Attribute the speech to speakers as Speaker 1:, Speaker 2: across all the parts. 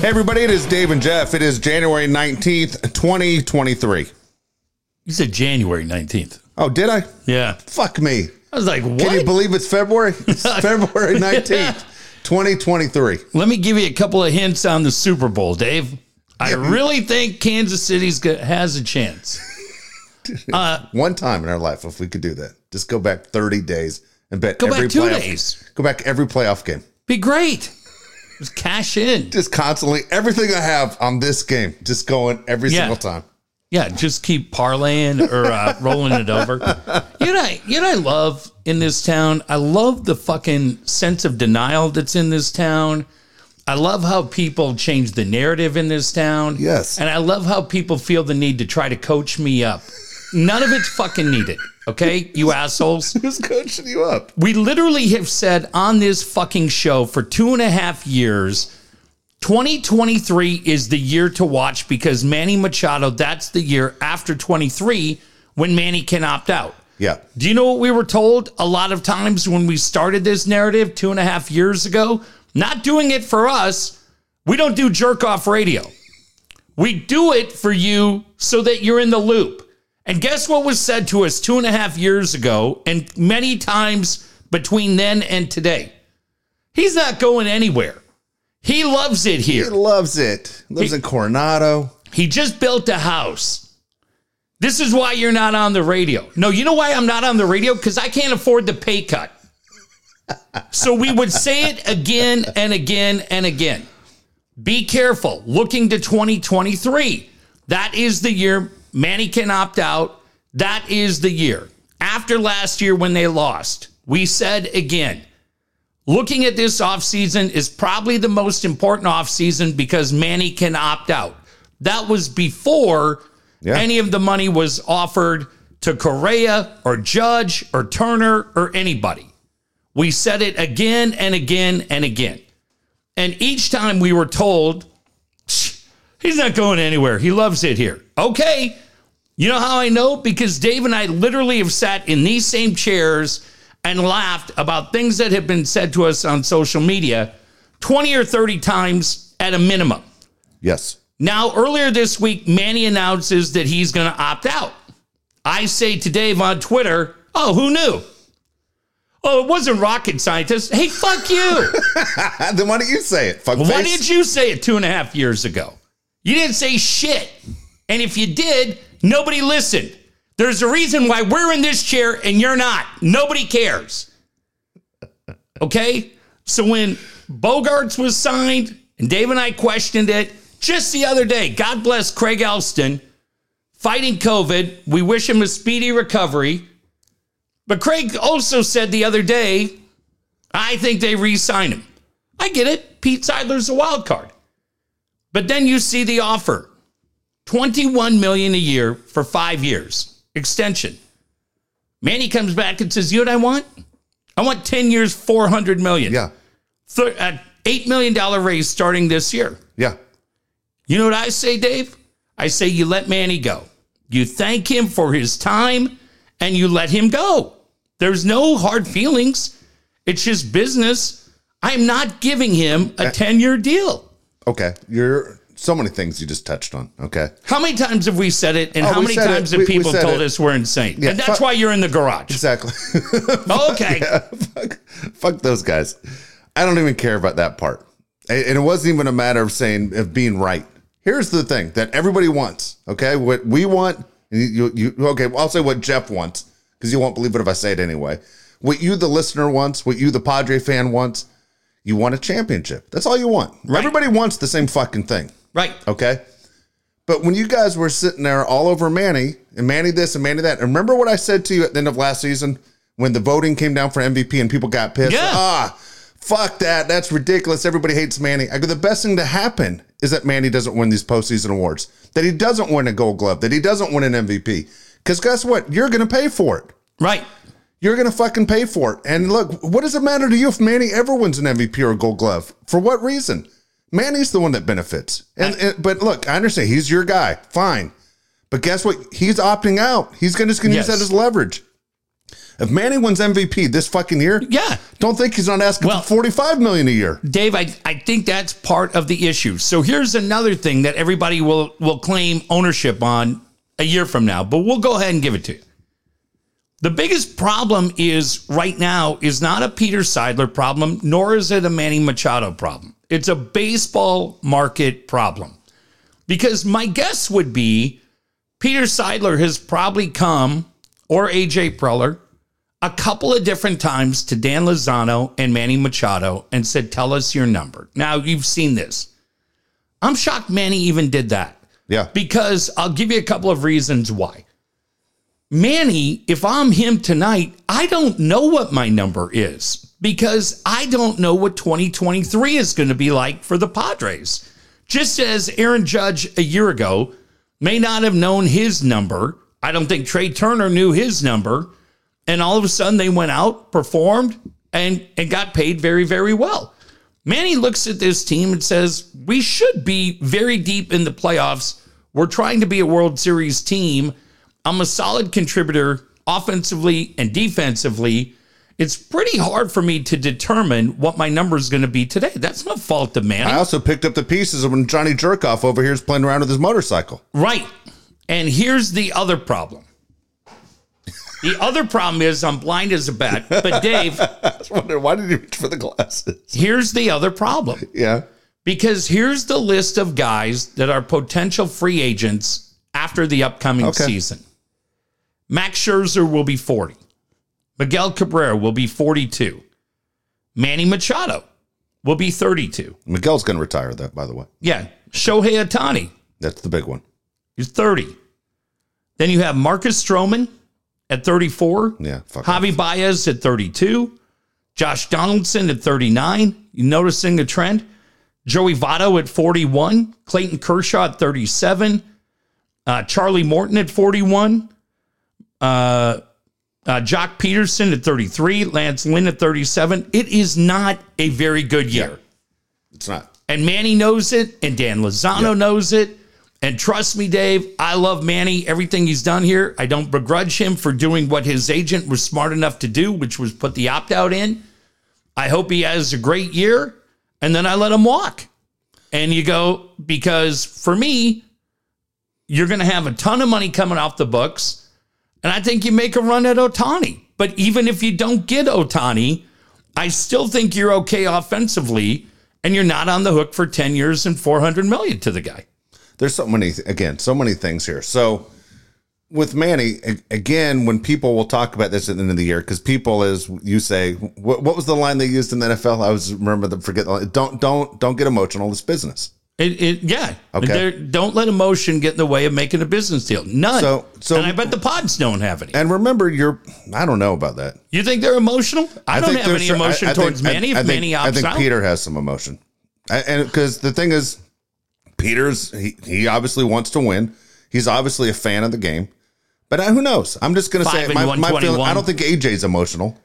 Speaker 1: Hey, everybody, it is Dave and Jeff. It is January 19th, 2023.
Speaker 2: You said January 19th.
Speaker 1: Oh, did I?
Speaker 2: Yeah.
Speaker 1: Fuck me.
Speaker 2: I was like, what?
Speaker 1: Can you believe it's February? It's February 19th, 2023.
Speaker 2: Let me give you a couple of hints on the Super Bowl, Dave. I really think Kansas City's go- has a chance. Uh,
Speaker 1: One time in our life, if we could do that, just go back 30 days and bet
Speaker 2: Go back
Speaker 1: every
Speaker 2: two
Speaker 1: playoff.
Speaker 2: days.
Speaker 1: Go back every playoff game.
Speaker 2: Be great. Just cash in.
Speaker 1: Just constantly, everything I have on this game, just going every
Speaker 2: Yeah.
Speaker 1: single time.
Speaker 2: Yeah, just keep parlaying or uh, rolling it over. You know, you know, what I love in this town. I love the fucking sense of denial that's in this town. I love how people change the narrative in this town.
Speaker 1: Yes.
Speaker 2: and I love how people feel the need to try to coach me up. None of it's fucking needed. Okay, you assholes.
Speaker 1: Who's coaching you up?
Speaker 2: We literally have said on this fucking show for two and a half years 2023 is the year to watch because Manny Machado, that's the year after 23 when Manny can opt out.
Speaker 1: Yeah.
Speaker 2: Do you know what we were told a lot of times when we started this narrative two and a half years ago? Not doing it for us. We don't do jerk off radio. We do it for you so that you're in the loop. And guess what was said to us two and a half years ago and many times between then and today? He's not going anywhere. He loves it here.
Speaker 1: He loves it. Lives in Coronado.
Speaker 2: He just built a house. This is why you're not on the radio. No, you know why I'm not on the radio? Because I can't afford the pay cut. So we would say it again and again and again. Be careful. Looking to 2023. That is the year Manny can opt out. That is the year. After last year when they lost, we said again, looking at this offseason is probably the most important offseason because Manny can opt out. That was before
Speaker 1: Yeah.
Speaker 2: any of the money was offered to Correa or Judge or Turner or anybody. We said it again and again and again. And each time we were told, "Shh, he's not going anywhere. He loves it here. Okay. You know how I know? Because Dave and I literally have sat in these same chairs and laughed about things that have been said to us on social media 20 or 30 times at a minimum.
Speaker 1: Yes.
Speaker 2: Now, earlier this week, Manny announces that he's going to opt out. I say to Dave on Twitter, oh, who knew? Oh, it wasn't rocket scientists. Hey, fuck you.
Speaker 1: then why don't you say it? Fuck
Speaker 2: Why did you say it two and a half years ago? You didn't say shit. And if you did, nobody listened. There's a reason why we're in this chair and you're not. Nobody cares. Okay? So when Bogarts was signed and Dave and I questioned it just the other day, God bless Craig Elston fighting COVID. We wish him a speedy recovery. But Craig also said the other day, I think they re sign him. I get it. Pete Seidler's a wild card. But then you see the offer. 21 million a year for 5 years. Extension. Manny comes back and says, "You know what I want? I want 10 years, 400 million.
Speaker 1: Yeah.
Speaker 2: Thir- uh, 8 million dollar raise starting this year."
Speaker 1: Yeah.
Speaker 2: You know what I say, Dave? I say you let Manny go. You thank him for his time and you let him go. There's no hard feelings. It's just business. I'm not giving him
Speaker 1: Uh,
Speaker 2: a 10 year deal.
Speaker 1: Okay. You're so many things you just touched on. Okay.
Speaker 2: How many times have we said it and
Speaker 1: Oh,
Speaker 2: how
Speaker 1: we
Speaker 2: many
Speaker 1: said it.
Speaker 2: times
Speaker 1: We-
Speaker 2: have
Speaker 1: we
Speaker 2: people
Speaker 1: said it.
Speaker 2: told us we're insane?
Speaker 1: Yeah,
Speaker 2: and that's
Speaker 1: fu-
Speaker 2: why you're in the garage.
Speaker 1: Exactly.
Speaker 2: Okay.
Speaker 1: fuck, fuck those guys. I don't even care about that part. And and it wasn't even a matter of saying of being right. Here's the thing that everybody wants. Okay, what we want. You, you you- okay? well, I'll say what Jeff wants because you won't believe it if I say it anyway. What you, the listener, wants. What you, the Padre fan, wants. You want a championship. That's all you want. Everybody wants the same fucking thing.
Speaker 2: Right.
Speaker 1: Okay. But when you guys were sitting there all over Manny and Manny this and Manny that, and remember what I said to you at the end of last season when the voting came down for MVP and people got pissed?
Speaker 2: Yeah.
Speaker 1: Ah, fuck that. That's ridiculous. Everybody hates Manny. I go, the best thing to happen is that Manny doesn't win these postseason awards, that he doesn't win a gold glove, that he doesn't win an MVP. Because guess what? You're going to pay for it.
Speaker 2: Right.
Speaker 1: You're going to fucking pay for it. And look, what does it matter to you if Manny ever wins an MVP or a gold glove? For what reason? Manny's the one that benefits. And, and- but look, I understand he's your guy. Fine. But guess what? He's opting out. He's gonna, just going to
Speaker 2: Yes.
Speaker 1: use that as leverage. If Manning wins MVP this fucking year,
Speaker 2: Yeah.
Speaker 1: don't think he's not asking
Speaker 2: Well-
Speaker 1: for 45 million a year.
Speaker 2: Dave, I, I think that's part of the issue. So here's another thing that everybody will will claim ownership on a year from now, but we'll go ahead and give it to you. The biggest problem is right now is not a Peter Seidler problem, nor is it a Manny Machado problem. It's a baseball market problem. Because my guess would be Peter Seidler has probably come, or AJ Preller, a couple of different times to Dan Lozano and Manny Machado and said, Tell us your number. Now, you've seen this. I'm shocked Manny even did that
Speaker 1: Yeah.
Speaker 2: because I'll give you a couple of reasons why. Manny, if I'm him tonight, I don't know what my number is because I don't know what 2023 is going to be like for the Padres. Just as Aaron Judge a year ago may not have known his number, I don't think Trey Turner knew his number, and all of a sudden they went out, performed, and and got paid very very well. Manny looks at this team and says, We should be very deep in the playoffs. We're trying to be a World Series team. I'm a solid contributor offensively and defensively. It's pretty hard for me to determine what my number is going to be today. That's no fault of Manny.
Speaker 1: I also picked up the pieces when Johnny Jerkoff over here is playing around with his motorcycle.
Speaker 2: Right. And here's the other problem. The other problem is I'm blind as a bat. But Dave,
Speaker 1: I was wondering why did he reach for the glasses?
Speaker 2: here's the other problem.
Speaker 1: Yeah.
Speaker 2: Because here's the list of guys that are potential free agents after the upcoming
Speaker 1: Okay.
Speaker 2: season. Max Scherzer will be 40. Miguel Cabrera will be 42. Manny Machado will be 32.
Speaker 1: Miguel's going to retire, though, by the way.
Speaker 2: Yeah. Shohei Otani
Speaker 1: That's the big one.
Speaker 2: is 30. Then you have Marcus Stroman at 34.
Speaker 1: Yeah. Fuck.
Speaker 2: Javi Baez at 32, Josh Donaldson at 39. You noticing a trend? Joey Votto at 41, Clayton Kershaw at 37, uh, Charlie Morton at 41, uh, uh, Jock Peterson at 33, Lance Lynn at 37. It is not a very good year.
Speaker 1: It's not.
Speaker 2: And Manny knows it, and Dan Lozano knows it. And trust me, Dave, I love Manny, everything he's done here. I don't begrudge him for doing what his agent was smart enough to do, which was put the opt out in. I hope he has a great year. And then I let him walk. And you go, because for me, you're going to have a ton of money coming off the books. And I think you make a run at Otani. But even if you don't get Otani, I still think you're okay offensively, and you're not on the hook for ten years and four hundred million to the guy.
Speaker 1: There's so many, again, so many things here. So with Manny, a- again, when people will talk about this at the end of the year, because people, as you say, what, what was the line they used in the NFL? I always remember the forget the line. Don't, don't, don't get emotional. It's business.
Speaker 2: It, it yeah.
Speaker 1: Okay.
Speaker 2: There- don't let emotion get in the way of making a business deal. None.
Speaker 1: So- so-
Speaker 2: and I bet the pods don't have any.
Speaker 1: And remember, you're, I don't know about that.
Speaker 2: You think they're emotional? I, don't
Speaker 1: think
Speaker 2: have
Speaker 1: there's
Speaker 2: any
Speaker 1: cer- I-
Speaker 2: emotion
Speaker 1: I think-
Speaker 2: towards
Speaker 1: I-
Speaker 2: Manny.
Speaker 1: I
Speaker 2: if
Speaker 1: think-
Speaker 2: Manny opts
Speaker 1: I think
Speaker 2: out,
Speaker 1: Peter has some emotion, I, and because the thing is, Peter's he, he obviously wants to win. He's obviously a fan of the game, but I, who knows? I'm just going to say
Speaker 2: Five and
Speaker 1: my, my feeling.
Speaker 2: 121.
Speaker 1: I don't think AJ's emotional.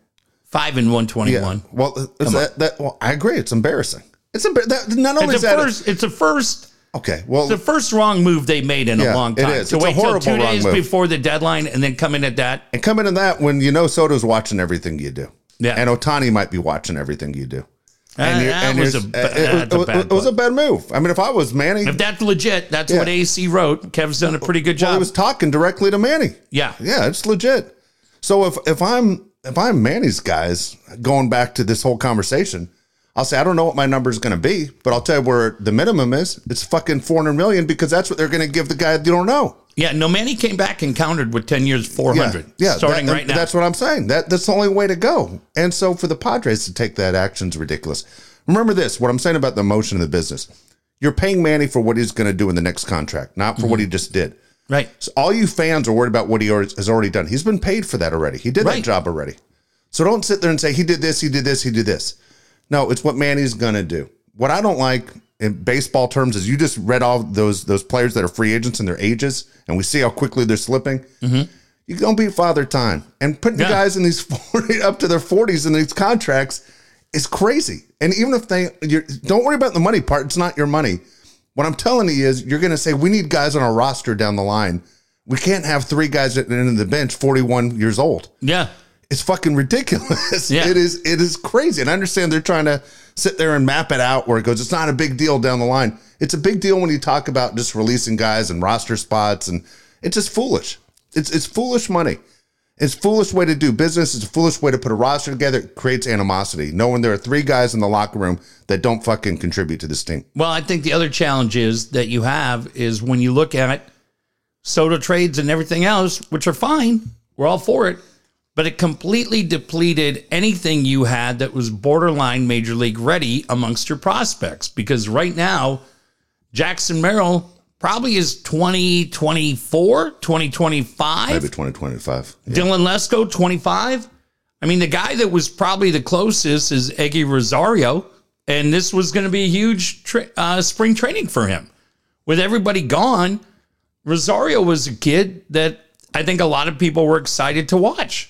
Speaker 2: five and one twenty
Speaker 1: Yeah.
Speaker 2: one.
Speaker 1: Well, is that, that well, I agree. It's embarrassing. It's embar- that, not only is
Speaker 2: It's a
Speaker 1: that
Speaker 2: first. It's a first.
Speaker 1: okay. Well,
Speaker 2: The first wrong move they made in
Speaker 1: Yeah,
Speaker 2: a long
Speaker 1: it
Speaker 2: time.
Speaker 1: is.
Speaker 2: To
Speaker 1: It's a
Speaker 2: wait till
Speaker 1: horrible
Speaker 2: two
Speaker 1: wrong
Speaker 2: days
Speaker 1: move.
Speaker 2: before the deadline and then come in at that.
Speaker 1: and coming to that when you know Soto's watching everything you do,
Speaker 2: Yeah.
Speaker 1: and Otani might be watching everything you do. And,
Speaker 2: Uh,
Speaker 1: you're-
Speaker 2: that
Speaker 1: and
Speaker 2: was
Speaker 1: you're-
Speaker 2: a
Speaker 1: it-
Speaker 2: ba-
Speaker 1: it,
Speaker 2: that's a
Speaker 1: was-
Speaker 2: bad
Speaker 1: it was
Speaker 2: play.
Speaker 1: a bad move. I mean, if I was Manny,
Speaker 2: If that's legit, that's
Speaker 1: Yeah.
Speaker 2: what AC wrote. Kev's done a pretty good
Speaker 1: well, he
Speaker 2: job.
Speaker 1: was talking directly to Manny.
Speaker 2: yeah.
Speaker 1: Yeah, it's legit. So if if I'm if I'm Manny's guys, going back to this whole conversation, I'll say I don't know what my number is going to be, but I'll tell you where the minimum is. It's fucking four hundred million because that's what they're going to give the guy that you don't know.
Speaker 2: Yeah, no, Manny came back and countered with 10 years, 400, starting
Speaker 1: that-
Speaker 2: right now.
Speaker 1: That's what I'm saying. That that's the only way to go. And so for the Padres to take that action is ridiculous. Remember this: what I'm saying about the motion of the business. You're paying Manny for what he's going to do in the next contract, not for
Speaker 2: Mm-hmm.
Speaker 1: what he just did.
Speaker 2: right.
Speaker 1: So all you fans are worried about what he already- has already done. He's been paid for that already. He did
Speaker 2: Right.
Speaker 1: that job already. So don't sit there and say he did this, he did this, he did this. No, it's what Manny's gonna do. What I don't like in baseball terms is you just read all those those players that are free agents and their ages, and we see how quickly they're slipping. You don't beat father time and putting
Speaker 2: Mm-hmm. Yeah.
Speaker 1: guys in these forty up to their forties in these contracts is crazy. And even if they, you're, don't worry about the money part. It's not your money. What I'm telling you is, you're going to say we need guys on our roster down the line. We can't have three guys at the end of the bench, 41 years old.
Speaker 2: Yeah.
Speaker 1: it's fucking ridiculous.
Speaker 2: Yeah.
Speaker 1: It is it is crazy. And I understand they're trying to sit there and map it out where it goes, it's not a big deal down the line. It's a big deal when you talk about just releasing guys and roster spots and it's just foolish. It's it's foolish money. It's a foolish way to do business. It's a foolish way to put a roster together. It creates animosity, knowing there are three guys in the locker room that don't fucking contribute to this team.
Speaker 2: Well, I think the other challenge is that you have is when you look at soda trades and everything else, which are fine. We're all for it. But it completely depleted anything you had that was borderline major league ready amongst your prospects. Because right now, Jackson Merrill probably is 2024, 2025.
Speaker 1: Maybe 2025.
Speaker 2: Dylan Lesko, 25. I mean, the guy that was probably the closest is Eggy Rosario, and this was going to be a huge tra- uh, spring training for him. With everybody gone, Rosario was a kid that I think a lot of people were excited to watch.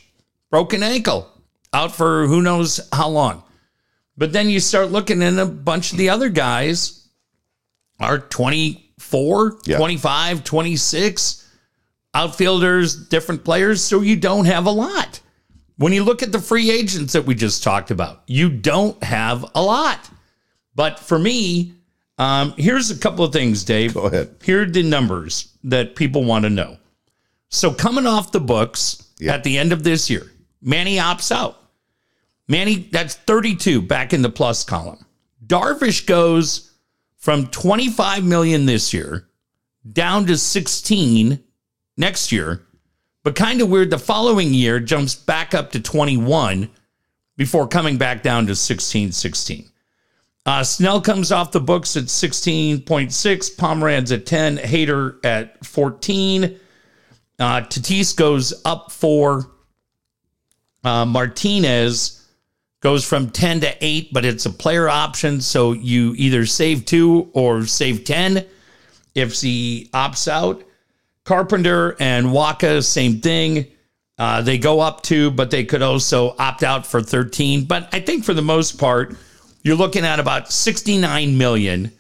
Speaker 2: Broken ankle, out for who knows how long. But then you start looking, and a bunch of the other guys are 24,
Speaker 1: Yeah.
Speaker 2: 25, 26 outfielders, different players, so you don't have a lot. When you look at the free agents that we just talked about, you don't have a lot. But for me, um, here's a couple of things, Dave.
Speaker 1: Go ahead.
Speaker 2: Here are the numbers that people want to know. So coming off the books
Speaker 1: Yeah.
Speaker 2: at the end of this year, Manny opts out. Manny, that's 32 back in the plus column. Darvish goes from 25 million this year down to 16 next year, but kind of weird. The following year jumps back up to 21 before coming back down to 16, 16. Uh, Snell comes off the books at 16.6, Pomeranz at 10, Hayter at 14. Uh, Tatis goes up four. Uh, Martinez goes from 10 to 8, but it's a player option. So you either save two or save 10 if he opts out. Carpenter and Waka, same thing. Uh, they go up two, but they could also opt out for 13. But I think for the most part, you're looking at about 69 million.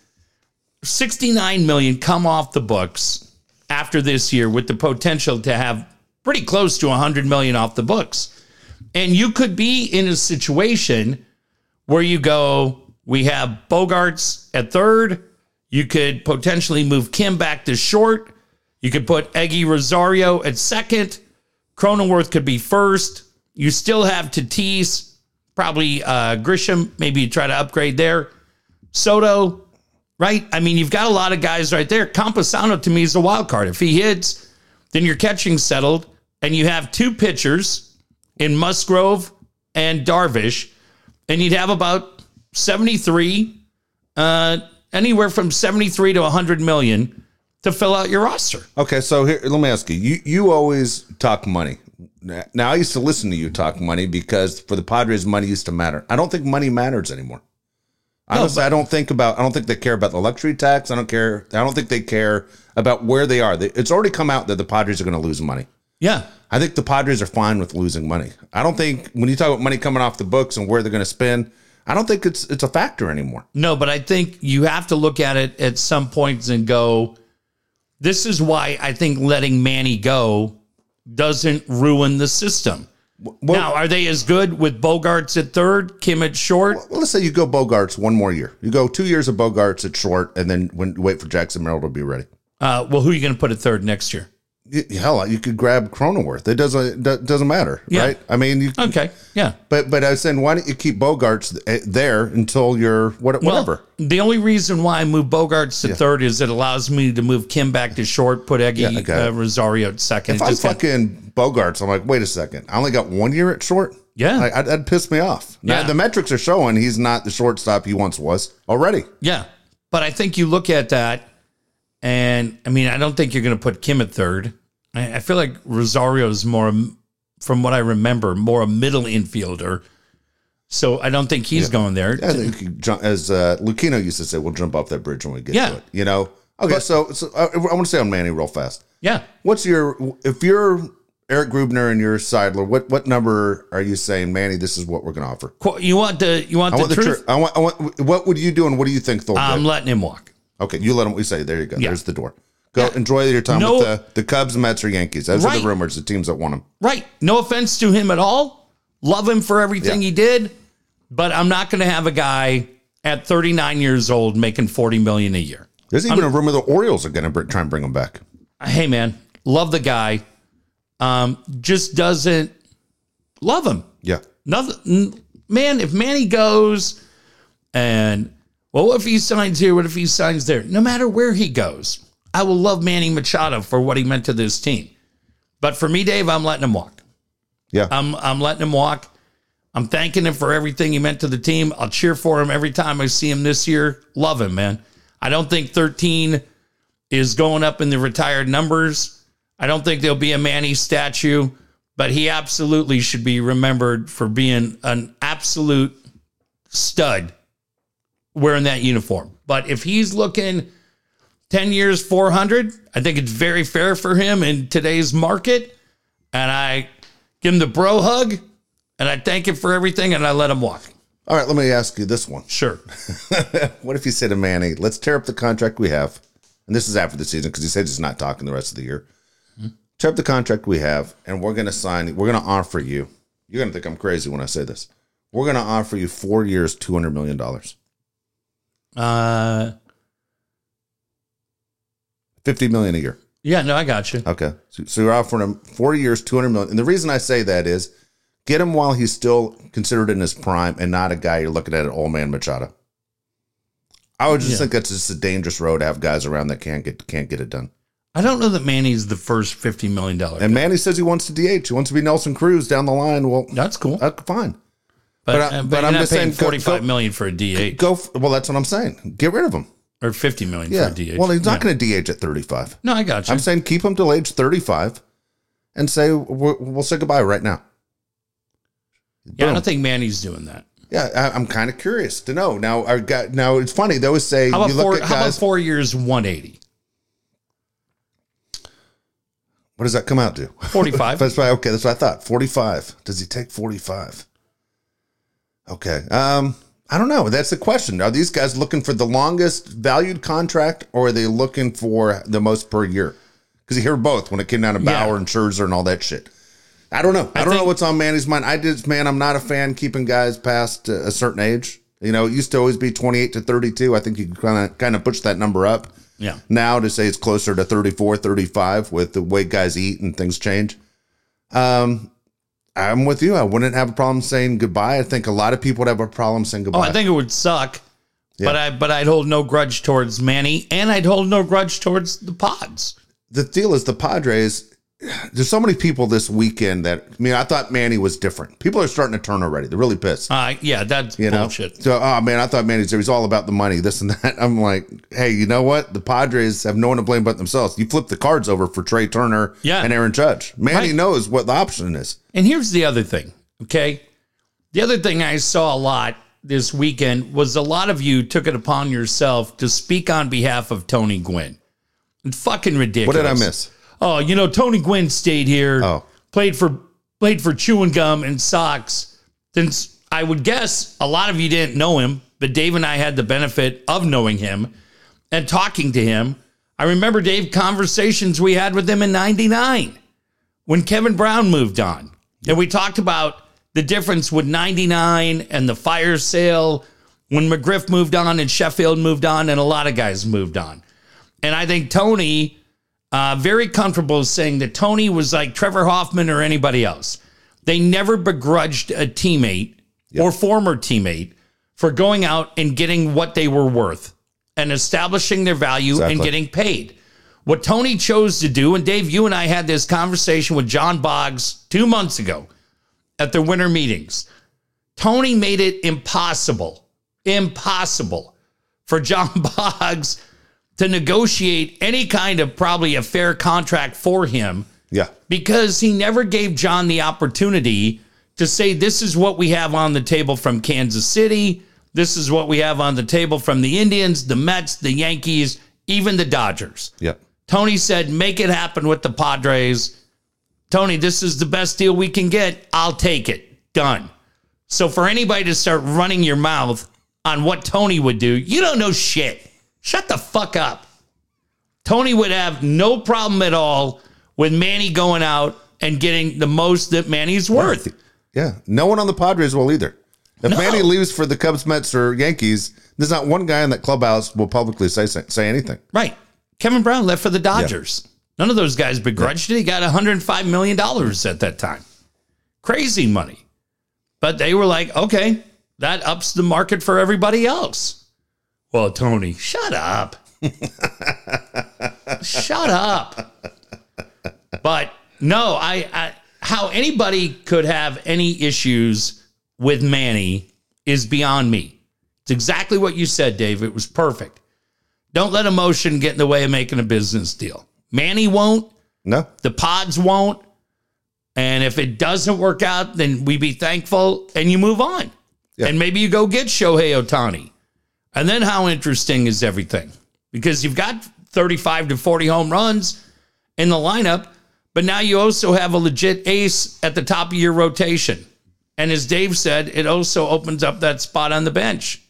Speaker 2: 69 million come off the books after this year with the potential to have pretty close to 100 million off the books. And you could be in a situation where you go, we have Bogarts at third. You could potentially move Kim back to short. You could put Eggy Rosario at second. Cronenworth could be first. You still have Tatis, probably uh, Grisham. Maybe you try to upgrade there. Soto, right? I mean, you've got a lot of guys right there. Camposano to me is a wild card. If he hits, then your catching settled, and you have two pitchers in Musgrove and Darvish, and you'd have about 73, uh, anywhere from 73 to 100 million to fill out your roster.
Speaker 1: Okay, so here, let me ask you. You you always talk money. Now I used to listen to you talk money because for the Padres, money used to matter. I don't think money matters anymore. Honestly, I don't think about. I don't think they care about the luxury tax. I don't care. I don't think they care about where they are. They, it's already come out that the Padres are going to lose money.
Speaker 2: Yeah.
Speaker 1: I think the Padres are fine with losing money. I don't think when you talk about money coming off the books and where they're going to spend, I don't think it's it's a factor anymore.
Speaker 2: No, but I think you have to look at it at some points and go, this is why I think letting Manny go doesn't ruin the system.
Speaker 1: Well,
Speaker 2: now, are they as good with Bogarts at third, Kim at short?
Speaker 1: Well, let's say you go Bogarts one more year. You go two years of Bogarts at short, and then when wait for Jackson Merrill to be ready.
Speaker 2: Uh, well, who are you going to put at third next year?
Speaker 1: Y- Hell, you could grab Cronenworth. It doesn't it doesn't matter,
Speaker 2: Yeah.
Speaker 1: right? I mean, you.
Speaker 2: Okay. Yeah.
Speaker 1: But but I was saying, why don't you keep Bogarts eh, there until you're what,
Speaker 2: Well,
Speaker 1: whatever?
Speaker 2: the only reason why I move Bogarts to third is it allows me to move Kim back to short, put Eggy
Speaker 1: Yeah, okay.
Speaker 2: uh, Rosario at second.
Speaker 1: if
Speaker 2: It
Speaker 1: I'm
Speaker 2: just kinda-
Speaker 1: fucking Bogarts, I'm like, wait a second, I only got one year at short.
Speaker 2: Yeah.
Speaker 1: like, I'd- that'd piss me off. Now
Speaker 2: Yeah.
Speaker 1: the metrics are showing he's not the shortstop he once was already.
Speaker 2: Yeah. But I think you look at that, and I mean, I don't think you're going to put Kim at third. I, I feel like Rosario's more, from what I remember, more a middle infielder. So I don't think he's going there.
Speaker 1: I think you could jump, as uh, Lucino used to say, we'll jump off that bridge when we get
Speaker 2: Yeah.
Speaker 1: to it. You know. Okay, so so uh, I, I want to say on Manny real fast.
Speaker 2: Yeah.
Speaker 1: What's your if you're Eric Grubner and you're Seidler, what what number are you saying, Manny? This is what we're going to offer.
Speaker 2: Qu- You want the you want
Speaker 1: I
Speaker 2: the
Speaker 1: want the,
Speaker 2: truth?
Speaker 1: truth. I want. I want. What would you do, and what do you think they'll
Speaker 2: I'm
Speaker 1: do?
Speaker 2: letting him walk.
Speaker 1: Okay, you let them. We say there you go.
Speaker 2: Yeah.
Speaker 1: There's the door. Go enjoy your time
Speaker 2: No-
Speaker 1: with the, the Cubs, Mets, or Yankees. Those are
Speaker 2: Right.
Speaker 1: the rumors. The teams that want them.
Speaker 2: Right. No offense to him at all. Love him for everything
Speaker 1: Yeah.
Speaker 2: he did, but I'm not going to have a guy at 39 years old making 40 million a year.
Speaker 1: There's even a rumor the Orioles are going to try and bring him back.
Speaker 2: Hey man, love the guy. Um, just doesn't love him.
Speaker 1: Yeah.
Speaker 2: Nothing, n- man. If Manny goes, and well, what if he signs here? What if he signs there? No matter where he goes, I will love Manny Machado for what he meant to this team. But for me, Dave, I'm letting him walk.
Speaker 1: Yeah.
Speaker 2: I'm I'm letting him walk. I'm thanking him for everything he meant to the team. I'll cheer for him every time I see him this year. Love him, man. I don't think 13 is going up in the retired numbers. I don't think there'll be a Manny statue, but he absolutely should be remembered for being an absolute stud wearing that uniform. But if he's looking 10 years 400, I think it's very fair for him in today's market. And I give him the bro hug and I thank him for everything and I let him walk.
Speaker 1: All right, let me ask you this one.
Speaker 2: Sure.
Speaker 1: What if you say to Manny, let's tear up the contract we have, and this is after the season because he said he's not talking the rest of the year. Tear up the contract we have, and we're going to sign, we're going to offer you, you're going to think I'm crazy when I say this. We're going to offer you four years, $200 million.
Speaker 2: Uh,
Speaker 1: 50 million a year.
Speaker 2: yeah, no, I got you.
Speaker 1: Okay. So, so you're offering him four years, 200 million. And the reason I say that is get him while he's still considered in his prime and not a guy you're looking at an old man Machado. I would just think that's just a dangerous road to have guys around that can't get can't get it done.
Speaker 2: I don't know that Manny's the first $50 million.
Speaker 1: And Manny says he wants to DH. He wants to be Nelson Cruz down the line. Well,
Speaker 2: That's cool.
Speaker 1: uh, fine.
Speaker 2: but,
Speaker 1: but I-
Speaker 2: uh,
Speaker 1: but
Speaker 2: but,
Speaker 1: I'm
Speaker 2: I'm not
Speaker 1: just saying,
Speaker 2: paying
Speaker 1: go-
Speaker 2: forty-five
Speaker 1: go-
Speaker 2: million for a DH
Speaker 1: Go. F- well, that's what I'm saying. Get rid of him.
Speaker 2: or 50 million
Speaker 1: Yeah.
Speaker 2: for a DH.
Speaker 1: Well, he's not
Speaker 2: Yeah.
Speaker 1: going to DH at 35.
Speaker 2: No, I got you.
Speaker 1: I'm saying keep him till age 35 and say, we're, we'll say goodbye right now.
Speaker 2: yeah, I
Speaker 1: boom.
Speaker 2: don't think Manny's doing that.
Speaker 1: Yeah, I, I'm kind of curious to know. Now, I got now. It's funny. They always say
Speaker 2: How
Speaker 1: you
Speaker 2: about
Speaker 1: look
Speaker 2: four?
Speaker 1: at
Speaker 2: How about
Speaker 1: guys.
Speaker 2: four years, one eighty?
Speaker 1: what does that come out to?
Speaker 2: Forty-five.
Speaker 1: That's why. Okay, that's what I thought. 45. Does he take 45? Okay. Um, I don't know. That's the question. Are these guys looking for the longest valued contract, or are they looking for the most per year? Because you hear both when it came down to
Speaker 2: Yeah.
Speaker 1: Bauer and Scherzer and all that shit. I don't know. I, don't know
Speaker 2: think-
Speaker 1: what's on Manny's mind. I just, man, I'm not a fan keeping guys past a a certain age. You know, it used to always be 28 to 32. I think you kind of kind of push that number up.
Speaker 2: Yeah.
Speaker 1: Now to say it's closer to 34, 35 with the way guys eat and things change. Um, I'm with you. I wouldn't have a problem saying goodbye. I think a lot of people would have a problem saying goodbye.
Speaker 2: Oh, I think it would suck. But I but I'd hold no grudge towards Manny, and I'd hold no grudge towards the pods.
Speaker 1: the deal is the Padres. There's so many people this weekend that I mean, I thought Manny was different. People are starting to turn already. They're really pissed.
Speaker 2: Uh, yeah, that's
Speaker 1: You know,
Speaker 2: bullshit.
Speaker 1: so oh man, I thought Manny's he's all about the money, this and that. I'm like, hey, you know what? The Padres have no one to blame but themselves. You flip the cards over for Trey Turner
Speaker 2: Yeah.
Speaker 1: and Aaron Judge. Manny
Speaker 2: Right.
Speaker 1: knows what the option is.
Speaker 2: And here's the other thing, okay? The other thing I saw a lot this weekend was a lot of you took it upon yourself to speak on behalf of Tony Gwynn. It's fucking
Speaker 1: What
Speaker 2: ridiculous.
Speaker 1: did I miss?
Speaker 2: Oh, you know, Tony Gwynn stayed here.
Speaker 1: Oh.
Speaker 2: Played for played for chewing gum and socks. Since I would guess a lot of you didn't know him, but Dave and I had the benefit of knowing him and talking to him. I remember Dave conversations we had with him in 99 when Kevin Brown moved on. And we talked about the difference with 99 and the fire sale when McGriff moved on and Sheffield moved on and a lot of guys moved on. And I think Tony uh, very comfortable saying that Tony was like Trevor Hoffman or anybody else. They never begrudged a teammate or former teammate for going out and getting what they were worth and establishing their value and
Speaker 1: Exactly.
Speaker 2: getting paid. What Tony chose to do, and Dave, you and I had this conversation with John Boggs two months ago at the winter meetings. Tony made it impossible, impossible for John Boggs to negotiate any kind of probably a fair contract for him
Speaker 1: Yeah.
Speaker 2: because he never gave John the opportunity to say, This is what we have on the table from Kansas City. This is what we have on the table from the Indians, the Mets, the Yankees, even the Dodgers.
Speaker 1: Yeah.
Speaker 2: Tony said, Make it happen with the Padres. Tony, this is the best deal we can get. I'll take it. Done. So for anybody to start running your mouth on what Tony would do, you don't know shit. Shut the fuck up. Tony would have no problem at all with Manny going out and getting the most that Manny's worth.
Speaker 1: Yeah. No one on the Padres will either. If Manny leaves for the Cubs, Mets, or Yankees, there's not one guy in that clubhouse will publicly say say anything.
Speaker 2: Right. Kevin Brown left for the Dodgers. None of those guys begrudged it. He got $105 million at that time. Crazy money. But they were like, okay, that ups the market for everybody else. Well, Tony, shut up. shut up. But no, I, I how anybody could have any issues with Manny is beyond me. It's exactly what you said, Dave. It was perfect. Don't let emotion get in the way of making a business deal. Manny won't.
Speaker 1: No.
Speaker 2: The pods won't. And if it doesn't work out, then we be thankful and you move on.
Speaker 1: Yeah.
Speaker 2: And maybe you go get Shohei Otani. And then how interesting is everything? Because you've got 35 to 40 home runs in the lineup, but now you also have a legit ace at the top of your rotation. And as Dave said, it also opens up that spot on the bench.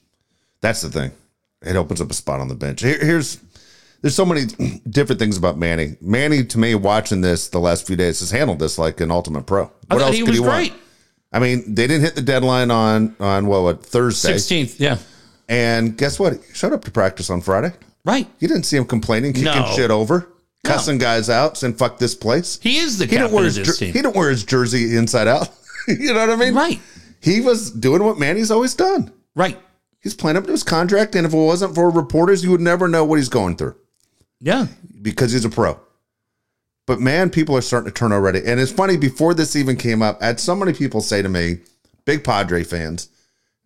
Speaker 1: That's the thing. It opens up a spot on the bench. Here, here's there's so many different things about Manny. Manny, to me, watching this the last few days, has handled this like an ultimate pro. What
Speaker 2: I thought he was great.
Speaker 1: I mean, they didn't hit the deadline on on what, what Thursday,
Speaker 2: 16th, yeah.
Speaker 1: and guess what? He showed up to practice on Friday.
Speaker 2: Right.
Speaker 1: You didn't see him complaining, kicking
Speaker 2: No.
Speaker 1: shit over, cussing guys out, saying "fuck this place."
Speaker 2: He is the
Speaker 1: He didn't
Speaker 2: captain
Speaker 1: wear
Speaker 2: of
Speaker 1: his
Speaker 2: this
Speaker 1: jer-
Speaker 2: team.
Speaker 1: he didn't wear his jersey inside out. you know what I mean?
Speaker 2: Right,
Speaker 1: He was doing what Manny's always done.
Speaker 2: right.
Speaker 1: He's playing up to his contract, and if it wasn't for reporters, you would never know what he's going through
Speaker 2: Yeah.
Speaker 1: because he's a pro. But man, people are starting to turn already. And it's funny, before this even came up, I had so many people say to me, big Padre fans,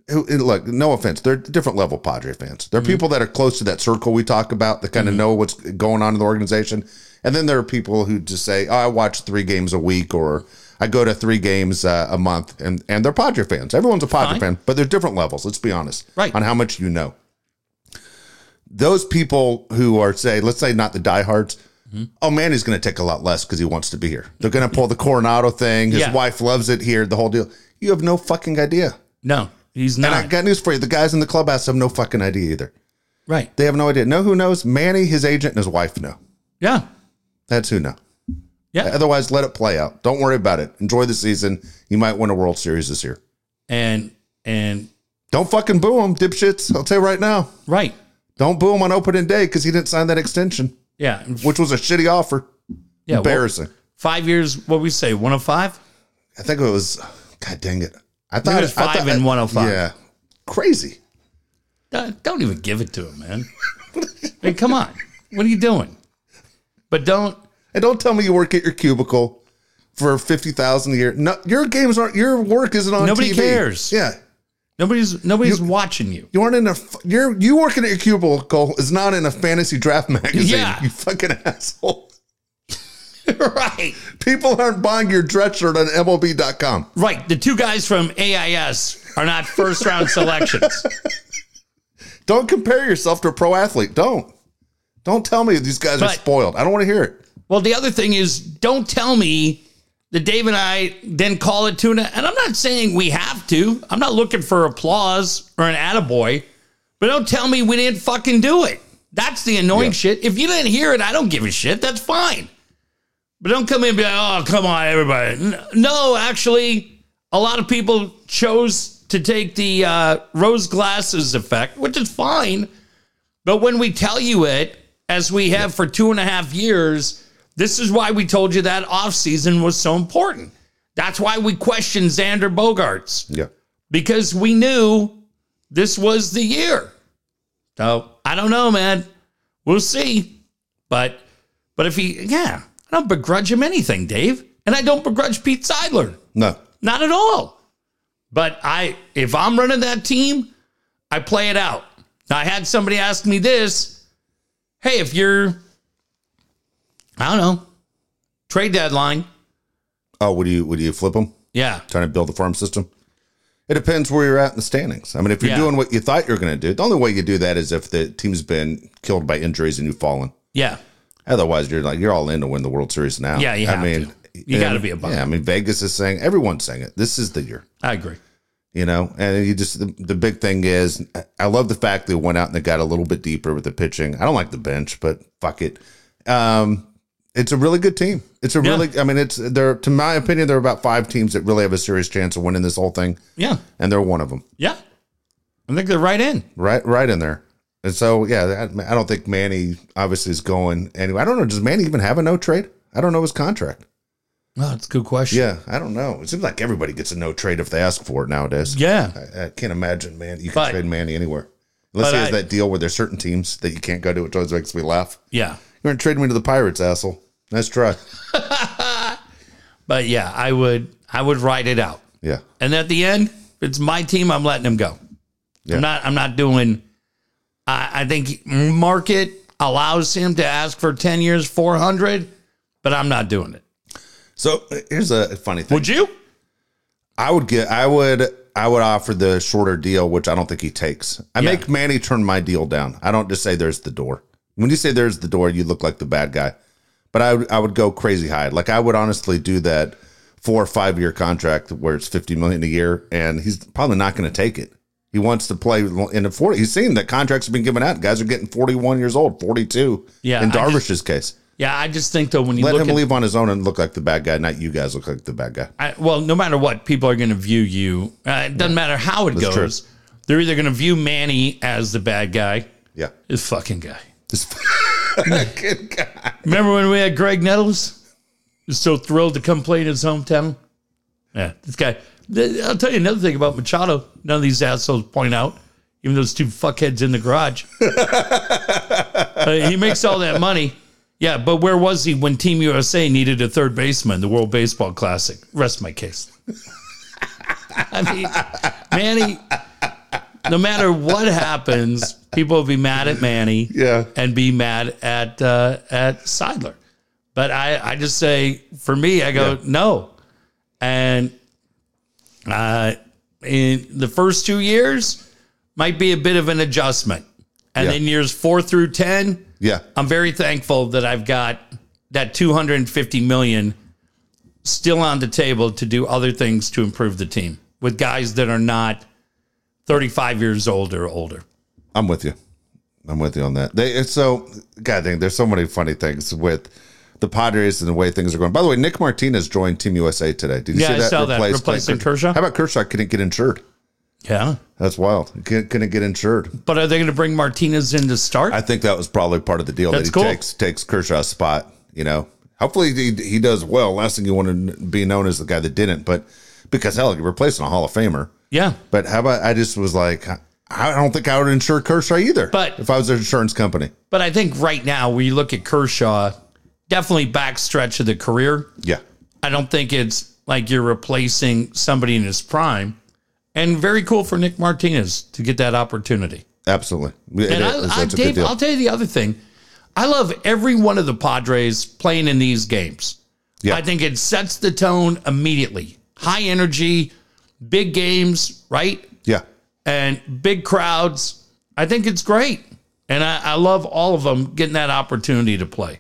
Speaker 1: who and look, no offense, they're different level Padre fans.
Speaker 2: Mm-hmm.
Speaker 1: They're people that are close to that circle we talk about that kind of know what's going on in the organization. And then there are people who just say, oh, I watch three games a week or I go to three games uh, a month. And, and they're Padre fans. Everyone's a Padre
Speaker 2: Fine.
Speaker 1: fan, but they're different levels, let's be honest,
Speaker 2: Right.
Speaker 1: on how much you know those people who are say, let's say not the diehards. Oh man, he's going to take a lot less because he wants to be here. They're going to pull the Coronado thing. His
Speaker 2: Yeah.
Speaker 1: wife loves it here. The whole deal. You have no fucking idea.
Speaker 2: No, he's
Speaker 1: And I
Speaker 2: not.
Speaker 1: got news for you: the guys in the clubhouse have no fucking idea either.
Speaker 2: right.
Speaker 1: They have no idea. Know who knows? Manny, his agent, and his wife know.
Speaker 2: Yeah.
Speaker 1: That's who know.
Speaker 2: Yeah.
Speaker 1: Otherwise, let it play out. Don't worry about it. Enjoy the season. You might win a World Series this year.
Speaker 2: And and
Speaker 1: Don't fucking boo him, dipshits. I'll tell you right now.
Speaker 2: right.
Speaker 1: Don't boo him on opening day because he didn't sign that extension,
Speaker 2: Yeah. and f-
Speaker 1: which was a shitty offer.
Speaker 2: yeah. well,
Speaker 1: Embarrassing.
Speaker 2: five years, what we say, 105?
Speaker 1: I think it was. God dang it! I thought
Speaker 2: it was
Speaker 1: I thought-
Speaker 2: five and 105.
Speaker 1: Yeah, crazy.
Speaker 2: Don't Uh, don't even give it to him, man. I mean, come on. What are you doing? But don't
Speaker 1: And don't tell me you work at your cubicle for fifty thousand a year. No, your games aren't. Your work isn't on.
Speaker 2: Nobody
Speaker 1: TV.
Speaker 2: cares.
Speaker 1: Yeah,
Speaker 2: nobody's nobody's watching you.
Speaker 1: you aren't in a. f- You're you working at your cubicle is not in a fantasy draft magazine.
Speaker 2: Yeah.
Speaker 1: you fucking asshole.
Speaker 2: right.
Speaker 1: People aren't buying your dress shirt on MLB.com.
Speaker 2: Right. The two guys from AIS are not first round selections.
Speaker 1: Don't compare yourself to a pro athlete. Don't. Don't tell me these guys are
Speaker 2: But-
Speaker 1: spoiled. I don't want to hear it.
Speaker 2: Well, the other thing is, don't tell me that Dave and I then call it tuna. And I'm not saying we have to. I'm not looking for applause or an attaboy, but don't tell me we didn't fucking do it. That's the annoying shit. If you didn't hear it, I don't give a shit. That's fine. But don't come in and be like, oh, come on, everybody. N- No, actually, a lot of people chose to take the uh, rose glasses effect, which is fine. But when we tell you it, as we have for two and a half years, this is why we told you that offseason was so important. That's why we questioned Xander Bogarts
Speaker 1: Yeah.
Speaker 2: because we knew this was the year. So I don't know, man. We'll see. But but if he yeah, I don't begrudge him anything, Dave. And I don't begrudge Pete Seidler.
Speaker 1: No.
Speaker 2: Not at all. But I if I'm running that team, I play it out. Now I had somebody ask me this. Hey, if you're I don't know, trade deadline.
Speaker 1: Oh, would you would you flip them?
Speaker 2: Yeah.
Speaker 1: trying to build the farm system? It depends where you're at in the standings. I mean, if you're
Speaker 2: Yeah.
Speaker 1: doing what you thought you were going to do, the only way you do that is if the team's been killed by injuries and you've fallen.
Speaker 2: Yeah.
Speaker 1: Otherwise, you're like you're all in to win the World Series now.
Speaker 2: Yeah, you
Speaker 1: I
Speaker 2: have
Speaker 1: mean,
Speaker 2: to. You gotta be above.
Speaker 1: Yeah, I mean, Vegas is saying everyone's saying it. This is the year,
Speaker 2: I agree.
Speaker 1: you know. And you just the, the big thing is, I love the fact they went out and they got a little bit deeper with the pitching. I don't like the bench, but fuck it. Um, It's a really good team. It's a
Speaker 2: Yeah.
Speaker 1: really, I mean, it's they're to my opinion, there are about five teams that really have a serious chance of winning this whole thing,
Speaker 2: Yeah.
Speaker 1: and they're one of them,
Speaker 2: Yeah. I think they're right in.
Speaker 1: right, right in there. And so, yeah, I, I don't think Manny obviously is going anyway. I don't know. Does Manny even have a no trade? I don't know his contract.
Speaker 2: Oh, that's a good question.
Speaker 1: Yeah, I don't know. It seems like everybody gets a no trade if they ask for it nowadays.
Speaker 2: Yeah.
Speaker 1: I, I can't imagine, man. You can
Speaker 2: But-
Speaker 1: trade Manny anywhere. Unless
Speaker 2: but
Speaker 1: he has
Speaker 2: I-
Speaker 1: that deal where there's certain teams that you can't go to, which always makes me laugh.
Speaker 2: Yeah.
Speaker 1: You're going to trade me to the Pirates, asshole. Nice try.
Speaker 2: But yeah, I would I would ride it out.
Speaker 1: Yeah.
Speaker 2: And at the end, if it's my team, I'm letting him go.
Speaker 1: Yeah.
Speaker 2: I'm not I'm not doing I, I think market allows him to ask for 10 years 400, but I'm not doing it.
Speaker 1: So uh, here's a funny thing.
Speaker 2: Would you?
Speaker 1: I would get, I would, I would offer the shorter deal, which I don't think he takes. I
Speaker 2: Yeah.
Speaker 1: make Manny turn my deal down. I don't just say there's the door. When you say there's the door, you look like the bad guy. But I, would- I would go crazy high. Like I would honestly do that four or five year contract where it's fifty million a year, and he's probably not going to take it. He wants to play in the forty. He's seen that contracts have been given out. Guys are getting forty one years old, forty two.
Speaker 2: Yeah,
Speaker 1: In
Speaker 2: I just-
Speaker 1: Darvish's case,
Speaker 2: Yeah, I just think though when you
Speaker 1: let
Speaker 2: look
Speaker 1: him
Speaker 2: at
Speaker 1: leave on his own and look like the bad guy. Not you guys look like the bad guy.
Speaker 2: I, well, no matter what, people are going to view you. Uh, it doesn't matter how it
Speaker 1: That's true.
Speaker 2: goes. They're either going to view Manny as the bad guy,
Speaker 1: Yeah.
Speaker 2: this fucking guy.
Speaker 1: This good guy.
Speaker 2: Remember when we had Greg Nettles? He was so thrilled to come play in his hometown. Yeah, this guy. th- I'll tell you another thing about Machado. None of these assholes point out, even those two fuckheads in the garage. Uh, he makes all that money. Yeah, but where was he when Team USA needed a third baseman, the World Baseball Classic? Rest my case. I mean, Manny, no matter what happens, people will be mad at Manny
Speaker 1: Yeah.
Speaker 2: and be mad at uh, at Seidler. But I, I just say for me, I go no, and uh, in the first two years might be a bit of an adjustment, and
Speaker 1: Yeah.
Speaker 2: then years four through ten,
Speaker 1: Yeah.
Speaker 2: I'm very thankful that I've got that 250 million still on the table to do other things to improve the team with guys that are not 35 years old or older.
Speaker 1: I'm with you. I'm with you on that. They it's so God dang, there's so many funny things with the Padres and the way things are going. By the way, Nick Martinez joined Team USA today. Did you
Speaker 2: Yeah,
Speaker 1: see
Speaker 2: I
Speaker 1: that?
Speaker 2: saw that.
Speaker 1: Replaced by
Speaker 2: Replacing Kershaw?
Speaker 1: How about Kershaw couldn't get insured?
Speaker 2: Yeah.
Speaker 1: That's wild. He Couldn't, couldn't get insured.
Speaker 2: But are they going to bring Martinez in to start?
Speaker 1: I think that was probably part of the deal
Speaker 2: That's
Speaker 1: that he
Speaker 2: cool.
Speaker 1: takes takes Kershaw's spot. You know, hopefully he, he does well. Last thing you want to be known as the guy that didn't, but because hell, you're replacing a Hall of Famer.
Speaker 2: yeah.
Speaker 1: But how about I just was like, I- I don't think I would insure Kershaw either.
Speaker 2: But-
Speaker 1: if I was an insurance company,
Speaker 2: But I think right now, when you look at Kershaw, definitely backstretch of the career.
Speaker 1: yeah,
Speaker 2: I don't think it's like you're replacing somebody in his prime. And very cool for Nick Martinez to get that opportunity.
Speaker 1: absolutely. It
Speaker 2: And
Speaker 1: is-
Speaker 2: I, I,
Speaker 1: that's a good
Speaker 2: Dave,
Speaker 1: deal.
Speaker 2: I'll tell you the other thing. I love every one of the Padres playing in these games.
Speaker 1: Yeah.
Speaker 2: I think it sets the tone immediately. High energy, big games, right?
Speaker 1: yeah,
Speaker 2: And big crowds. I think it's great. And I, I love all of them getting that opportunity to play.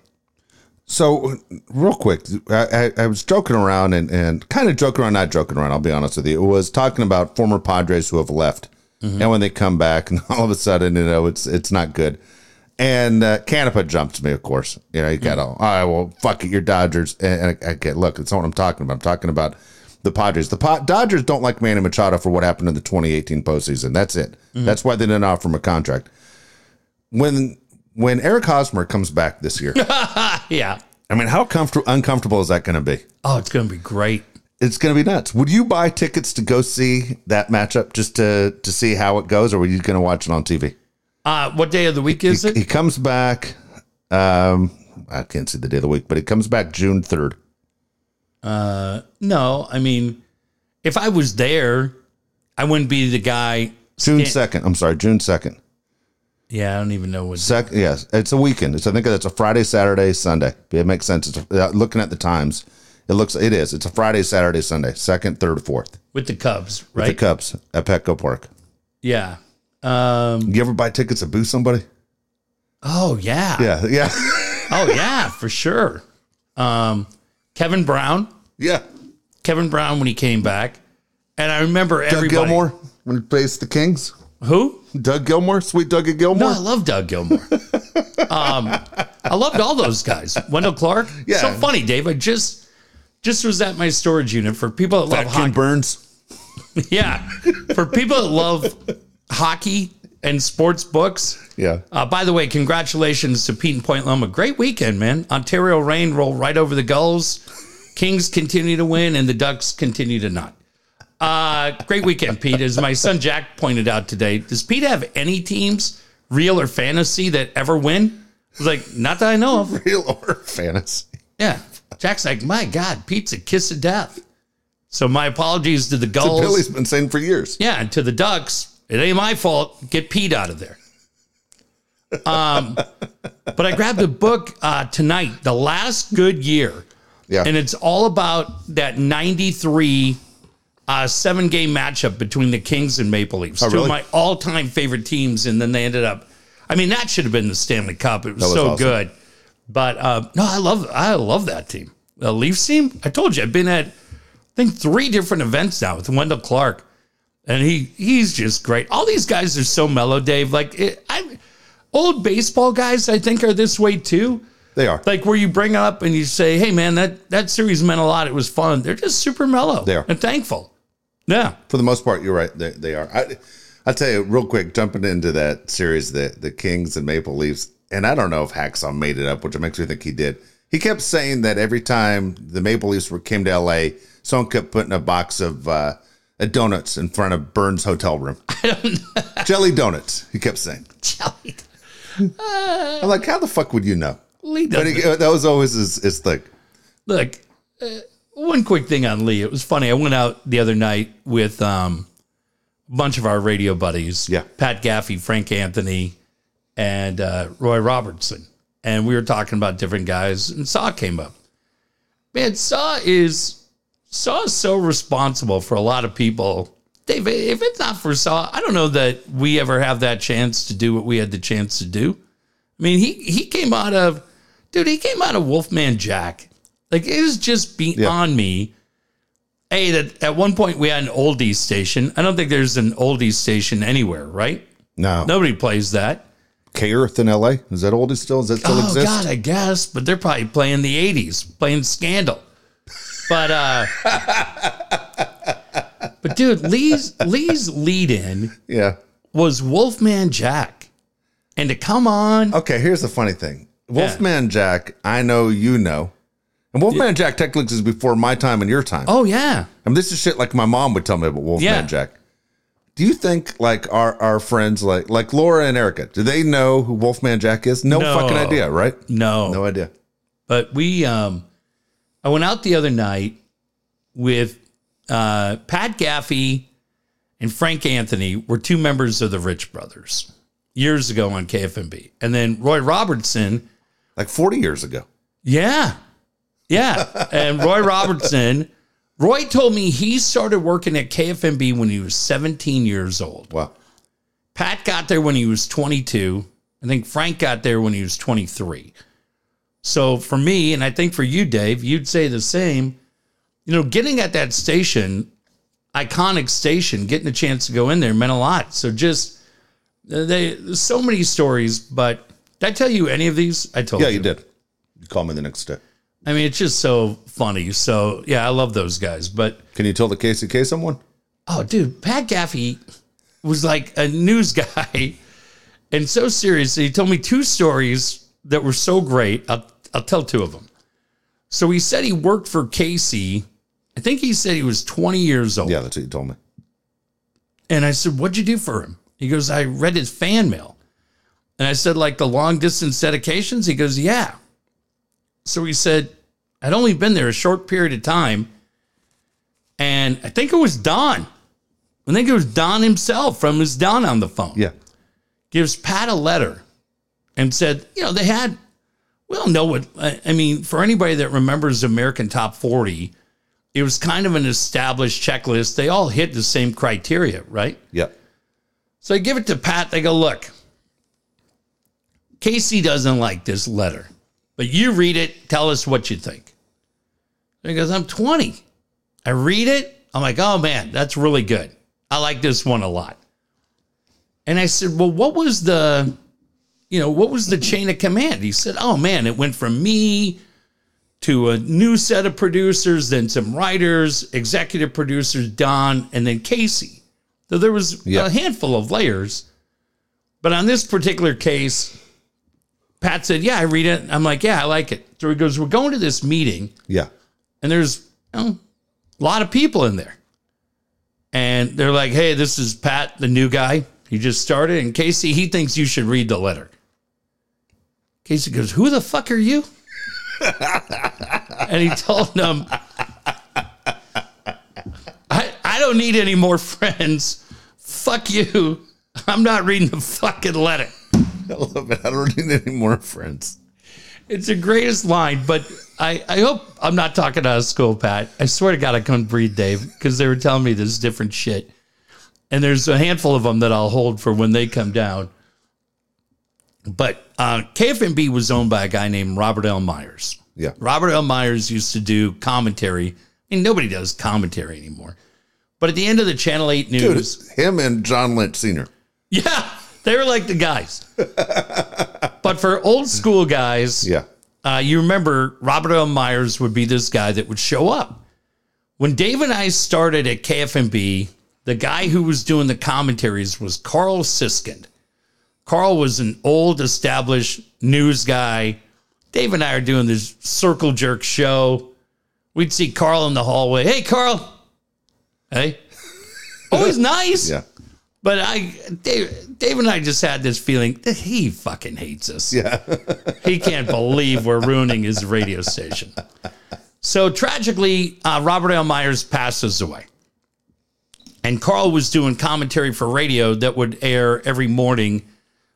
Speaker 1: So, real quick, I, I, I was joking around and, and kind of joking around, not joking around, I'll be honest with you. It was talking about former Padres who have left. And when they come back, and all of a sudden, you know, it's it's not good. And uh, Canapa jumped me, of course. You know, you got all, all right, well, fuck it, you're Dodgers. And, and I, I get, look, it's not what I'm talking about. I'm talking about the Padres. The pa- Dodgers don't like Manny Machado for what happened in the 2018 postseason. That's it. That's why they didn't offer him a contract. When, when Eric Hosmer comes back this year,
Speaker 2: Yeah.
Speaker 1: I mean, how comfortable uncomfortable is that going to be?
Speaker 2: Oh, it's going to be great.
Speaker 1: It's going to be nuts. Would you buy tickets to go see that matchup just to to see how it goes, or were you going to watch it on TV?
Speaker 2: Uh, what day of the week is it?
Speaker 1: He comes back. Um, I can't see the day of the week, but he comes back June third.
Speaker 2: No, I mean, if I was there, I wouldn't be the guy.
Speaker 1: June second. I'm sorry, June second.
Speaker 2: Yeah, I don't even know what.
Speaker 1: Second, yes, it's a weekend. It's I think that's a Friday, Saturday, Sunday. It makes sense. It's uh, looking at the times. It looks. It is. It's a Friday, Saturday, Sunday. Second, third, fourth.
Speaker 2: with the Cubs, right?
Speaker 1: The Cubs at Petco Park.
Speaker 2: Yeah. Um,
Speaker 1: You ever buy tickets to boo somebody?
Speaker 2: oh yeah.
Speaker 1: Yeah, yeah,
Speaker 2: Oh yeah, for sure. Um, Kevin Brown.
Speaker 1: yeah.
Speaker 2: Kevin Brown when he came back, and I remember
Speaker 1: Doug
Speaker 2: everybody.
Speaker 1: Gilmore when he faced the Kings.
Speaker 2: Who?
Speaker 1: Doug Gilmore, sweet Dougie
Speaker 2: No,
Speaker 1: Gilmore.
Speaker 2: I love Doug Gilmore. um, I loved all those guys. Wendell Clark.
Speaker 1: Yeah.
Speaker 2: So funny, Dave. I just just was at my storage unit for people that love
Speaker 1: Fat King
Speaker 2: hockey.
Speaker 1: Burns.
Speaker 2: Yeah. For people that love hockey and sports books.
Speaker 1: Yeah.
Speaker 2: Uh, by the way, congratulations to Pete and Point Loma. Great weekend, man. Ontario rain rolled right over the gulls. Kings continue to win and the Ducks continue to not. Uh, great weekend, Pete. As my son Jack pointed out today, does Pete have any teams, real or fantasy, that ever win? I was like, not that I know of.
Speaker 1: Real or fantasy.
Speaker 2: Yeah. Jack's like, my God, Pete's a kiss of death. So my apologies to the
Speaker 1: That
Speaker 2: Gulls.
Speaker 1: Billy's been saying for years.
Speaker 2: Yeah, and to the ducks, it ain't my fault. Get Pete out of there. Um, but I grabbed a book uh, tonight, The Last Good Year,
Speaker 1: Yeah.
Speaker 2: and it's all about that 93 uh, seven game matchup between the Kings and Maple Leafs. Two
Speaker 1: Oh, really?
Speaker 2: of my all time favorite teams. And then they ended up, I mean, that should have been the Stanley Cup. It was,
Speaker 1: was
Speaker 2: so
Speaker 1: awesome.
Speaker 2: good. But uh, no, I love I love that team. The Leafs team, I told you, I've been at, I think, three different events now with Wendell Clark and he he's just great. All these guys are so mellow, Dave. Like it, I, old baseball guys, I think are this way too.
Speaker 1: they are.
Speaker 2: Like where you bring up and you say, "Hey, man, that that series meant a lot. It was fun." They're just super mellow.
Speaker 1: They are.
Speaker 2: and thankful. Yeah,
Speaker 1: for the most part, you're right. They, they are. I, I'll tell you real quick, jumping into that series, the, the Kings and Maple Leafs, and I don't know if Hacksaw made it up, which makes me think he did. He kept saying that every time the Maple Leafs were, came to LA, someone kept putting a box of uh, donuts in front of Burns' hotel room. Jelly donuts, he kept saying.
Speaker 2: Jelly
Speaker 1: I'm like, how the fuck would you know?
Speaker 2: Lee
Speaker 1: But
Speaker 2: doesn't-
Speaker 1: he, that was always his, his thing.
Speaker 2: Look, uh, one quick thing on Lee. It was funny. I went out the other night with um, a bunch of our radio buddies.
Speaker 1: Yeah.
Speaker 2: Pat Gaffey, Frank Anthony, and uh, Roy Robertson. And we were talking about different guys, and Saw came up. Man, Saw is Saw is so responsible for a lot of people. Dave, if it's not for Saw, I don't know that we ever have that chance to do what we had the chance to do. I mean, he he came out of dude, he came out of Wolfman Jack. Like it was just beyond me. Hey, that at one point we had an oldies station. I don't think there's an oldies station anywhere, right?
Speaker 1: No. no.
Speaker 2: Nobody plays that.
Speaker 1: K Earth in LA? Is that old as still? Does that still
Speaker 2: oh
Speaker 1: exist?
Speaker 2: God, I guess, but they're probably playing the '80s, playing Scandal. But uh, but dude, Lee's Lee's lead in
Speaker 1: Yeah.
Speaker 2: was Wolfman Jack, and to come on,
Speaker 1: Okay, here's the funny thing. Wolfman Jack, I know you know. And Wolfman Jack technically is before my time and your time.
Speaker 2: oh yeah,
Speaker 1: I mean, this is shit like my mom would tell me about Wolfman
Speaker 2: Yeah.
Speaker 1: Jack. Do you think like our, our friends like like Laura and Erica, do they know who Wolfman Jack is? No,
Speaker 2: No.
Speaker 1: fucking idea, right? No idea.
Speaker 2: but we um i went out the other night with uh pat gaffey and frank anthony were two members of the rich brothers years ago on kfmb and then roy robertson
Speaker 1: Like 40 years ago.
Speaker 2: yeah yeah and roy robertson roy told me he started working at kfmb when he was 17 years old
Speaker 1: Wow.
Speaker 2: Pat got there when he was 22. I think Frank got there when he was 23. So for me, and I think for you, Dave, you'd say the same. You know, getting at that station, iconic station, getting a chance to go in there meant a lot. So just uh, they so many stories. But did I tell you any of these? I told
Speaker 1: Yeah,
Speaker 2: you.
Speaker 1: you did. You call me the next day.
Speaker 2: I mean, it's just so funny. So yeah, I love those guys. But
Speaker 1: Can you tell the KCK someone?
Speaker 2: Oh, dude, Pat Gaffey was like a news guy and so serious. that He told me two stories that were so great. I'll, I'll tell two of them. So he said he worked for Casey. I think he said he was 20 years old.
Speaker 1: Yeah, that's what you told me.
Speaker 2: And I said, What'd you do for him? He goes, I read his fan mail. And I said, Like the long distance dedications? He goes, Yeah. So he said, I'd only been there a short period of time. And I think it was Don. I think it was Don himself from his Don on the phone
Speaker 1: Yeah.
Speaker 2: gives Pat a letter and said, you know, they had, we all know what, I I mean, for anybody that remembers American Top 40, it was kind of an established checklist. They all hit the same criteria, right?
Speaker 1: Yeah.
Speaker 2: So I give it to Pat. They go, look, Casey doesn't like this letter, but you read it. Tell us what you think. And he goes, I'm 20. I read it. I'm like, oh man, that's really good. I like this one a lot. And I said, well, what was the, you know, what was the chain of command? He said, oh man, it went from me to a new set of producers, then some writers, executive producers, Don, and then Casey. So there was
Speaker 1: Yeah.
Speaker 2: a handful of layers. But on this particular case, Pat said, yeah, I read it. I'm like, yeah, I like it. So he goes, we're going to this meeting
Speaker 1: Yeah.
Speaker 2: and there's you know, a lot of people in there. And they're like, hey, this is Pat, the new guy. He just started. And Casey, he thinks you should read the letter. Casey goes, who the fuck are you? and he told them, I, I don't need any more friends. Fuck you. I'm not reading the fucking letter.
Speaker 1: I love it. I don't need any more friends.
Speaker 2: It's the greatest line, but I, I hope I'm not talking out of school, Pat. I swear to God, I couldn't breathe, Dave, because they were telling me this different shit. And there's a handful of them that I'll hold for when they come down. But uh, KFMB was owned by a guy named Robert L. Myers.
Speaker 1: Yeah.
Speaker 2: Robert L. Myers used to do commentary. I mean, nobody does commentary anymore. But at the end of the Channel 8 news.
Speaker 1: Dude, it's him and John Lynch Sr.
Speaker 2: Yeah, they were like the guys. but for old school guys,
Speaker 1: Yeah.
Speaker 2: uh, you remember Robert L. Myers would be this guy that would show up. When Dave and I started at KFMB, the guy who was doing the commentaries was Carl Siskind. Carl was an old, established news guy. Dave and I are doing this circle jerk show. We'd see Carl in the hallway. Hey, Carl. Hey. Always nice.
Speaker 1: Yeah.
Speaker 2: But I, Dave, Dave and I just had this feeling that he fucking hates us.
Speaker 1: Yeah.
Speaker 2: He can't believe we're ruining his radio station. So tragically, uh, Robert L. Myers passes away. And Carl was doing commentary for radio that would air every morning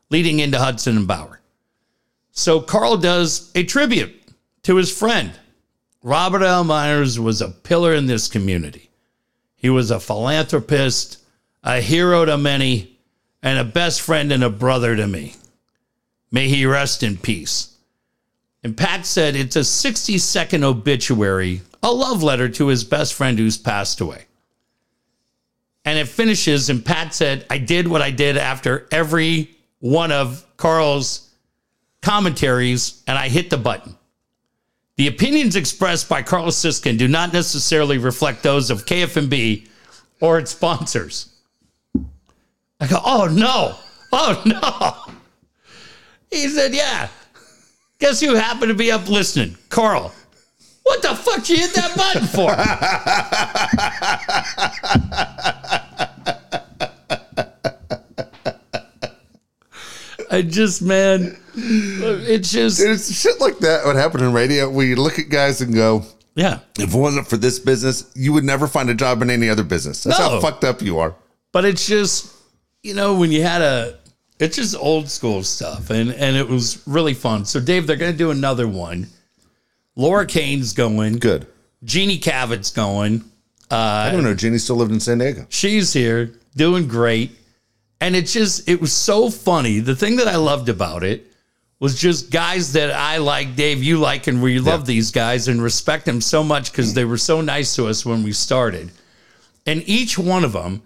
Speaker 2: leading into Hudson and Bauer. So Carl does a tribute to his friend. Robert L. Myers was a pillar in this community. He was a philanthropist, a hero to many, and a best friend and a brother to me. May he rest in peace. And Pat said it's a 60 second obituary, a love letter to his best friend who's passed away. And it finishes, and Pat said, I did what I did after every one of Carl's commentaries, and I hit the button. The opinions expressed by Carl Siskin do not necessarily reflect those of KFMB or its sponsors. I go, oh no, oh no. He said, yeah. Guess who happened to be up listening? Carl. What the fuck you hit that button for? I just, man, it's just,
Speaker 1: Dude, it's shit like that would happen in radio where you look at guys and go,
Speaker 2: yeah.
Speaker 1: if it wasn't for this business, you would never find a job in any other business. That's
Speaker 2: No.
Speaker 1: how fucked up you are.
Speaker 2: but it's just you know when you had a it's just old school stuff and and it was really fun so dave they're gonna do another one laura kane's going
Speaker 1: Good.
Speaker 2: jeannie cavett's going
Speaker 1: I don't know. Jeannie still lived in San Diego.
Speaker 2: she's here doing great and it's just it was so funny the thing that i loved about it was just guys that i like dave you like and we love these guys and respect them so much because they were so nice to us when we started and each one of them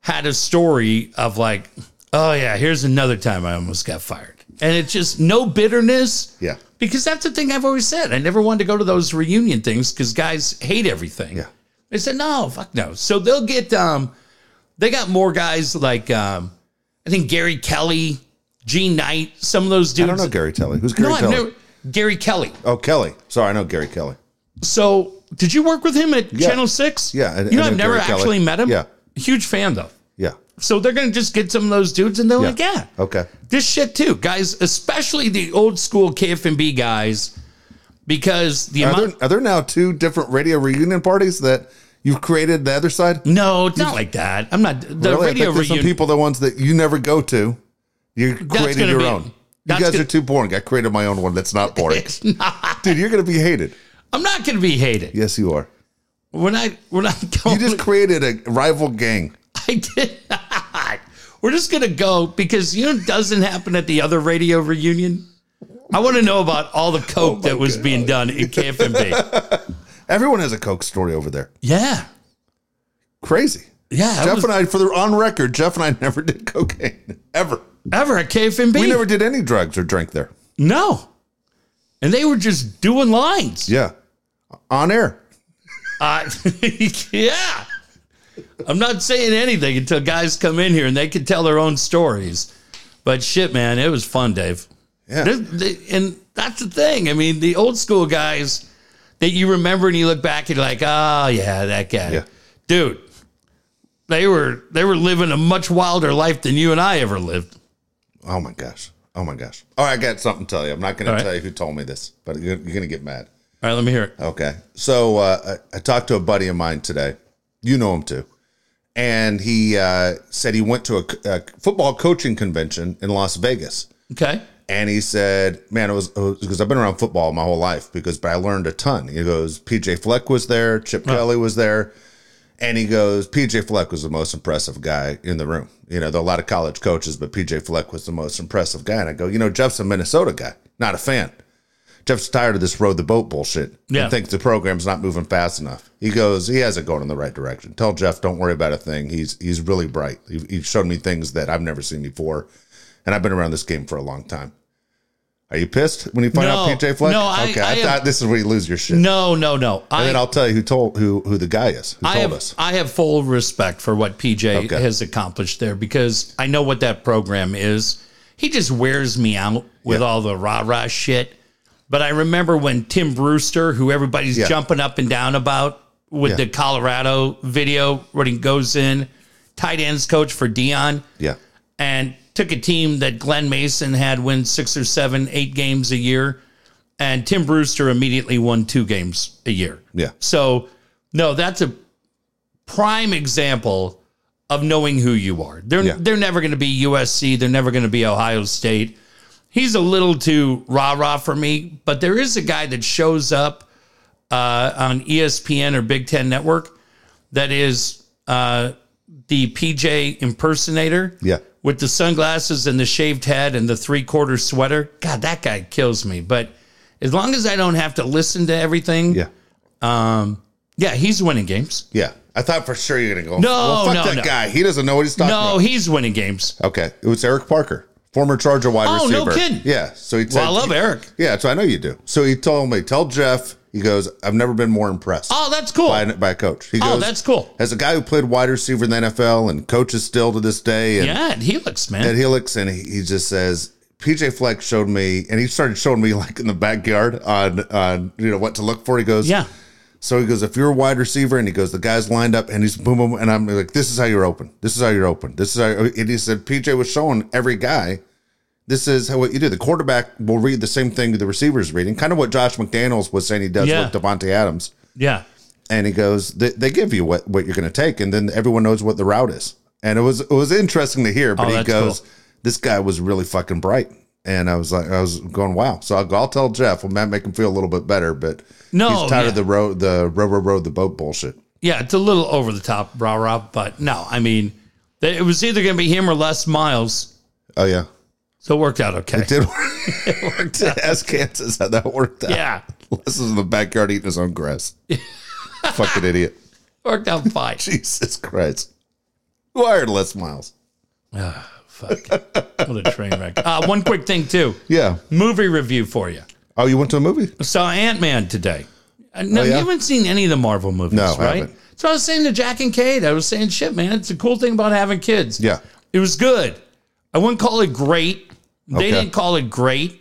Speaker 2: had a story of like oh yeah here's another time i almost got fired and it's just no bitterness
Speaker 1: Yeah.
Speaker 2: because that's the thing I've always said. I never wanted to go to those reunion things because guys hate everything.
Speaker 1: Yeah.
Speaker 2: They said, no, fuck no. So they'll get, um, they got more guys like, um, I think Gary Kelly, Gene Knight, some of those
Speaker 1: I
Speaker 2: dudes.
Speaker 1: don't know Gary Kelly. Who's Gary
Speaker 2: no, I've
Speaker 1: Kelly?
Speaker 2: never, Gary Kelly.
Speaker 1: oh, Kelly. Sorry, I know Gary Kelly.
Speaker 2: So did you work with him at Channel 6?
Speaker 1: Yeah, I-
Speaker 2: you know,
Speaker 1: I know
Speaker 2: I've never
Speaker 1: Gary Kelly.
Speaker 2: actually met him.
Speaker 1: Yeah.
Speaker 2: Huge fan though.
Speaker 1: Yeah.
Speaker 2: So they're going to just get some of those dudes and they're like, yeah
Speaker 1: Okay.
Speaker 2: this shit too, guys, especially the old school KFMB guys, because the
Speaker 1: Are
Speaker 2: amount.
Speaker 1: there, are there now two different radio reunion parties that you've created the other side?
Speaker 2: no, it's not like that. I'm not the
Speaker 1: Really? I
Speaker 2: radio
Speaker 1: think there's
Speaker 2: reunion.
Speaker 1: some people the ones that you never go to. You created
Speaker 2: gonna
Speaker 1: your
Speaker 2: be-
Speaker 1: own. You
Speaker 2: that's
Speaker 1: guys
Speaker 2: gonna-
Speaker 1: are too boring. I created my own one that's not boring.
Speaker 2: It's not.
Speaker 1: Dude, you're going to be hated.
Speaker 2: I'm not going to be hated.
Speaker 1: Yes, you are.
Speaker 2: We're not. We're not
Speaker 1: You
Speaker 2: going.
Speaker 1: just created a rival gang.
Speaker 2: I did not. We're just going to go because you know it doesn't happen at the other radio reunion. I want to know about all the
Speaker 1: Oh
Speaker 2: coke that was being done in KFMB.
Speaker 1: Everyone has a Coke story over there.
Speaker 2: yeah,
Speaker 1: Crazy.
Speaker 2: yeah. I
Speaker 1: Jeff
Speaker 2: was-
Speaker 1: and I, for the on record, Jeff and I never did cocaine ever.
Speaker 2: ever at KFMB.
Speaker 1: We never did any drugs or drink there.
Speaker 2: no. And they were just doing lines.
Speaker 1: Yeah. On air.
Speaker 2: Uh, yeah. I'm not saying anything until guys come in here and they can tell their own stories. But shit, man, it was fun, Dave.
Speaker 1: Yeah.
Speaker 2: This- the- and that's the thing. I mean, the old school guys that you remember and you look back and you're like, oh yeah, that guy,
Speaker 1: Yeah.
Speaker 2: dude. They were they were living a much wilder life than you and I ever lived.
Speaker 1: Oh my gosh. Oh my gosh. All right, I got something to tell you. I'm not going
Speaker 2: All
Speaker 1: to
Speaker 2: right.
Speaker 1: tell you who told me this, but you're, you're going to get mad.
Speaker 2: All right, let me hear it.
Speaker 1: Okay. So uh, I, I talked to a buddy of mine today. You know him too. And he uh, said he went to a, c- a football coaching convention in Las Vegas.
Speaker 2: Okay,
Speaker 1: And he said, man, it was because I've been around football my whole life because, but I learned a ton. He goes, PJ Fleck was there, Chip Kelly was there. And he goes, PJ Fleck was the most impressive guy in the room. You know, there are a lot of college coaches, but PJ Fleck was the most impressive guy. And I go, you know, Jeff's a Minnesota guy, not a fan. Jeff's tired of this road the boat bullshit.
Speaker 2: Yeah.
Speaker 1: And thinks the program's not moving fast enough. He goes, he hasn't gone in the right direction. Tell Jeff, don't worry about a thing. He's he's really bright. He, he showed me things that I've never seen before. And I've been around this game for a long time. Are you pissed when you find
Speaker 2: No.
Speaker 1: out PJ Fleck?
Speaker 2: No, I-
Speaker 1: okay, I,
Speaker 2: I am-
Speaker 1: thought this is where you lose your shit.
Speaker 2: no, no, no.
Speaker 1: And then
Speaker 2: I
Speaker 1: I'll tell you who told who who the guy is who
Speaker 2: I
Speaker 1: told
Speaker 2: have
Speaker 1: us.
Speaker 2: I have full respect for what PJ
Speaker 1: Okay.
Speaker 2: has accomplished there because I know what that program is. He just wears me out with all the rah rah shit. But I remember when Tim Brewster, who everybody's
Speaker 1: Yeah.
Speaker 2: jumping up and down about with
Speaker 1: Yeah.
Speaker 2: the Colorado video, when he goes in, tight ends coach for Dion,
Speaker 1: Yeah,
Speaker 2: and took a team that Glenn Mason had win six or seven, eight games a year, and Tim Brewster immediately won two games a year.
Speaker 1: yeah,
Speaker 2: So, no, that's a prime example of knowing who you are. They're
Speaker 1: Yeah.
Speaker 2: they're never going to be USC. They're never going to be Ohio State. He's a little too rah rah for me, but there is a guy that shows up uh, on ESPN or Big Ten Network that is uh, the PJ impersonator
Speaker 1: yeah.
Speaker 2: with the sunglasses and the shaved head and the three quarter sweater. God, that guy kills me. But as long as I don't have to listen to everything,
Speaker 1: Yeah.
Speaker 2: um, yeah, he's winning games.
Speaker 1: Yeah. I thought for sure you're gonna go.
Speaker 2: No,
Speaker 1: well, fuck
Speaker 2: no,
Speaker 1: that
Speaker 2: no.
Speaker 1: guy. He doesn't know what he's talking
Speaker 2: No, he's winning games.
Speaker 1: about. Okay. It was Eric Parker, former Charger wide
Speaker 2: Oh,
Speaker 1: receiver.
Speaker 2: no kidding.
Speaker 1: Yeah. So he
Speaker 2: Well, I love Eric.
Speaker 1: Yeah, so I know you do. So he told me, tell Jeff, he goes, I've never been more impressed
Speaker 2: Oh, that's cool.
Speaker 1: by, by a coach. He goes,
Speaker 2: Oh, that's cool.
Speaker 1: as a guy who played wide receiver in the NFL and coaches still to this day and
Speaker 2: Yeah, and Helix,
Speaker 1: at
Speaker 2: man.
Speaker 1: Helix and he, he just says PJ Fleck showed me and he started showing me like in the backyard on on you know what to look for. He goes,
Speaker 2: Yeah.
Speaker 1: So he goes, if you're a wide receiver, and he goes, the guy's lined up, and he's boom, boom, and I'm like, this is how you're open. This is how you're open. This is how. And he said, PJ was showing every guy, this is how what you do. The quarterback will read the same thing the receiver's reading, kind of what Josh McDaniels was saying he does
Speaker 2: Yeah.
Speaker 1: with Devontae Adams.
Speaker 2: Yeah.
Speaker 1: And he goes, they, they give you what what you're going to take, and then everyone knows what the route is. And it was it was interesting to hear, but
Speaker 2: Oh,
Speaker 1: he
Speaker 2: that's
Speaker 1: goes,
Speaker 2: cool.
Speaker 1: this guy was really fucking bright. And I was like, I was going, wow. So I'll, go- I'll tell Jeff. Well, that make him feel a little bit better, but
Speaker 2: No,
Speaker 1: he's tired
Speaker 2: yeah.
Speaker 1: of the road, the road, road, road, the boat bullshit.
Speaker 2: Yeah, it's a little over the top, rah rah, but no, I mean, that- it was either going to be him or Les Miles.
Speaker 1: Oh yeah,
Speaker 2: So it worked out okay.
Speaker 1: did ask Kansas how that worked out.
Speaker 2: Yeah,
Speaker 1: this is in the backyard eating his own grass. fucking idiot.
Speaker 2: worked out fine.
Speaker 1: Jesus Christ. Who hired Les Miles?
Speaker 2: Ah, Fuck. What a train wreck. Uh, one quick thing, too
Speaker 1: Yeah.
Speaker 2: movie review for you.
Speaker 1: Oh, you went to a movie?
Speaker 2: saw Ant Man today. Uh, No,
Speaker 1: Oh, yeah?
Speaker 2: you haven't seen any of the Marvel movies,
Speaker 1: No, I
Speaker 2: right?
Speaker 1: haven't.
Speaker 2: So I was saying to Jack and Kate, I was saying, shit, man, it's a cool thing about having kids.
Speaker 1: Yeah.
Speaker 2: It was good. I wouldn't call it great. They
Speaker 1: Okay.
Speaker 2: didn't call it great,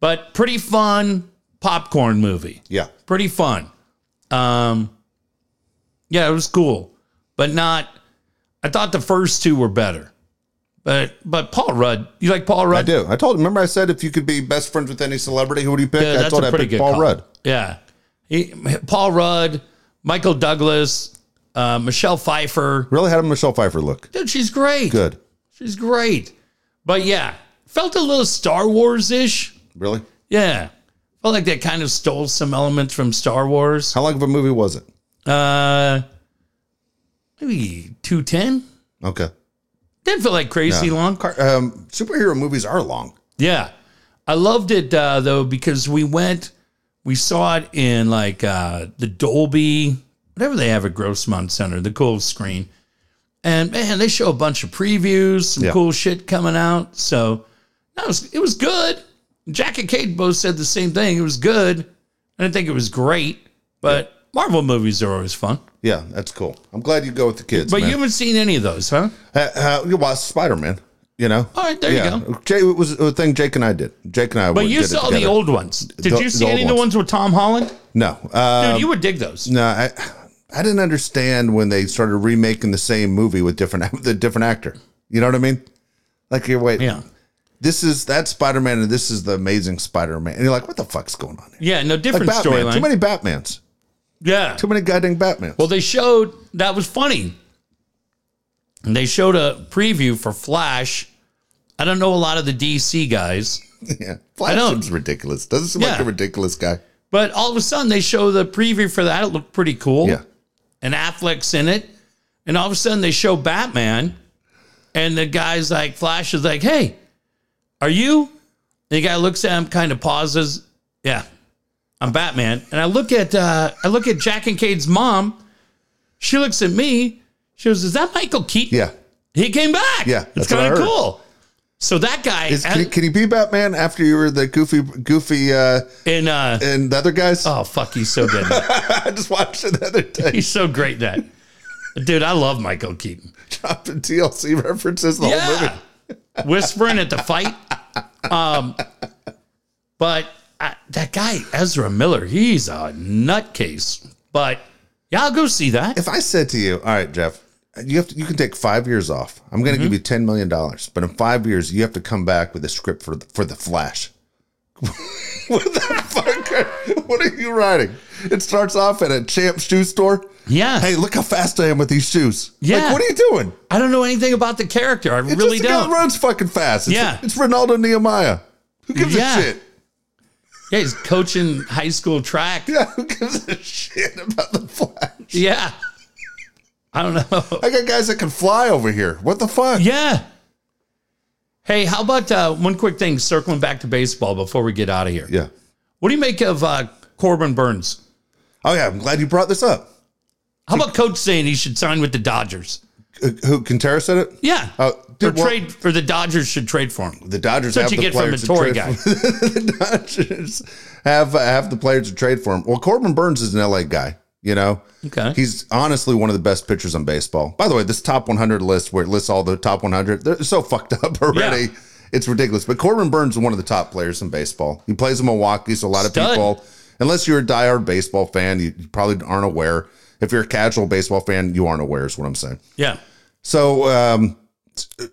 Speaker 2: but pretty fun popcorn movie.
Speaker 1: Yeah.
Speaker 2: Pretty fun. Um, yeah, it was cool, but not. I thought the first two were better, but but Paul Rudd. You like Paul Rudd?
Speaker 1: I do. I told. Remember, I said if you could be best friends with any celebrity, who would you pick?
Speaker 2: Yeah,
Speaker 1: I
Speaker 2: that's
Speaker 1: told
Speaker 2: a
Speaker 1: I
Speaker 2: pretty
Speaker 1: picked
Speaker 2: good
Speaker 1: Paul
Speaker 2: call.
Speaker 1: Rudd.
Speaker 2: Yeah, He- Paul Rudd, Michael Douglas, uh, Michelle Pfeiffer.
Speaker 1: Really had a Michelle Pfeiffer look.
Speaker 2: Dude, she's great.
Speaker 1: Good.
Speaker 2: She's great. But yeah, felt a little Star Wars ish.
Speaker 1: Really?
Speaker 2: Yeah, felt like they kind of stole some elements from Star Wars.
Speaker 1: How long of a movie was it?
Speaker 2: Uh, maybe two ten.
Speaker 1: Okay.
Speaker 2: Didn't feel like crazy long.
Speaker 1: Car- um, superhero movies are long.
Speaker 2: Yeah. I loved it uh, though because we went, we saw it in like uh, the Dolby, whatever they have at Grossmont Center, the cool screen. And man, they show a bunch of previews, some
Speaker 1: Yeah.
Speaker 2: cool shit coming out. So no, it, was, it was good. Jack and Kate both said the same thing. It was good. I didn't think it was great, but Marvel movies are always fun.
Speaker 1: Yeah, that's cool. I'm glad you go with the kids.
Speaker 2: But
Speaker 1: man.
Speaker 2: you haven't seen any of those, huh?
Speaker 1: Uh, uh, you watched Spider Man. You know.
Speaker 2: All right, there you go.
Speaker 1: Jay, it was a thing Jake and I did. Jake and I.
Speaker 2: But you saw the old ones. Did
Speaker 1: The-
Speaker 2: you
Speaker 1: the
Speaker 2: see
Speaker 1: old
Speaker 2: any of the ones with Tom Holland?
Speaker 1: No, uh,
Speaker 2: Dude, you would dig those.
Speaker 1: no, I, I didn't understand when they started remaking the same movie with different with a different actor. You know what I mean? Like you're waiting.
Speaker 2: Yeah.
Speaker 1: This is that Spider Man, and this is the Amazing Spider Man, and you're like, what the fuck's going on here?
Speaker 2: Yeah, no
Speaker 1: Like
Speaker 2: different
Speaker 1: Batman. Too
Speaker 2: storyline.
Speaker 1: many Batmans.
Speaker 2: Yeah.
Speaker 1: Too many goddamn Batmans.
Speaker 2: Well, they showed that was funny. They showed a preview for Flash. I don't know a lot of the DC guys,
Speaker 1: yeah. Flash
Speaker 2: don't-
Speaker 1: seems ridiculous. Doesn't seem like
Speaker 2: Yeah.
Speaker 1: a ridiculous guy.
Speaker 2: but all of a sudden they show the preview for that. It looked pretty cool.
Speaker 1: Yeah.
Speaker 2: And Affleck's in it. And all of a sudden they show Batman. And the guy's like, Flash is like, hey, are you? And the guy looks at him, kind of pauses. Yeah, I'm Batman. And I look at uh, I look at Jack and Cade's mom. She looks at me. She goes, Is that Michael Keaton?
Speaker 1: Yeah.
Speaker 2: He came back.
Speaker 1: Yeah,
Speaker 2: It's
Speaker 1: that's what I
Speaker 2: kind of
Speaker 1: heard.
Speaker 2: cool. So that guy
Speaker 1: Is, can, can he be Batman after you were the goofy, goofy, uh,
Speaker 2: in uh
Speaker 1: and the other guys?
Speaker 2: oh fuck, he's so good. in that.
Speaker 1: I just watched it the other day.
Speaker 2: he's so great in that. Dude, I love Michael Keaton.
Speaker 1: Dropping TLC references the whole movie.
Speaker 2: Yeah. Whispering at the fight. Um but I, that guy Ezra Miller, he's a nutcase. But yeah, I'll go see that.
Speaker 1: If I said to you, "All right, Jeff, you have to, you can take five years off. I'm going to
Speaker 2: Mm-hmm.
Speaker 1: give you ten million dollars, but in five years you have to come back with a script for the, for the Flash." what the fuck? What are you writing? It starts off at a champ shoe store.
Speaker 2: Yeah.
Speaker 1: Hey, look how fast I am with these shoes.
Speaker 2: Yeah.
Speaker 1: Like, what are you doing?
Speaker 2: I don't know anything about the character. I
Speaker 1: It's
Speaker 2: really
Speaker 1: just a guy that
Speaker 2: don't.
Speaker 1: runs fucking fast. It's,
Speaker 2: Yeah.
Speaker 1: It's Ronaldo Nehemiah. Who gives
Speaker 2: Yeah.
Speaker 1: a shit?
Speaker 2: Yeah, he's coaching high school track.
Speaker 1: Yeah, who gives a shit about the Flash?
Speaker 2: Yeah. I don't know.
Speaker 1: I got guys that can fly over here. What the fuck?
Speaker 2: Yeah. Hey, how about uh, one quick thing? Circling back to baseball before we get out of here.
Speaker 1: Yeah.
Speaker 2: What do you make of uh, Corbin Burns?
Speaker 1: Oh yeah, I'm glad you brought this up.
Speaker 2: How about Coach saying he should sign with the Dodgers?
Speaker 1: Uh, Who Quintero said it?
Speaker 2: Yeah,
Speaker 1: Oh,
Speaker 2: or
Speaker 1: dude, well-
Speaker 2: trade or the Dodgers should trade for him.
Speaker 1: The Dodgers
Speaker 2: That's
Speaker 1: have
Speaker 2: what you
Speaker 1: the
Speaker 2: get from a
Speaker 1: players
Speaker 2: Tory
Speaker 1: to
Speaker 2: guy.
Speaker 1: trade for The Dodgers have have the players to trade for him. Well, Corbin Burns is an LA guy. You know,
Speaker 2: Okay.
Speaker 1: He's honestly one of the best pitchers on baseball. By the way, this top 100 list where it lists all the top 100, they're so fucked up already.
Speaker 2: Yeah.
Speaker 1: It's ridiculous. But Corbin Burns is one of the top players in baseball. He plays in Milwaukee, so a lot of
Speaker 2: Stud.
Speaker 1: people, unless you're a diehard baseball fan, you you probably aren't aware. If you're a casual baseball fan, you aren't aware, is what I'm saying.
Speaker 2: Yeah,
Speaker 1: So um,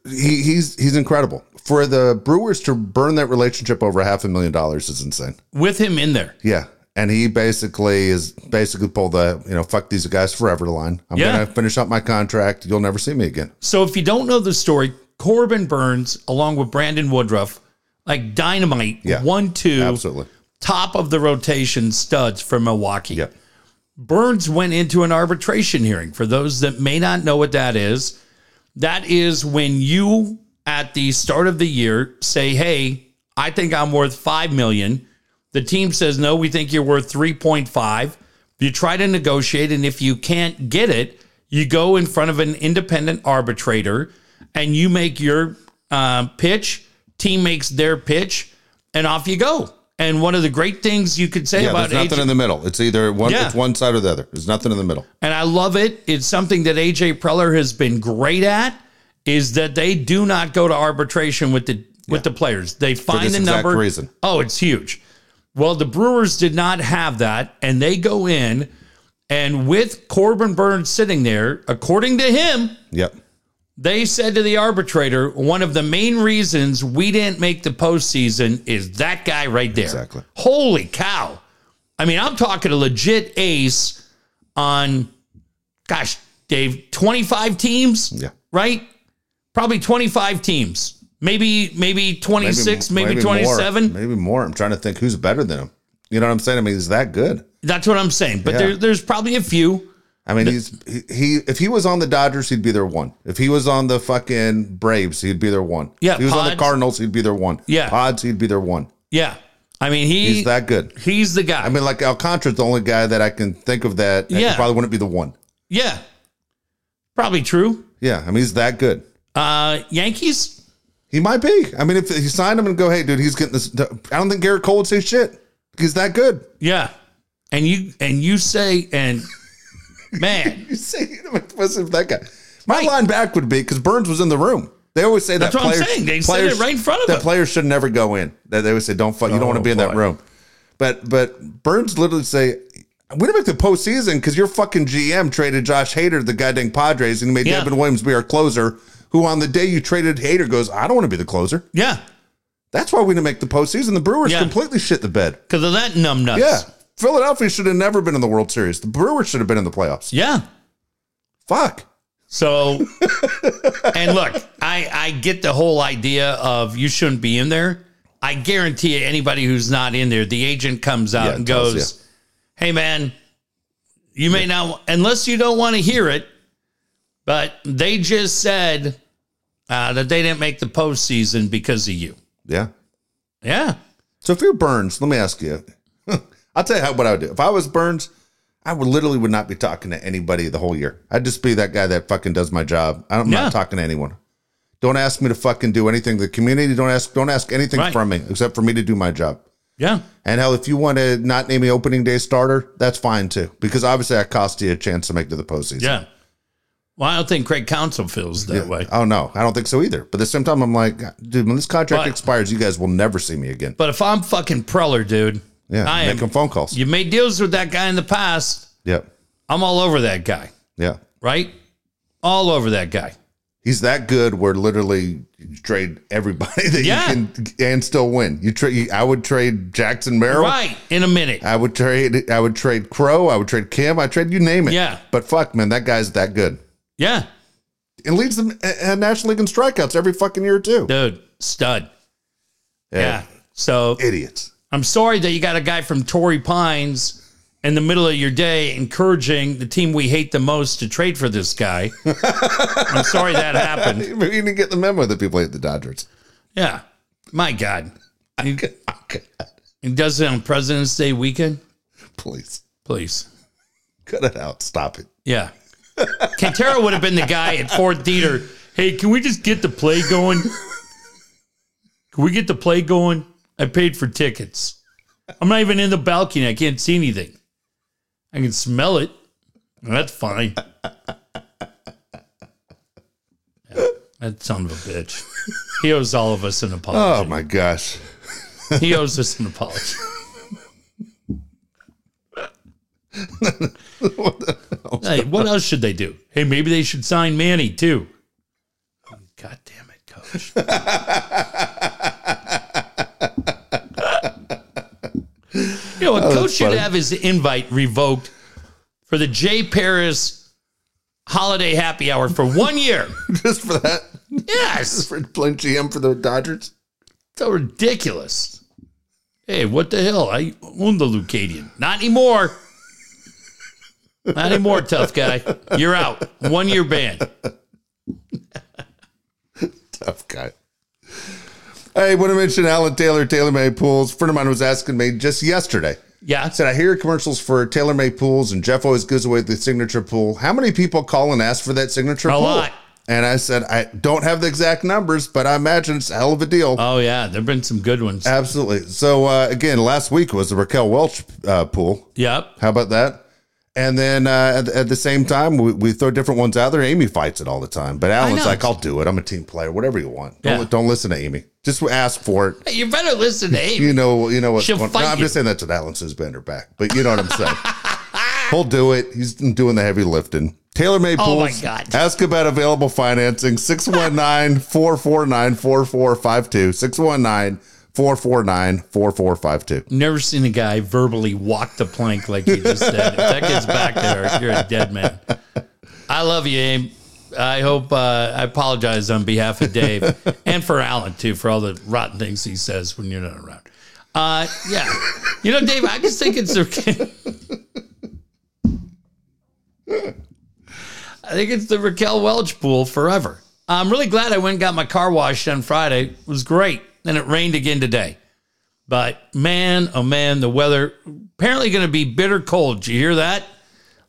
Speaker 1: he, he's he's incredible. For the Brewers to burn that relationship over half a million dollars is insane.
Speaker 2: with him in there.
Speaker 1: Yeah, and he basically is basically pulled the you know fuck these guys forever line. I'm
Speaker 2: Yeah.
Speaker 1: gonna finish up my contract. You'll never see me again.
Speaker 2: So if you don't know the story, Corbin Burns, along with Brandon Woodruff, like dynamite,
Speaker 1: Yeah.
Speaker 2: one, two,
Speaker 1: Absolutely.
Speaker 2: top of the rotation studs for Milwaukee.
Speaker 1: Yep.
Speaker 2: Burns went into an arbitration hearing. For those that may not know what that is, that is when you at the start of the year say, "Hey, I think I'm worth 5 million." The team says, "No, we think you're worth 3.5." You try to negotiate and if you can't get it, you go in front of an independent arbitrator and you make your uh, pitch, team makes their pitch, and off you go. And one of the great things you could say
Speaker 1: Yeah,
Speaker 2: about
Speaker 1: there's nothing
Speaker 2: agent-
Speaker 1: in the middle. It's either one
Speaker 2: Yeah.
Speaker 1: it's one side or the other. There's nothing in the middle.
Speaker 2: and I love it. It's something that AJ Preller has been great at is that they do not go to arbitration with the with the players. They find
Speaker 1: this
Speaker 2: the
Speaker 1: exact
Speaker 2: number.
Speaker 1: reason.
Speaker 2: Oh, it's huge. Well, the Brewers did not have that, and they go in, and with Corbin Burns sitting there, according to him,
Speaker 1: Yep.
Speaker 2: they said to the arbitrator, one of the main reasons we didn't make the postseason is that guy right there.
Speaker 1: Exactly.
Speaker 2: Holy cow. I mean, I'm talking a legit ace on, gosh, Dave, 25 teams,
Speaker 1: Yeah.
Speaker 2: right? Probably 25 teams. Maybe, maybe 26, maybe,
Speaker 1: more.
Speaker 2: 27.
Speaker 1: maybe more. I'm trying to think who's better than him. You know what I'm saying? I mean, he's that good.
Speaker 2: That's what I'm saying. But
Speaker 1: Yeah.
Speaker 2: there, there's probably a few.
Speaker 1: I mean, he's he, he if he was on the Dodgers, he'd be their one. If he was on the fucking Braves, he'd be their one.
Speaker 2: Yeah,
Speaker 1: If he was on the
Speaker 2: Pods.
Speaker 1: Cardinals, he'd be their one.
Speaker 2: Yeah.
Speaker 1: Pods, he'd be their one.
Speaker 2: Yeah. I mean, he,
Speaker 1: He's
Speaker 2: he's,
Speaker 1: that good.
Speaker 2: the guy.
Speaker 1: I mean, like Alcantara's the only guy that I can think of that.
Speaker 2: Yeah.
Speaker 1: Yeah. Probably wouldn't be the one.
Speaker 2: yeah. Probably true.
Speaker 1: Yeah, I mean he's that good.
Speaker 2: Uh, Yankees,
Speaker 1: He might be. I mean, if he signed him and go, hey, dude, he's getting this. I don't think Garrett Cole would say shit. He's that good.
Speaker 2: yeah. And you and you say and man,
Speaker 1: You say it wasn't that guy. My line back would be because Burns was in the room. They always say
Speaker 2: That's
Speaker 1: that
Speaker 2: what I'm
Speaker 1: players,
Speaker 2: saying. They said
Speaker 1: players
Speaker 2: it right in front of
Speaker 1: that
Speaker 2: him.
Speaker 1: players should never go in. That they always say, don't fuck. You don't want to
Speaker 2: Oh,
Speaker 1: be in that
Speaker 2: boy.
Speaker 1: room. But but Burns literally say. We didn't make the postseason because your fucking GM traded Josh Hader, to the goddamn Padres, and made
Speaker 2: Yeah.
Speaker 1: Devin Williams be our closer. Who on the day you traded Hader goes, I don't want to be the closer.
Speaker 2: yeah,
Speaker 1: That's why we didn't make the postseason. The Brewers
Speaker 2: Yeah.
Speaker 1: completely shit the bed.
Speaker 2: because of that numb nuts.
Speaker 1: Yeah. Philadelphia should have never been in the World Series. The Brewers should have been in the playoffs.
Speaker 2: yeah.
Speaker 1: Fuck.
Speaker 2: So, and look, I, I get the whole idea of you shouldn't be in there. I guarantee you, anybody who's not in there, the agent comes out
Speaker 1: Yeah,
Speaker 2: and
Speaker 1: tells
Speaker 2: goes, Hey, man, you may not, unless you don't want to hear it, but they just said uh, that they didn't make the postseason because of you.
Speaker 1: Yeah.
Speaker 2: Yeah.
Speaker 1: So if you're Burns, let me ask you. I'll tell you how, what I would do. If I was Burns, I would literally would not be talking to anybody the whole year. I'd just be that guy that fucking does my job. I'm
Speaker 2: Yeah.
Speaker 1: not talking to anyone. Don't ask me to fucking do anything. to The community don't ask don't ask anything
Speaker 2: Right.
Speaker 1: from me except for me to do my job.
Speaker 2: Yeah.
Speaker 1: And hell, if you want to not name me opening day starter, that's fine too. Because obviously that cost you a chance to make it to the postseason.
Speaker 2: Yeah. Well, I don't think Craig Council feels that way.
Speaker 1: Oh no, I don't think so either. But at the same time, I'm like, dude, when this contract
Speaker 2: But-
Speaker 1: expires, you guys will never see me again.
Speaker 2: But if I'm fucking Preller, dude,
Speaker 1: Yeah,
Speaker 2: I am-
Speaker 1: making phone calls.
Speaker 2: you made deals with that guy in the past.
Speaker 1: yeah,
Speaker 2: I'm all over that guy,
Speaker 1: yeah.
Speaker 2: right? All over that guy.
Speaker 1: He's that good. Where literally you trade everybody that
Speaker 2: Yeah.
Speaker 1: you can and still win. You trade. I would trade Jackson Merrill.
Speaker 2: Right. In a minute.
Speaker 1: I would trade. I would trade Crow. I would trade Kim. I trade you name it.
Speaker 2: Yeah.
Speaker 1: But fuck, man, that guy's that good.
Speaker 2: Yeah.
Speaker 1: And leads them a, a National League in strikeouts every fucking year too.
Speaker 2: Dude, stud. Yeah. So
Speaker 1: Idiots.
Speaker 2: I'm sorry that you got a guy from Torrey Pines in the middle of your day encouraging the team we hate the most to trade for this guy. I'm sorry that happened.
Speaker 1: Maybe you didn't get the memo that people hate the Dodgers.
Speaker 2: Yeah. My God. He,
Speaker 1: Oh, God,
Speaker 2: he does it on President's Day weekend?
Speaker 1: please
Speaker 2: Please.
Speaker 1: cut it out. Stop it.
Speaker 2: Yeah. Quintero would have been the guy at Ford Theater. Hey, can we just get the play going? Can we get the play going? I paid for tickets. I'm not even in the balcony. I can't see anything. I can smell it. That's fine. Yeah, that son of a bitch. He owes all of us an
Speaker 1: Oh
Speaker 2: apology.
Speaker 1: my gosh.
Speaker 2: He owes us an apology. hey, what else should they do? Hey, maybe they should sign Manny too. God damn it, coach. you know, a coach should
Speaker 1: funny.
Speaker 2: have his invite revoked for the Jay Paris holiday happy hour for one year.
Speaker 1: Just for that,
Speaker 2: yes.
Speaker 1: for playing GM for the Dodgers.
Speaker 2: So ridiculous. Hey, what the hell? I own the Leucadian. Not anymore. Not anymore, tough guy. You're out. One year ban.
Speaker 1: Tough guy. I want to mention Alan Taylor, TaylorMade Pools. A friend of mine was asking me just yesterday.
Speaker 2: Yeah.
Speaker 1: Said I hear commercials for TaylorMade Pools, and Jeff always gives away the signature pool. How many people call and ask for that signature
Speaker 2: A
Speaker 1: pool?
Speaker 2: lot.
Speaker 1: And I said I don't have the exact numbers, but I imagine it's a hell of a deal.
Speaker 2: Oh yeah. There've been some good ones.
Speaker 1: Absolutely. So uh, again, last week was the Raquel Welch uh, pool.
Speaker 2: Yep.
Speaker 1: How about that? And then uh, at, at the same time, we, we throw different ones out there. Amy fights it all the time, but Alan's
Speaker 2: know.
Speaker 1: like, "I'll do it. I'm a team player. Whatever you want. Don't,
Speaker 2: Yeah.
Speaker 1: don't listen to Amy. Just ask for it.
Speaker 2: Hey, you better listen to Amy.
Speaker 1: You know. You know what's
Speaker 2: She'll
Speaker 1: going. No,
Speaker 2: fight
Speaker 1: I'm
Speaker 2: you.
Speaker 1: just saying that's what Alan says bend her back. But you know what I'm saying. He'll do it. He's doing the heavy lifting. Taylor May
Speaker 2: Oh, my
Speaker 1: Pools.
Speaker 2: God.
Speaker 1: Ask about available financing. 619-449-4452. 619-449-4452.
Speaker 2: Never seen a guy verbally walk the plank like you just did. If that gets back there, you're a dead man. I love you, Amy. I hope uh, I apologize on behalf of Dave and for Alan too for all the rotten things he says when you're not around. Uh, yeah, you know, Dave, I just think it's the I think it's the Raquel Welch pool forever. I'm really glad I went and got my car washed on Friday. It was great. Then it rained again today. But man, oh man, the weather apparently going to be bitter cold. Did you hear that?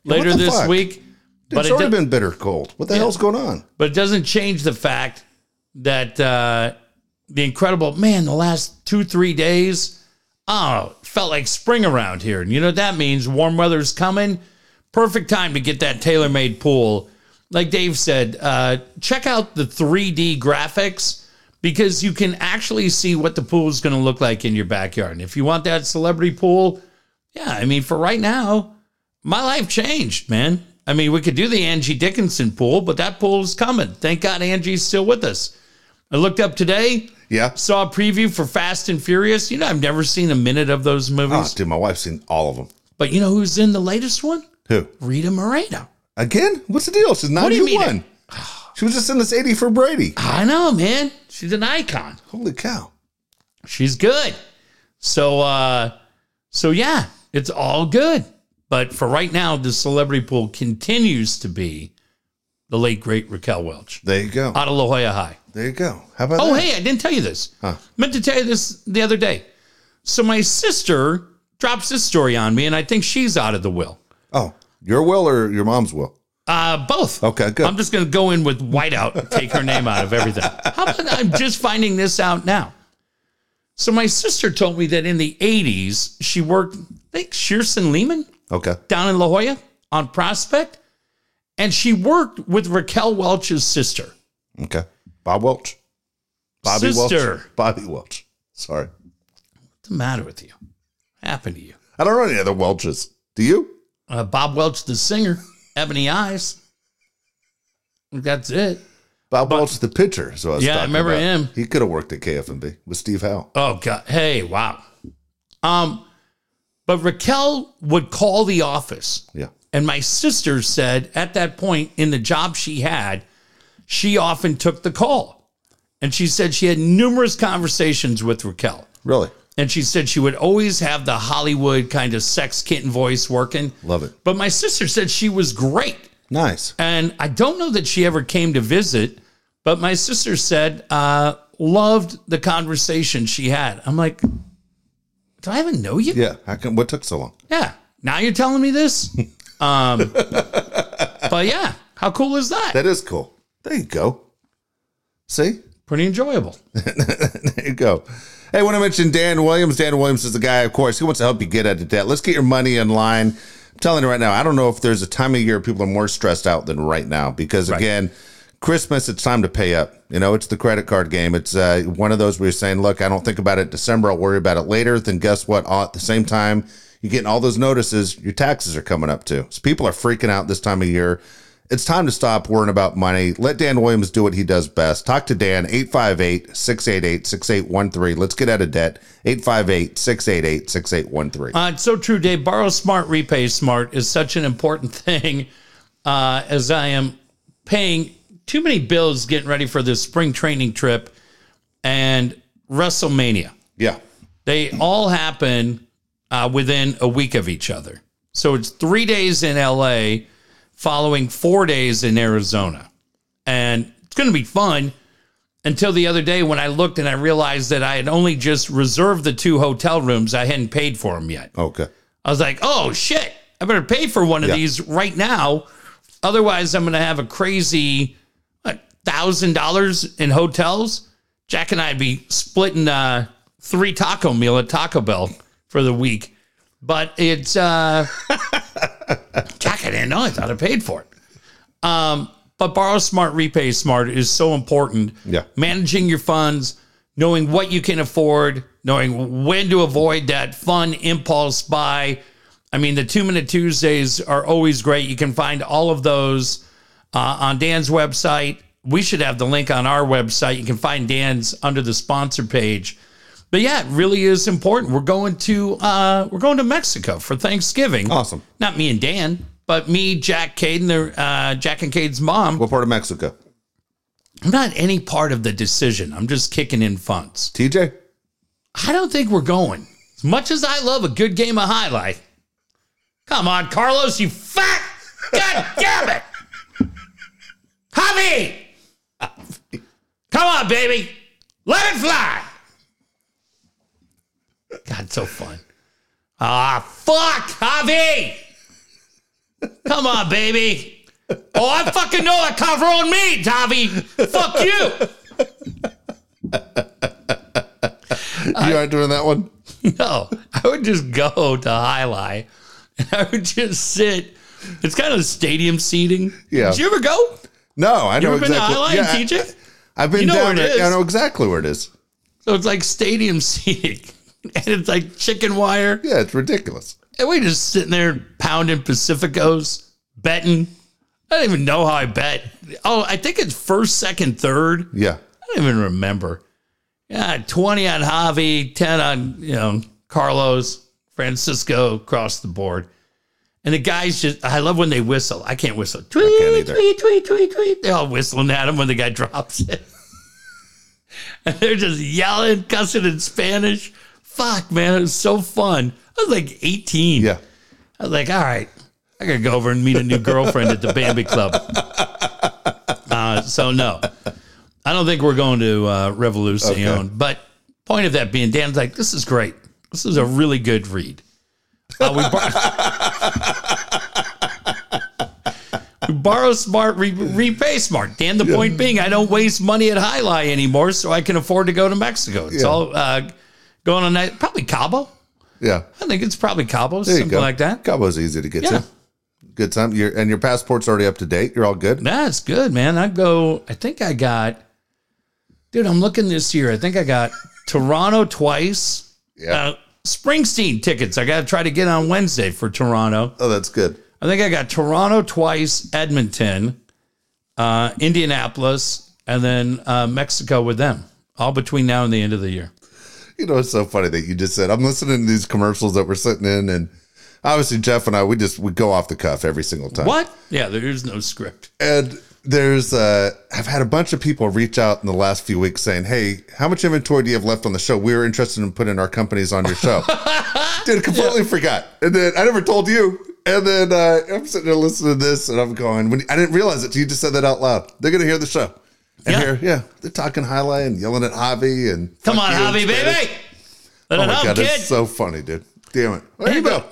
Speaker 2: Later
Speaker 1: the
Speaker 2: this
Speaker 1: fuck?
Speaker 2: week. But
Speaker 1: it's
Speaker 2: it
Speaker 1: already
Speaker 2: did-
Speaker 1: been bitter cold. What the hell's going on?
Speaker 2: but it doesn't change the fact that uh, the incredible man the last two three days oh it felt like spring around here and you know what that means warm weather's coming perfect time to get that tailor-made pool like dave said uh, check out the 3d graphics because you can actually see what the pool is going to look like in your backyard and if you want that celebrity pool yeah i mean for right now my life changed, man. I mean, we could do the Angie Dickinson pool, but that pool is coming. Thank God Angie's still with us. I looked up today,
Speaker 1: Yeah.
Speaker 2: saw a preview for Fast and Furious. You know, I've never seen a minute of those
Speaker 1: Oh,
Speaker 2: movies,
Speaker 1: dude, my wife's seen all of them.
Speaker 2: but you know who's in the latest one?
Speaker 1: Who?
Speaker 2: Rita Moreno.
Speaker 1: Again? What's the deal? She's
Speaker 2: do you mean
Speaker 1: 91. She was just in this 80 for Brady.
Speaker 2: I know, man. She's an icon.
Speaker 1: Holy cow.
Speaker 2: She's good. So, uh, so yeah, it's all good. But for right now, the celebrity pool continues to be the late great Raquel Welch
Speaker 1: There you go.
Speaker 2: out of La Jolla High.
Speaker 1: There you go. How about
Speaker 2: Uh, Oh,
Speaker 1: that?
Speaker 2: hey, I didn't tell you this. Meant to tell you this the other day. So my sister drops this story on me, and I think she's out of the will.
Speaker 1: Oh, your will or your mom's will?
Speaker 2: Uh, both.
Speaker 1: Okay, good.
Speaker 2: I'm just going to go in with whiteout, and take her name out of everything. How about I'm just finding this out now? So my sister told me that in the 80s, she worked, I think, Shearson Lehman
Speaker 1: okay.
Speaker 2: down in La Jolla on Prospect, and she worked with Raquel Welch's sister.
Speaker 1: Okay. Bob Welch. Bobby
Speaker 2: Sister.
Speaker 1: Welch. Bobby Welch. Sorry.
Speaker 2: What's the matter with you? What happened to you?
Speaker 1: I don't know any other Welches. Do you?
Speaker 2: uh, Bob Welch, the singer, Ebony Eyes. That's it.
Speaker 1: Bob Welch, the pitcher. So I was
Speaker 2: Yeah, I
Speaker 1: talking
Speaker 2: remember
Speaker 1: about.
Speaker 2: him.
Speaker 1: He could have worked at KFMB with Steve Howe.
Speaker 2: Oh God! Hey, wow. Um, but Raquel would call the office,
Speaker 1: Yeah.
Speaker 2: and my sister said at that point in the job she had, she often took the call, and she said she had numerous conversations with Raquel,
Speaker 1: Really?
Speaker 2: and she said she would always have the Hollywood kind of sex kitten voice working.
Speaker 1: Love it.
Speaker 2: But my sister said she was great.
Speaker 1: Nice.
Speaker 2: And I don't know that she ever came to visit, but my sister said, uh, loved the conversation she had. I'm like, do I even know you?
Speaker 1: Yeah. How come what took so long?
Speaker 2: Yeah. Now you're telling me this? um, but yeah, how cool is that?
Speaker 1: That is cool. There you go. See?
Speaker 2: Pretty enjoyable.
Speaker 1: There you go. Hey, want to mention Dan Williams. Dan Williams is the guy, of course. He wants to help you get out of debt. Let's get your money in line. I'm telling you right now, I don't know if there's a time of year people are more stressed out than right now because, again, Christmas, it's time to pay up. You know, it's the credit card game. It's uh, one of those where you're saying, look, I don't think about it in December. I'll worry about it later. Then guess what? All at the same time, you're getting all those notices. Your taxes are coming up too. So people are freaking out this time of year it's time to stop worrying about money. Let Dan Williams do what he does best. Talk to Dan, 858 688 6813. Let's get out of debt. 858 688 6813.
Speaker 2: Uh, it's so true, Dave. Borrow smart, repay smart is such an important thing uh, as I am paying too many bills getting ready for this spring training trip and WrestleMania.
Speaker 1: Yeah.
Speaker 2: They all happen uh, within a week of each other. So it's three days in LA, following four days in Arizona. And it's going to be fun until the other day when I looked and I realized that I had only just reserved the two hotel rooms. I hadn't paid for them yet.
Speaker 1: Okay.
Speaker 2: I was like, oh shit, I better pay for one of
Speaker 1: Yeah.
Speaker 2: these right now. Otherwise, I'm going to have a crazy thousand dollars in hotels. Jack and I'd be splitting uh, three taco meal at Taco Bell for the week. But it's uh, Jack. I didn't know. I thought I paid for it. Um, but borrow smart, repay smart is so important
Speaker 1: Yeah.
Speaker 2: managing your funds, knowing what you can afford, knowing when to avoid that fun impulse buy. I mean, the two minute Tuesdays are always great. You can find all of those uh, on Dan's website. We should have the link on our website. You can find Dan's under the sponsor page. But yeah, it really is important. We're going to uh, we're going to Mexico for Thanksgiving.
Speaker 1: Awesome.
Speaker 2: Not me and Dan, but me, Jack, Cade, and their uh, Jack and Cade's mom.
Speaker 1: What part of Mexico?
Speaker 2: I'm not any part of the decision. I'm just kicking in funds.
Speaker 1: TJ?
Speaker 2: I don't think we're going. As much as I love a good game of highlight, come on, Carlos, you fat! God damn it, Javi! Come on, baby, let it fly. God, so fun. Ah, fuck, Javi! Come on, baby, Oh, I fucking know that comes on me, Tavi. Fuck you. Uh,
Speaker 1: you aren't doing that one.
Speaker 2: No, I would just go to Highlight and I would just sit. It's kind of stadium seating.
Speaker 1: Yeah.
Speaker 2: Did you ever go?
Speaker 1: No, I know
Speaker 2: You ever been to
Speaker 1: exactly.
Speaker 2: Highline,
Speaker 1: Yeah, I-
Speaker 2: TJ?
Speaker 1: I've been
Speaker 2: You know
Speaker 1: down
Speaker 2: where it
Speaker 1: there. I
Speaker 2: is.
Speaker 1: know exactly where it is.
Speaker 2: So it's like stadium seating. And it's like chicken wire.
Speaker 1: Yeah, it's ridiculous.
Speaker 2: And we just sitting there pounding Pacificos, betting. I don't even know how I bet. Oh, I think it's first, second, third.
Speaker 1: Yeah.
Speaker 2: I don't even remember. Yeah, 20 on Javi, 10 on, you know, Carlos, Francisco across the board. And the guys just, I love when they whistle. I can't whistle. Tweet,
Speaker 1: can't either.
Speaker 2: tweet, tweet, tweet, tweet. They're all whistling at him when the guy drops it. and they're just yelling, cussing in Spanish. Fuck, man. It was so fun. I was like 18.
Speaker 1: Yeah.
Speaker 2: I was like, all right, I gotta go over and meet a new girlfriend at the Bambi Club. Uh, so no, I don't think we're going to uh, Revolucion.
Speaker 1: Okay.
Speaker 2: But point of that being, Dan's like, this is great. This is a really good read. Uh, we, bor- we borrow smart, re- repay smart. Dan, the point being, I don't waste money at Highline anymore, so I can afford to go to Mexico. It's
Speaker 1: Yeah.
Speaker 2: all uh, going on that probably Cabo.
Speaker 1: Yeah.
Speaker 2: I think it's probably Cabo,
Speaker 1: There you
Speaker 2: something
Speaker 1: go.
Speaker 2: like that.
Speaker 1: Cabo's easy to get
Speaker 2: Yeah.
Speaker 1: to. Good time. Your and your passport's already up to date. You're all good.
Speaker 2: That's good, man. I go. I think I got, dude. I'm looking this year. I think I got Toronto twice.
Speaker 1: Yeah.
Speaker 2: Uh, Springsteen tickets. I got to try to get on Wednesday for Toronto.
Speaker 1: Oh, that's good.
Speaker 2: I think I got Toronto twice, Edmonton, uh, Indianapolis, and then uh, Mexico with them. All between now and the end of the year.
Speaker 1: You know, it's so funny that you just said. I'm listening to these commercials that we're sitting in, and obviously Jeff and I, we just we go off the cuff every single time.
Speaker 2: What? Yeah, there is no script.
Speaker 1: And there's uh, I've had a bunch of people reach out in the last few weeks saying, "Hey, how much inventory do you have left on the show? We were interested in putting our companies on your show." Dude, completely forgot, and then I never told you. And then uh, I'm sitting there listening to this, and I'm going, when, "I didn't realize it." till You just said that out loud. They're gonna hear the show. And
Speaker 2: Yeah.
Speaker 1: hear, yeah, they're talking highlight and yelling at Javi and
Speaker 2: Come
Speaker 1: fuck
Speaker 2: on,
Speaker 1: you in
Speaker 2: Javi,
Speaker 1: Spanish.
Speaker 2: baby. Let
Speaker 1: Oh
Speaker 2: it
Speaker 1: my
Speaker 2: out,
Speaker 1: god,
Speaker 2: kid.
Speaker 1: it's so funny, dude. Damn it. There you go.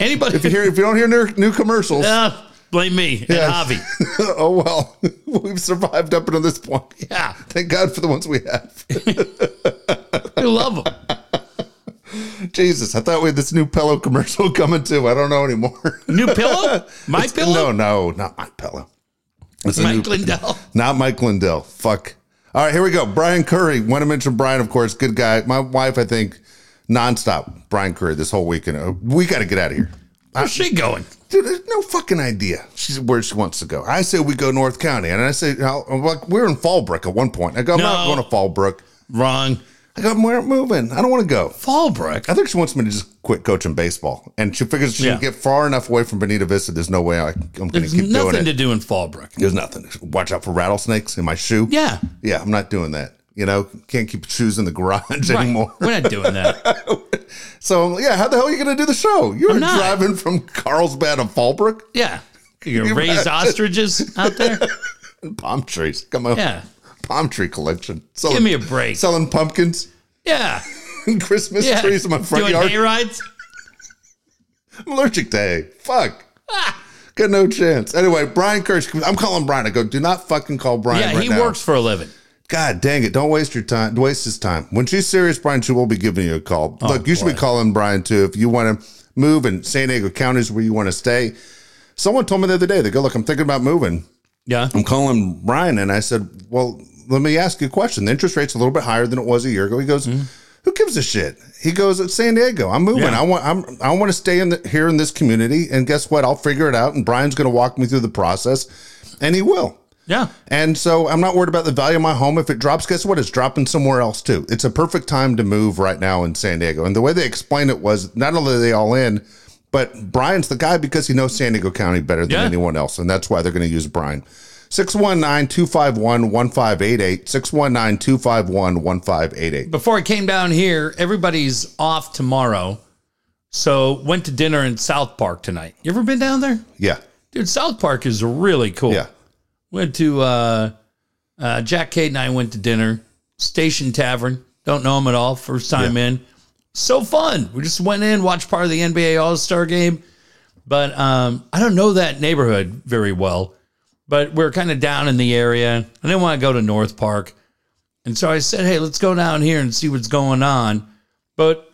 Speaker 2: Anybody?
Speaker 1: If you hear, if you don't hear new, new commercials,
Speaker 2: Uh, blame me
Speaker 1: Yeah.
Speaker 2: and Javi.
Speaker 1: oh well, we've survived up until this point.
Speaker 2: Yeah.
Speaker 1: Thank God for the ones we have.
Speaker 2: We love them.
Speaker 1: Jesus, I thought we had this new pillow commercial coming too. I don't know anymore.
Speaker 2: New pillow? My
Speaker 1: No,
Speaker 2: pillow?
Speaker 1: no, not my pillow. It's a
Speaker 2: Mike
Speaker 1: new-
Speaker 2: Lindell.
Speaker 1: Not Mike Lindell. Fuck. All right, here we go. Brian Curry. Want to mention Brian, of course, good guy. My wife, I think, nonstop Brian Curry this whole weekend. Uh, We got to get out of here.
Speaker 2: Where's she going?
Speaker 1: Dude, there's no fucking idea she's where she wants to go. I say we go North County, and I say I'll- I'm like, we're in Fallbrook at one point. I go, I'm not
Speaker 2: No.
Speaker 1: going to Fallbrook.
Speaker 2: Wrong.
Speaker 1: I go, we're not moving. I don't want to go.
Speaker 2: Fallbrook.
Speaker 1: I think she wants me to just quit coaching baseball, and she figures she
Speaker 2: Yeah.
Speaker 1: can get far enough away from Bonita Vista. There's no way I, I'm going to
Speaker 2: There's
Speaker 1: keep doing
Speaker 2: nothing
Speaker 1: it.
Speaker 2: to do in Fallbrook.
Speaker 1: There's nothing. Watch out for rattlesnakes in my shoe.
Speaker 2: Yeah.
Speaker 1: yeah, I'm not doing that. You know, can't keep shoes in the garage
Speaker 2: Right.
Speaker 1: anymore.
Speaker 2: We're not doing that.
Speaker 1: So yeah, how the hell are you going to do the show? You're
Speaker 2: I'm not.
Speaker 1: driving from Carlsbad to Fallbrook
Speaker 2: Yeah. You're gonna raise ostriches out there?
Speaker 1: and palm trees. Come on,
Speaker 2: Yeah.
Speaker 1: palm tree collection. Selling,
Speaker 2: Give me a break.
Speaker 1: Selling pumpkins
Speaker 2: Yeah.
Speaker 1: and Christmas
Speaker 2: Yeah.
Speaker 1: trees in my front
Speaker 2: doing
Speaker 1: yard.
Speaker 2: hay rides?
Speaker 1: I'm allergic to hay. Fuck.
Speaker 2: Ah.
Speaker 1: Got no chance. Anyway, Brian Kirsch. I'm calling Brian. I go, do not fucking call Brian.
Speaker 2: Yeah,
Speaker 1: right
Speaker 2: he
Speaker 1: now.
Speaker 2: works for a living.
Speaker 1: God dang it. Don't waste your time. Waste his time. When she's serious, Brian, she will be giving you a call.
Speaker 2: Oh,
Speaker 1: Look, you should be calling Brian too if you want to move in San Diego County is where you want to stay. Someone told me the other day, they go, look, I'm thinking about moving.
Speaker 2: Yeah.
Speaker 1: I'm calling Brian and I said, Well, let me ask you a question. The interest rate's a little bit higher than it was a year ago. He goes, Who gives a shit? He goes, It's San Diego. I'm moving.
Speaker 2: Yeah.
Speaker 1: I want I'm I want to stay in the, here in this community. And guess what? I'll figure it out. And Brian's gonna walk me through the process. And he will.
Speaker 2: Yeah.
Speaker 1: And so I'm not worried about the value of my home. If it drops, guess what? It's dropping somewhere else too. It's a perfect time to move right now in San Diego. And the way they explained it was not only are they all in, but Brian's the guy because he knows San Diego County better than
Speaker 2: Yeah.
Speaker 1: anyone else. And that's why they're going to use Brian. 619 251 1588. 619 251 1588.
Speaker 2: before I came down here, everybody's off tomorrow. So went to dinner in South Park tonight. You ever been down there?
Speaker 1: Yeah.
Speaker 2: Dude, South Park is really cool.
Speaker 1: Yeah.
Speaker 2: Went to uh, uh, Jack Cade and I went to dinner. Station Tavern. Don't know him at all. First time in. So fun. We just went in, watched part of the NBA All Star game. But um, I don't know that neighborhood very well. but we are kind of down in the area. I didn't want to go to North Park. And so I said, hey, let's go down here and see what's going on. But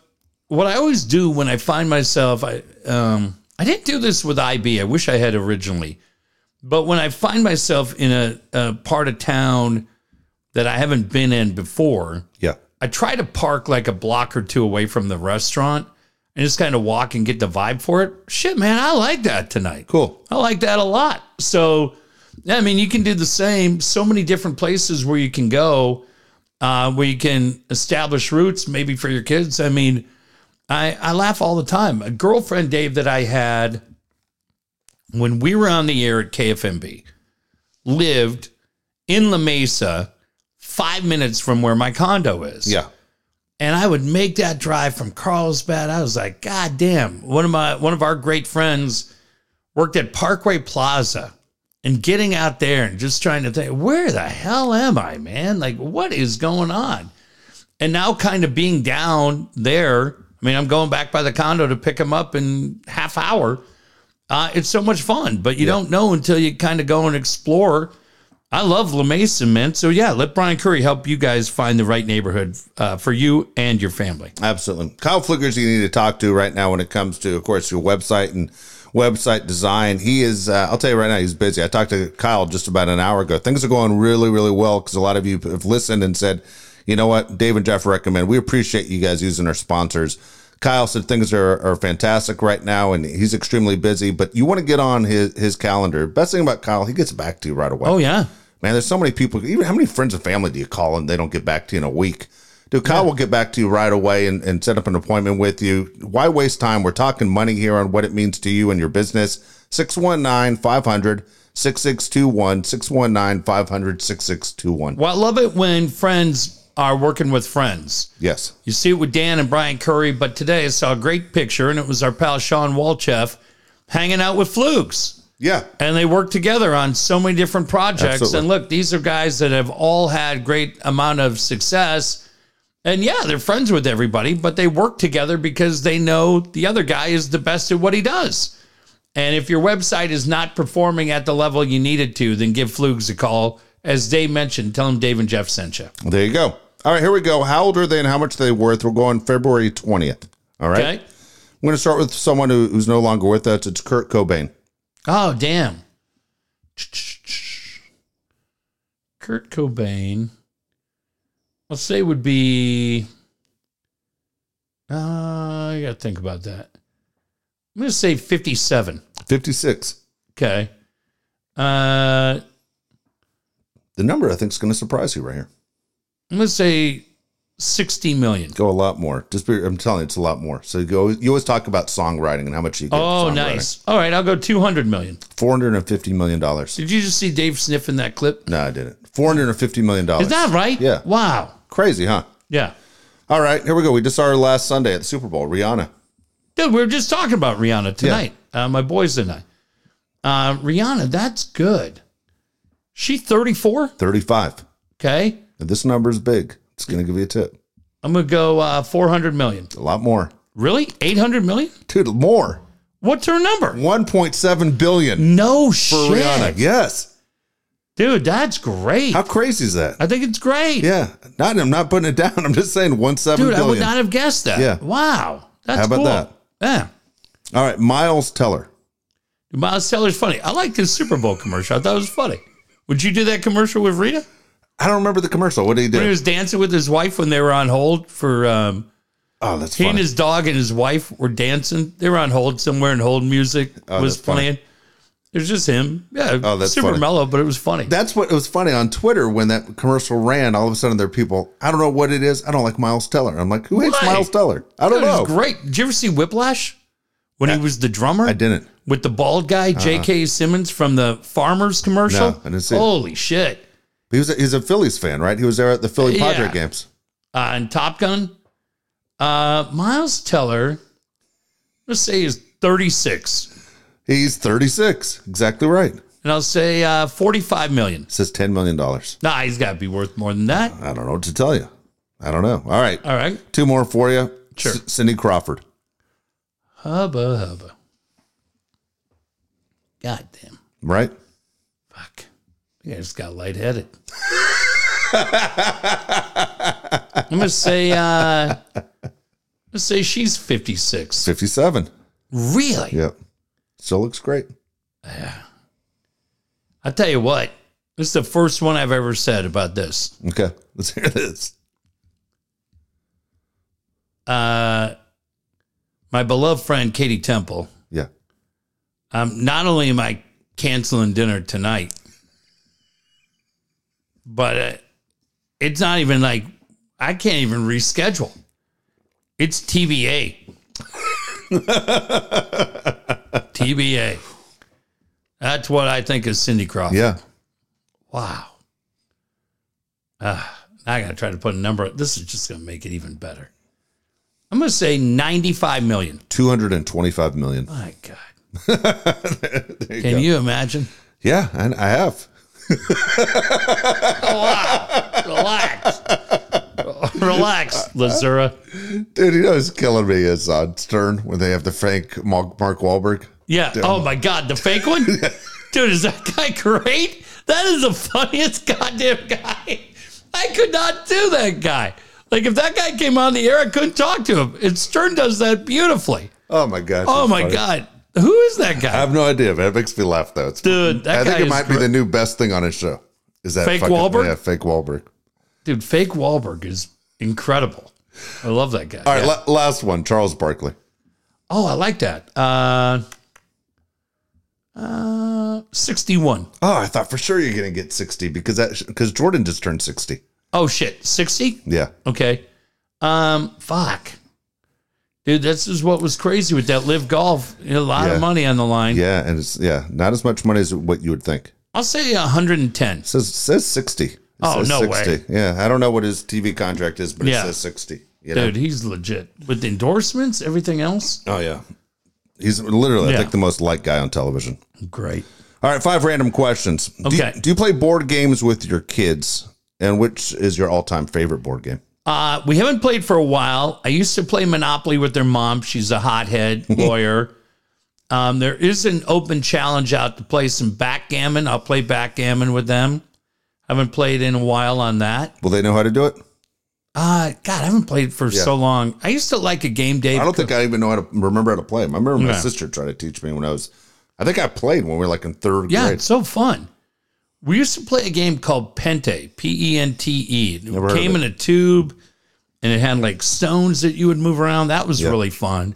Speaker 2: what I always do when I find myself, I, um, I didn't do this with IB. I wish I had originally. But when I find myself in a, a part of town that I haven't been in before,
Speaker 1: Yeah.
Speaker 2: I try to park like a block or two away from the restaurant and just kind of walk and get the vibe for it. Shit, man, I like that tonight.
Speaker 1: Cool.
Speaker 2: I like that a lot. So, yeah, I mean, you can do the same. So many different places where you can go, uh, where you can establish roots, maybe for your kids. I mean, I, I laugh all the time. A girlfriend, Dave, that I had when we were on the air at KFMB lived in La Mesa, five minutes from where my condo is
Speaker 1: Yeah.
Speaker 2: and I would make that drive from Carlsbad. I was like, God damn! One of my one of our great friends worked at Parkway Plaza, and getting out there and just trying to think, where the hell am I, man? Like, what is going on? And now, kind of being down there. I mean, I'm going back by the condo to pick him up in half hour. Uh, it's so much fun, but you don't know until you kind of go and explore. I love La Mesa, man. So yeah, let Brian Curry help you guys find the right neighborhood uh, for you and your family.
Speaker 1: Absolutely. Kyle Flickers, you need to talk to right now when it comes to, of course, your website and website design. He is, uh, I'll tell you right now, he's busy. I talked to Kyle just about an hour ago. Things are going really, really well because a lot of you have listened and said, you know what, Dave and Jeff recommend. We appreciate you guys using our sponsors. Kyle said things are, are fantastic right now and he's extremely busy, but you want to get on his, his calendar. Best thing about Kyle, he gets back to you right away.
Speaker 2: Oh yeah,
Speaker 1: Man, there's so many people. Even how many friends and family do you call and they don't get back to you in a week? Dude, Kyle will get back to you right away and, and set up an appointment with you. Why waste time? We're talking money here on what it means to you and your business. 619 500 6621. 619 500 6621.
Speaker 2: well I love it when friends are working with friends.
Speaker 1: Yes.
Speaker 2: You see it with Dan and Brian Curry, but today I saw a great picture, and it was our pal Sean Walchef hanging out with Flukes.
Speaker 1: Yeah.
Speaker 2: and they work together on so many different projects.
Speaker 1: Absolutely.
Speaker 2: And look, these are guys that have all had great amount of success. And yeah, they're friends with everybody, but they work together because they know the other guy is the best at what he does. And if your website is not performing at the level you need it to, then give Flugs a call. As Dave mentioned, tell him Dave and Jeff sent you.
Speaker 1: There you go. All right, here we go. How old are they and how much are they worth? We're going February 20th. All right.
Speaker 2: Okay.
Speaker 1: I'm going to start with someone who, who's no longer with us. It's Kurt Cobain.
Speaker 2: Oh, damn. Kurt Cobain. Let's say would be. Uh, I got to think about that. I'm going to say 57.
Speaker 1: 56.
Speaker 2: Okay. Uh,
Speaker 1: The number I think is going to surprise you right here.
Speaker 2: I'm going to say 60 million.
Speaker 1: go a lot more. Just be, I'm telling you, it's a lot more. So you go. You always talk about songwriting and how much you. Get
Speaker 2: Oh,
Speaker 1: for songwriting.
Speaker 2: nice. All right. I'll go 200 million.
Speaker 1: Four hundred and fifty million dollars.
Speaker 2: Did you just see Dave sniffing that clip?
Speaker 1: No, I didn't. Four hundred and fifty million dollars.
Speaker 2: Is that right?
Speaker 1: Yeah.
Speaker 2: Wow.
Speaker 1: crazy, huh?
Speaker 2: Yeah.
Speaker 1: All right, here we go. We just saw her last Sunday at the Super Bowl. Rihanna.
Speaker 2: Dude, we were just talking about Rihanna tonight. Uh, my boys and I. Uh, Rihanna, that's good. She 34.
Speaker 1: Thirty-five.
Speaker 2: Okay.
Speaker 1: And this number is big. It's going to give you a tip.
Speaker 2: I'm going to go uh, 400 million.
Speaker 1: A lot more,
Speaker 2: Really? 800 million?
Speaker 1: dude. More.
Speaker 2: What's her number?
Speaker 1: One point seven billion
Speaker 2: No
Speaker 1: for
Speaker 2: shit.
Speaker 1: Rihanna. Yes.
Speaker 2: Dude, that's great.
Speaker 1: How crazy is that?
Speaker 2: I think it's great.
Speaker 1: Yeah. Not. I'm not putting it down. I'm just saying one seven
Speaker 2: Dude,
Speaker 1: billion.
Speaker 2: I would not have guessed that.
Speaker 1: Yeah.
Speaker 2: Wow. That's
Speaker 1: How about
Speaker 2: cool.
Speaker 1: that?
Speaker 2: Yeah.
Speaker 1: All right, Miles Teller.
Speaker 2: Miles Teller's funny. I like his Super Bowl commercial. I thought it was funny. Would you do that commercial with Rita?
Speaker 1: I don't remember the commercial. What did he
Speaker 2: When he
Speaker 1: do?
Speaker 2: was dancing with his wife when they were on hold for um,
Speaker 1: Oh, that's
Speaker 2: He and
Speaker 1: funny.
Speaker 2: his dog and his wife were dancing. They were on hold somewhere, and hold music
Speaker 1: Oh,
Speaker 2: was
Speaker 1: that's funny.
Speaker 2: playing. It was just him. Yeah,
Speaker 1: Oh, that's
Speaker 2: super
Speaker 1: funny.
Speaker 2: mellow, but it was funny.
Speaker 1: That's what it was funny on Twitter when that commercial ran. All of a sudden, there are people. I don't know what it is. I don't like Miles Teller. I'm like, who hates
Speaker 2: Why?
Speaker 1: Miles Teller? I
Speaker 2: That
Speaker 1: don't
Speaker 2: was
Speaker 1: know.
Speaker 2: great. Did you ever see Whiplash when he was the drummer
Speaker 1: I didn't.
Speaker 2: with the bald guy, J.K. Simmons from the Farmers commercial?
Speaker 1: No, I didn't see it.
Speaker 2: Holy shit!
Speaker 1: He was a, he's a Phillies fan, right? He was there at the Philly
Speaker 2: Yeah.
Speaker 1: Padre games.
Speaker 2: Uh, and Top Gun. Uh, Miles Teller, let's say is thirty six,
Speaker 1: He's 36. Exactly right.
Speaker 2: and I'll say uh, forty five million.
Speaker 1: Says 10 million dollars.
Speaker 2: Nah, he's got to be worth more than that.
Speaker 1: I don't know what to tell you. I don't know. All right,
Speaker 2: All right,
Speaker 1: two more for you.
Speaker 2: Sure.
Speaker 1: C- Cindy Crawford.
Speaker 2: Hubba hubba. God damn.
Speaker 1: Right.
Speaker 2: Fuck. I think I just got lightheaded. I'm gonna say uh I'm gonna say she's 56.
Speaker 1: 57.
Speaker 2: Really?
Speaker 1: Yep. Still looks great.
Speaker 2: I'll tell you what, this is the first one I've ever said about this.
Speaker 1: Okay. Let's hear this.
Speaker 2: Uh my beloved friend Katie Temple.
Speaker 1: Yeah.
Speaker 2: Um, not only am I canceling dinner tonight, but uh, it's not even like I can't even reschedule. It's TBA. TBA. That's what I think of Cindy Crawford.
Speaker 1: Yeah.
Speaker 2: Wow. Uh, I got to try to put a number. This is just going to make it even better. I'm going to say 95 million.
Speaker 1: 225 million.
Speaker 2: My God. Can you imagine?
Speaker 1: Yeah. And I have.
Speaker 2: Relax. Relax, Lazura.
Speaker 1: Dude, you know, it's killing me is on Stern when they have the fake Mark, Mark Wahlberg.
Speaker 2: Yeah. Oh my God, the fake one? Dude, is that guy great? That is the funniest goddamn guy. I could not do that guy. Like if that guy came on the air, I couldn't talk to him. And Stern does that beautifully.
Speaker 1: Oh my gosh.
Speaker 2: Oh
Speaker 1: that's
Speaker 2: my
Speaker 1: funny.
Speaker 2: God. Who is that
Speaker 1: I
Speaker 2: guy?
Speaker 1: have no idea, man. It makes me laugh though. It's
Speaker 2: Dude, that
Speaker 1: I think
Speaker 2: guy
Speaker 1: it
Speaker 2: is
Speaker 1: might be
Speaker 2: great.
Speaker 1: the new best thing on his show. Is that
Speaker 2: Fake Wahlberg?
Speaker 1: Yeah, fake Wahlberg.
Speaker 2: Dude, fake Wahlberg is incredible. I love that guy.
Speaker 1: All right, la- last one, Charles Barkley.
Speaker 2: Oh, I like that. Uh uh 61.
Speaker 1: Oh, I thought for sure you're gonna get sixty because that because Jordan just turned sixty.
Speaker 2: Oh shit. 60?
Speaker 1: Yeah,
Speaker 2: Okay. Um, fuck. Dude, this is what was crazy with that live golf. A lot
Speaker 1: Yeah.
Speaker 2: of money on the line.
Speaker 1: yeah, and it's yeah, not as much money as what you would think.
Speaker 2: I'll say 110.
Speaker 1: It says says sixty. It
Speaker 2: Oh,
Speaker 1: says
Speaker 2: no way.
Speaker 1: Yeah, I don't know what his TV contract is, but
Speaker 2: Yeah.
Speaker 1: it says sixty. You know?
Speaker 2: Dude, he's legit. With endorsements, everything else.
Speaker 1: Oh yeah, he's literally I
Speaker 2: Yeah.
Speaker 1: think the most liked guy on television.
Speaker 2: Great.
Speaker 1: All right, five random questions. Do you- Do
Speaker 2: Okay.
Speaker 1: you, play board games with your kids? And which is your all time favorite board game?
Speaker 2: Uh, we haven't played for a while. I used to play Monopoly with their mom. She's a hothead lawyer. Um, there is an open challenge out to play some backgammon. I'll play backgammon with them. haven't played in a while on that.
Speaker 1: Will they know how to do it?
Speaker 2: Uh, God, I haven't played for so long. I used to like a game day.
Speaker 1: I don't think I even know how to remember how to play 'em. I remember my
Speaker 2: Yeah.
Speaker 1: sister tried to teach me when I was. I think I played when we were like in third
Speaker 2: Yeah,
Speaker 1: grade.
Speaker 2: it's so fun. We used to play a game called Pente, P E N T E. It
Speaker 1: heard of
Speaker 2: came
Speaker 1: it.
Speaker 2: in a tube and it had like stones that you would move around. That was really fun.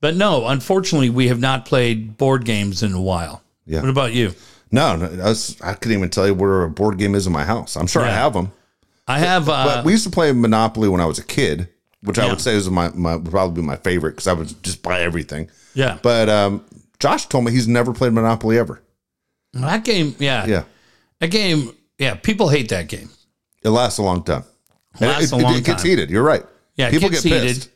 Speaker 2: But no, unfortunately, we have not played board games in a while.
Speaker 1: Yeah.
Speaker 2: What about you?
Speaker 1: No, no I, was, I couldn't even tell you where a board game is in my house. I'm sure I
Speaker 2: Yeah.
Speaker 1: have them.
Speaker 2: I have. Uh,
Speaker 1: But we used to play Monopoly when I was a kid, which I
Speaker 2: Yeah.
Speaker 1: would say is my, my would probably be my favorite because I would just buy everything.
Speaker 2: yeah. But
Speaker 1: But um, Josh told me he's never played Monopoly ever.
Speaker 2: that game, yeah,
Speaker 1: Yeah,
Speaker 2: That game, yeah. People hate that game.
Speaker 1: it lasts a long time. And it,
Speaker 2: Lasts a long
Speaker 1: it, it gets
Speaker 2: time.
Speaker 1: heated. You're right.
Speaker 2: Yeah, it
Speaker 1: people
Speaker 2: gets
Speaker 1: get
Speaker 2: heated.
Speaker 1: pissed.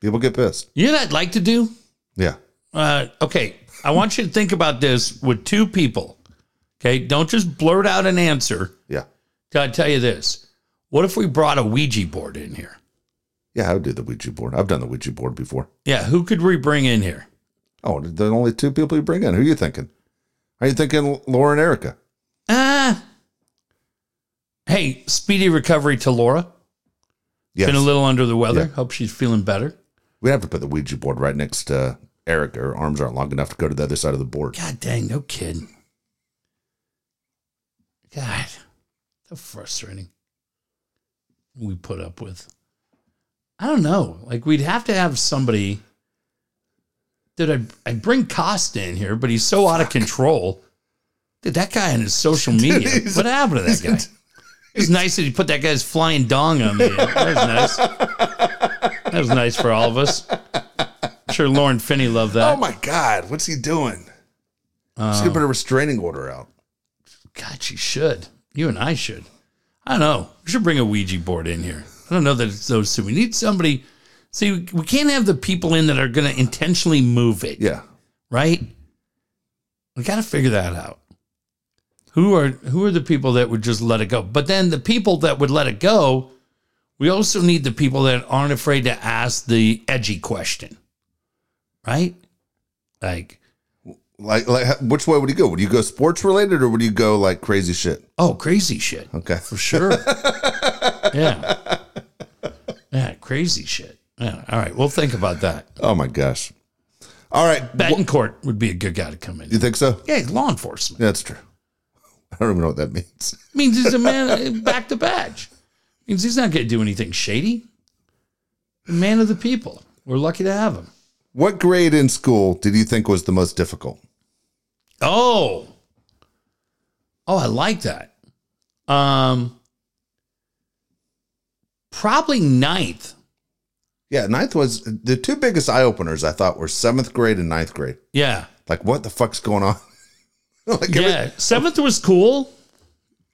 Speaker 1: People get pissed.
Speaker 2: You know what I'd like to do?
Speaker 1: Yeah.
Speaker 2: uh, okay, I want you to think about this with two people. Okay, don't just blurt out an answer.
Speaker 1: Yeah.
Speaker 2: I tell you this: What if we brought a Ouija board in here?
Speaker 1: Yeah, I would do the Ouija board. I've done the Ouija board before.
Speaker 2: Yeah, who could we bring in here?
Speaker 1: Oh, there's only two people you bring in. Who are you thinking? Are you thinking Laura and Erica?
Speaker 2: Ah, hey, speedy recovery to Laura.
Speaker 1: Yes.
Speaker 2: Been a little under the weather. Hope she's feeling better.
Speaker 1: We'd have to put the Ouija board right next to Erica. Her arms aren't long enough to go to the other side of the board.
Speaker 2: God dang, no kidding. God, so frustrating. We put up with. I don't know. Like we'd have to have somebody. Dude, I'd, I'd bring Costa in here, but he's so out of control. Dude, that guy on his social media.
Speaker 1: he's-
Speaker 2: what happened to that guy? It was nice that he put that guy's flying dong on me. That was nice. That was nice for all of us. I'm sure Lauren Finney loved that.
Speaker 1: Oh my God, what's he doing?
Speaker 2: Um,
Speaker 1: She's gonna put a restraining order out.
Speaker 2: God, she should. You and I should. I don't know. We should bring a Ouija board in here. I don't know that it's those two. We need somebody. See, we can't have the people in that are going to intentionally move it,
Speaker 1: Yeah.
Speaker 2: right? We got to figure that out. Who are who are the people that would just let it go? But then the people that would let it go, we also need the people that aren't afraid to ask the edgy question, right? Like,
Speaker 1: Like, like, which way would you go? Would you go sports related or would you go like crazy shit?
Speaker 2: Oh, crazy shit.
Speaker 1: Okay.
Speaker 2: For sure. yeah. Yeah, crazy shit. Yeah. All right. We'll think about that.
Speaker 1: Oh my gosh. All right.
Speaker 2: Betancourt would be a good guy to come in.
Speaker 1: You think so?
Speaker 2: Yeah, law enforcement.
Speaker 1: Yeah, that's true. I don't even know what that means.
Speaker 2: means he's a man back to badge. Means he's not going to do anything shady. The man of the people. We're lucky to have him.
Speaker 1: What grade in school did you think was the most difficult?
Speaker 2: Oh. Oh, I like that. Um probably ninth.
Speaker 1: Yeah, ninth was the two biggest eye openers I thought were seventh grade and ninth grade.
Speaker 2: Yeah.
Speaker 1: Like, what the fuck's going on? like, every-
Speaker 2: Yeah. Seventh was cool.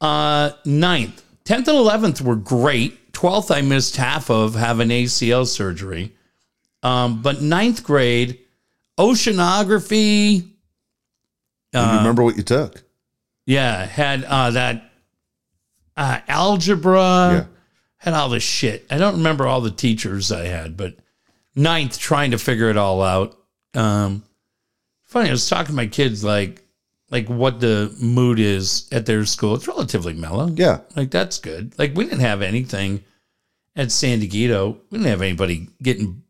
Speaker 2: Uh ninth. Tenth and eleventh were great. Twelfth I missed half of having ACL surgery. Um, but ninth grade, oceanography,
Speaker 1: you remember what you took?
Speaker 2: Yeah, had uh, that uh, algebra.
Speaker 1: Yeah.
Speaker 2: Had all this shit. I don't remember all the teachers I had, but ninth trying to figure it all out. Um, funny, I was talking to my kids like like what the mood is at their school. It's relatively mellow.
Speaker 1: Yeah.
Speaker 2: Like that's good. Like we didn't have anything at San Diego. We didn't have anybody getting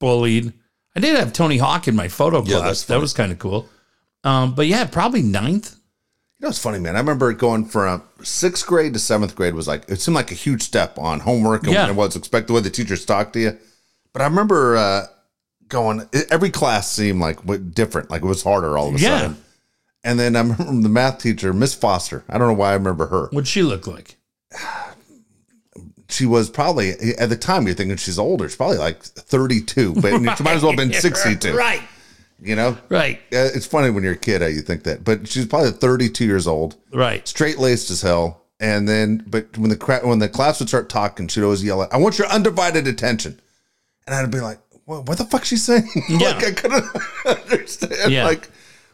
Speaker 2: bullied. I did have Tony Hawk in my photo
Speaker 1: Yeah,
Speaker 2: class.
Speaker 1: that's
Speaker 2: that was kind of cool. Um, but yeah, probably ninth.
Speaker 1: You know, it's funny, man. I remember going from sixth grade to seventh grade was like it seemed like a huge step on homework and,
Speaker 2: Yeah.
Speaker 1: and what's expected, the way the teachers talk to you. But I remember uh, going e, every class seemed like what different, like it was harder all of a
Speaker 2: Yeah.
Speaker 1: sudden. And then I remember the math teacher, Miss Foster. I don't know why I remember her.
Speaker 2: What'd she look like?
Speaker 1: She was probably eh, at the time you're thinking she's older. She's probably like 32, but she might as well have been 62.
Speaker 2: Right,
Speaker 1: You know,
Speaker 2: right,
Speaker 1: Uh, it's funny when you're a kid how you think that. But she's probably 32 years old.
Speaker 2: right.
Speaker 1: straight laced as hell. And then, but when the cra- when the class would start talking, she'd always yell, out, "I want your undivided attention," and I'd be like, "What? What the fuck's she saying?" like
Speaker 2: Yeah.
Speaker 1: I couldn't understand.
Speaker 2: Yeah.
Speaker 1: Like,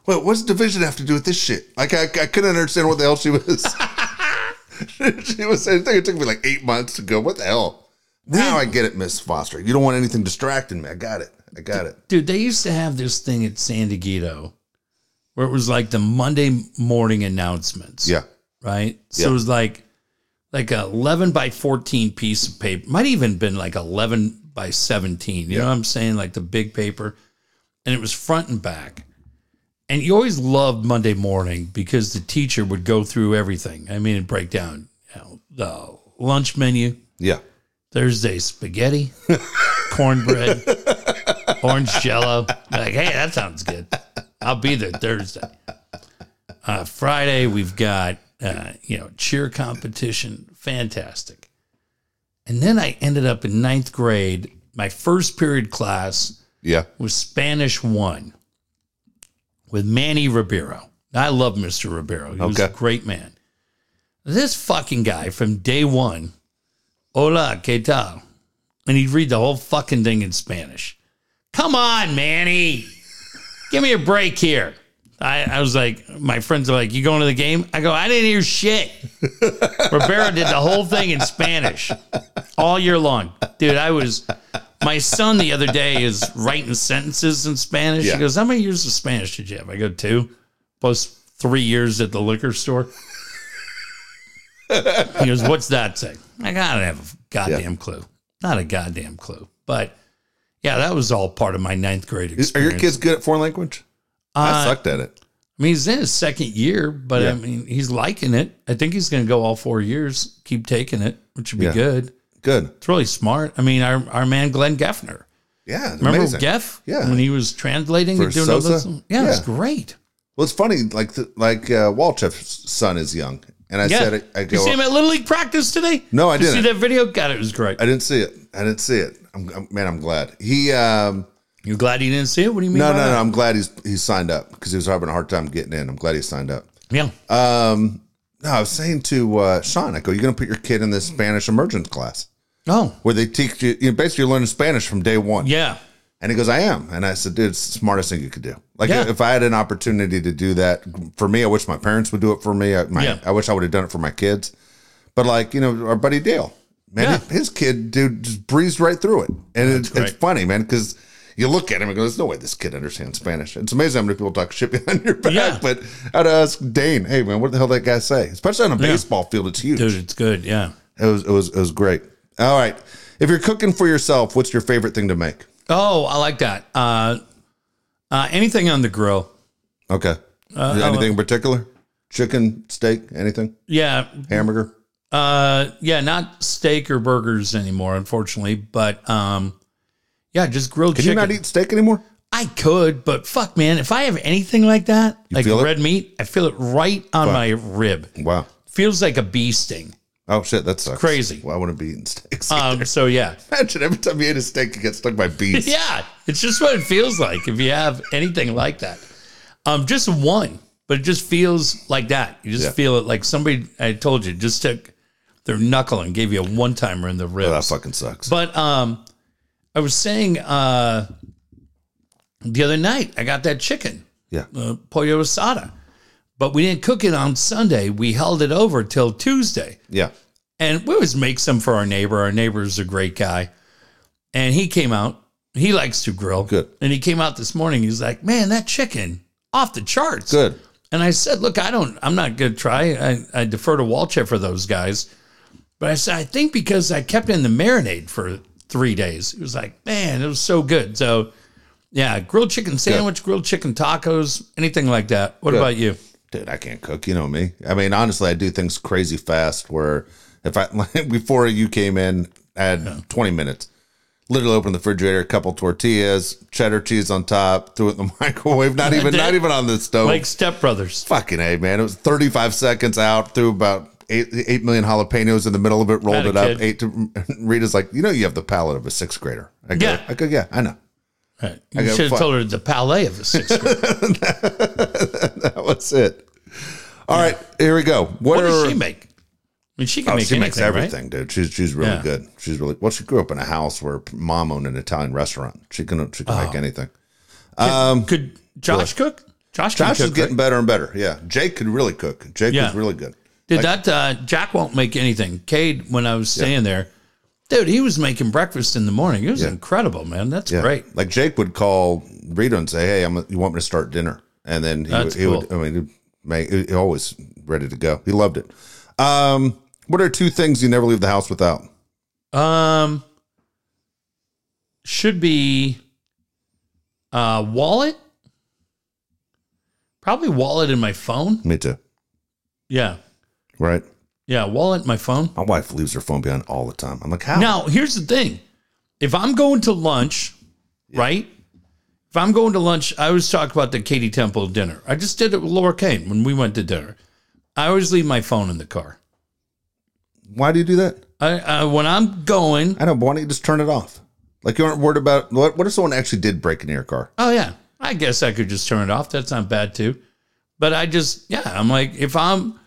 Speaker 1: what? What's division have to do with this shit? Like, I, I couldn't understand what the hell she was. she was saying. I think It took me like eight months to go. What the hell? Now I get it, Miss Foster. You don't want anything distracting me. I got it. I got it.
Speaker 2: Dude, they used to have this thing at San Diego where it was like the Monday morning announcements.
Speaker 1: Yeah.
Speaker 2: Right? So
Speaker 1: Yeah.
Speaker 2: it was like like a eleven by fourteen piece of paper. Might even been like eleven by seventeen. You know what I'm saying? Like the big paper. And it was front and back. And you always loved Monday morning because the teacher would go through everything. I mean, it'd break down you know, the lunch menu,
Speaker 1: Yeah.
Speaker 2: Thursday spaghetti, cornbread, orange jello. Like, hey, that sounds good. I'll be there Thursday. Uh, Friday, we've got, uh, you know, cheer competition. Fantastic. And then I ended up in ninth grade. My first period class
Speaker 1: Yeah.
Speaker 2: was Spanish one with Manny Ribeiro. I love Mr. Ribeiro. He was a
Speaker 1: Okay.
Speaker 2: great man. This fucking guy from day one, hola, ¿qué tal? And he'd read the whole fucking thing in Spanish. Come on, Manny. Give me a break here. I, I was like, my friends are like, you going to the game? I go, I didn't hear shit. Ribeiro did the whole thing in Spanish all year long. Dude, I was my son the other day is writing sentences in Spanish.
Speaker 1: Yeah.
Speaker 2: He goes, How many years of Spanish did you have? I go, two, plus three years at the liquor store. he goes, What's that say? I gotta have a goddamn clue. Not a goddamn clue. But yeah, that was all part of my ninth grade experience. Uh,
Speaker 1: Are your kids good at foreign language? I sucked at it.
Speaker 2: I mean, he's in his second year, but
Speaker 1: Yeah.
Speaker 2: I mean, he's liking it. I think he's going to go all four years, keep taking it, which would be
Speaker 1: Yeah.
Speaker 2: good.
Speaker 1: Good.
Speaker 2: It's really smart. I mean, our, our man Glenn Geffner.
Speaker 1: Yeah. it's
Speaker 2: Remember
Speaker 1: amazing.
Speaker 2: Geff?
Speaker 1: Yeah.
Speaker 2: When he was translating
Speaker 1: For
Speaker 2: and doing all this?
Speaker 1: Sosa?
Speaker 2: Yeah, it's
Speaker 1: Yeah.
Speaker 2: great.
Speaker 1: Well, it's funny. Like the, like uh, Walchef's son is young, and I
Speaker 2: Yeah.
Speaker 1: said I, I
Speaker 2: you
Speaker 1: go.
Speaker 2: see him at Little League practice today?
Speaker 1: No, I
Speaker 2: You
Speaker 1: didn't.
Speaker 2: see that video? God, it was great.
Speaker 1: I didn't see it. I didn't see it. I'm, I'm- man, I'm glad he. Um,
Speaker 2: You're glad you didn't see it? What do you mean?
Speaker 1: no,
Speaker 2: by
Speaker 1: no,
Speaker 2: that?
Speaker 1: no. I'm glad he's he's signed up because he was having a hard time getting in. I'm glad he signed up.
Speaker 2: Yeah.
Speaker 1: Uh, No, I was saying to uh, Sean, I go, you're going to put your kid in this Spanish immersion class
Speaker 2: oh,
Speaker 1: where they teach you, you know, basically you're learning Spanish from day one.
Speaker 2: yeah.
Speaker 1: And he goes, I am. And I said, dude, it's the smartest thing you could do. Like,
Speaker 2: Yeah.
Speaker 1: if I had an opportunity to do that for me, I wish my parents would do it for me. I, my,
Speaker 2: Yeah.
Speaker 1: I wish I would have done it for my kids. But, like, you know, our buddy Dale, man,
Speaker 2: Yeah.
Speaker 1: his kid, dude, just breezed right through it. And it, it's
Speaker 2: great.
Speaker 1: funny, man, because You look at him and go, "There's no way this kid understands Spanish." It's amazing how many people talk shit behind your back,
Speaker 2: Yeah.
Speaker 1: but how to ask Dane, "Hey man, what the hell did that guy say?" Especially on a baseball field, it's huge.
Speaker 2: Dude, it's good. Yeah.
Speaker 1: It was it was it was great. All right, if you're cooking for yourself, what's your favorite thing to make?
Speaker 2: Oh, I like that. Uh, uh, anything on the grill. Uh,
Speaker 1: Okay, anything in particular? Chicken, steak, anything?
Speaker 2: Yeah.
Speaker 1: Hamburger?
Speaker 2: Uh, yeah. Not steak or burgers anymore, unfortunately. But um, yeah, just grilled
Speaker 1: Can
Speaker 2: chicken.
Speaker 1: you not eat steak anymore?
Speaker 2: I could, but fuck, man. If I have anything like that, like
Speaker 1: feel it?
Speaker 2: red meat, I feel it right on my rib.
Speaker 1: Wow.
Speaker 2: Feels like a bee sting.
Speaker 1: Oh shit, that sucks.
Speaker 2: crazy.
Speaker 1: Why wouldn't be eating steaks?
Speaker 2: Um, so yeah.
Speaker 1: Imagine every time you ate a steak, you get stuck by bees.
Speaker 2: Yeah, it's just what it feels like if you have anything like that. Um, just one, but it just feels like that. You just
Speaker 1: Yeah.
Speaker 2: feel it like somebody I told you just took their knuckle and gave you a one timer in the ribs.
Speaker 1: Oh, That fucking sucks.
Speaker 2: But um, I was saying uh, the other night I got that chicken
Speaker 1: yeah.
Speaker 2: uh, pollo asada, but we didn't cook it on Sunday. We held it over till Tuesday
Speaker 1: Yeah.
Speaker 2: and we always make some for our neighbor. Our neighbor's a great guy, and he came out. He likes to grill.
Speaker 1: Good.
Speaker 2: And he came out this morning. He's like, "Man, that chicken off the charts."
Speaker 1: Good.
Speaker 2: And I said, "Look, I don't. I'm not going to try. I, I defer to Walchef for those guys." But I said, "I think because I kept it in the marinade for three days, it was like, man, it was so good." So, yeah, grilled chicken sandwich, grilled chicken tacos, anything like that. What about you?
Speaker 1: Dude, I can't cook. You know me. I mean, honestly, I do things crazy fast where if I, like, before you came in, I had 20 minutes. Literally opened the refrigerator, a couple tortillas, cheddar cheese on top, threw it in the microwave. Not even, not even on the stove.
Speaker 2: Like stepbrothers.
Speaker 1: Fucking a man, it was 35 seconds out. Threw about eight eight million jalapenos in the middle of it. Rolled
Speaker 2: Atta
Speaker 1: it up.
Speaker 2: kid.
Speaker 1: Ate. To, Rita's like, you know, you have the palate of a sixth grader. I go,
Speaker 2: Yeah.
Speaker 1: I go, yeah, I know.
Speaker 2: Right.
Speaker 1: I
Speaker 2: You
Speaker 1: got
Speaker 2: should have
Speaker 1: fucked.
Speaker 2: told her the palais of the sixth grade.
Speaker 1: That was it. All right, here we go. What,
Speaker 2: What
Speaker 1: are
Speaker 2: does she make? I mean, she can
Speaker 1: Oh,
Speaker 2: make
Speaker 1: she
Speaker 2: anything,
Speaker 1: makes everything, dude. She's she's really
Speaker 2: Yeah.
Speaker 1: good. She's really well. She grew up in a house where mom owned an Italian restaurant. She can she can
Speaker 2: Oh.
Speaker 1: make anything.
Speaker 2: Right? Could Josh cook? Josh, can
Speaker 1: Josh
Speaker 2: cook.
Speaker 1: is getting
Speaker 2: right?
Speaker 1: better and better. Yeah, Jake could really cook. Jake
Speaker 2: Yeah.
Speaker 1: is really good.
Speaker 2: Dude, that uh, Jack won't make anything. Cade, when I was staying there, dude, he was making breakfast in the morning. It was incredible, man. That's
Speaker 1: Yeah.
Speaker 2: great.
Speaker 1: Like Jake would call Rita and say, "Hey, I'm you want me to start dinner?" And then he, would,
Speaker 2: That's
Speaker 1: he would. I mean, he'd make he he always ready to go. He loved it. Um, what are two things you never leave the house without?
Speaker 2: Um, should be uh, wallet. Probably wallet and my phone.
Speaker 1: Me too.
Speaker 2: Yeah,
Speaker 1: Right.
Speaker 2: yeah, wallet, and my phone.
Speaker 1: My wife leaves her phone behind all the time. I'm like, how?
Speaker 2: Now, here's the thing. If I'm going to lunch, right? If I'm going to lunch, I always talk about the Katie Temple dinner. I just did it with Laura Kane when we went to dinner. I always leave my phone in the car.
Speaker 1: Why do you do that?
Speaker 2: I, I when I'm going,
Speaker 1: I don't. But why don't you just turn it off? Like you aren't worried about what? What if someone actually did break into your car?
Speaker 2: oh yeah, I guess I could just turn it off. That's not bad too. But I just yeah, I'm like if I'm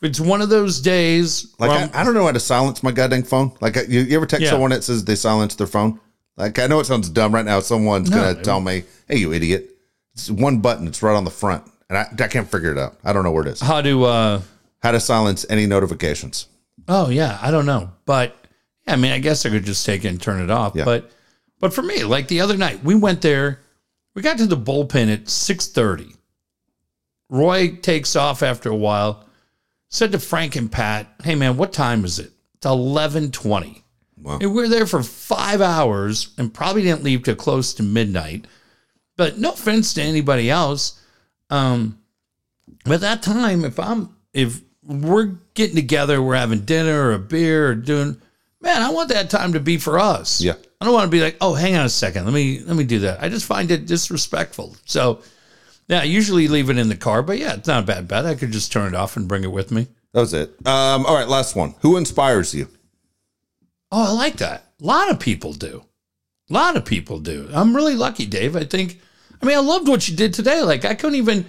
Speaker 2: if it's one of those days
Speaker 1: Like
Speaker 2: where I'm-
Speaker 1: I, I don't know how to silence my goddamn phone. Like you, you ever text
Speaker 2: Yeah.
Speaker 1: someone that says they silence their phone? Like I know it sounds dumb right now. Someone's gonna tell me, "Hey, you idiot!" It's one button. It's right on the front, and I, I can't figure it out. I don't know where it is.
Speaker 2: how to uh
Speaker 1: How to silence any notifications?
Speaker 2: Oh yeah, I don't know, but yeah, I mean, I guess I could just take it and turn it off. But but for me, like the other night, we went there. We got to the bullpen at six thirty. Roy takes off after a while. Said to Frank and Pat, "Hey man, what time is it? It's eleven twenty.
Speaker 1: Wow.
Speaker 2: And we were there for five hours and probably didn't leave till close to midnight. But no offense to anybody else, um, but at that time, if I'm if we're getting together, we're having dinner or a beer or doing, man, I want that time to be for us.
Speaker 1: Yeah.
Speaker 2: I don't want to be like, oh, hang on a second, let me let me do that. I just find it disrespectful. So, yeah, I usually leave it in the car, but yeah, it's not a bad bet. I could just turn it off and bring it with me.
Speaker 1: That was it. Um, all right, last one. Who inspires you?
Speaker 2: Oh, I like that. A lot of people do. A lot of people do. I'm really lucky, Dave. I think, I mean, I loved what you did today. Like, I couldn't even,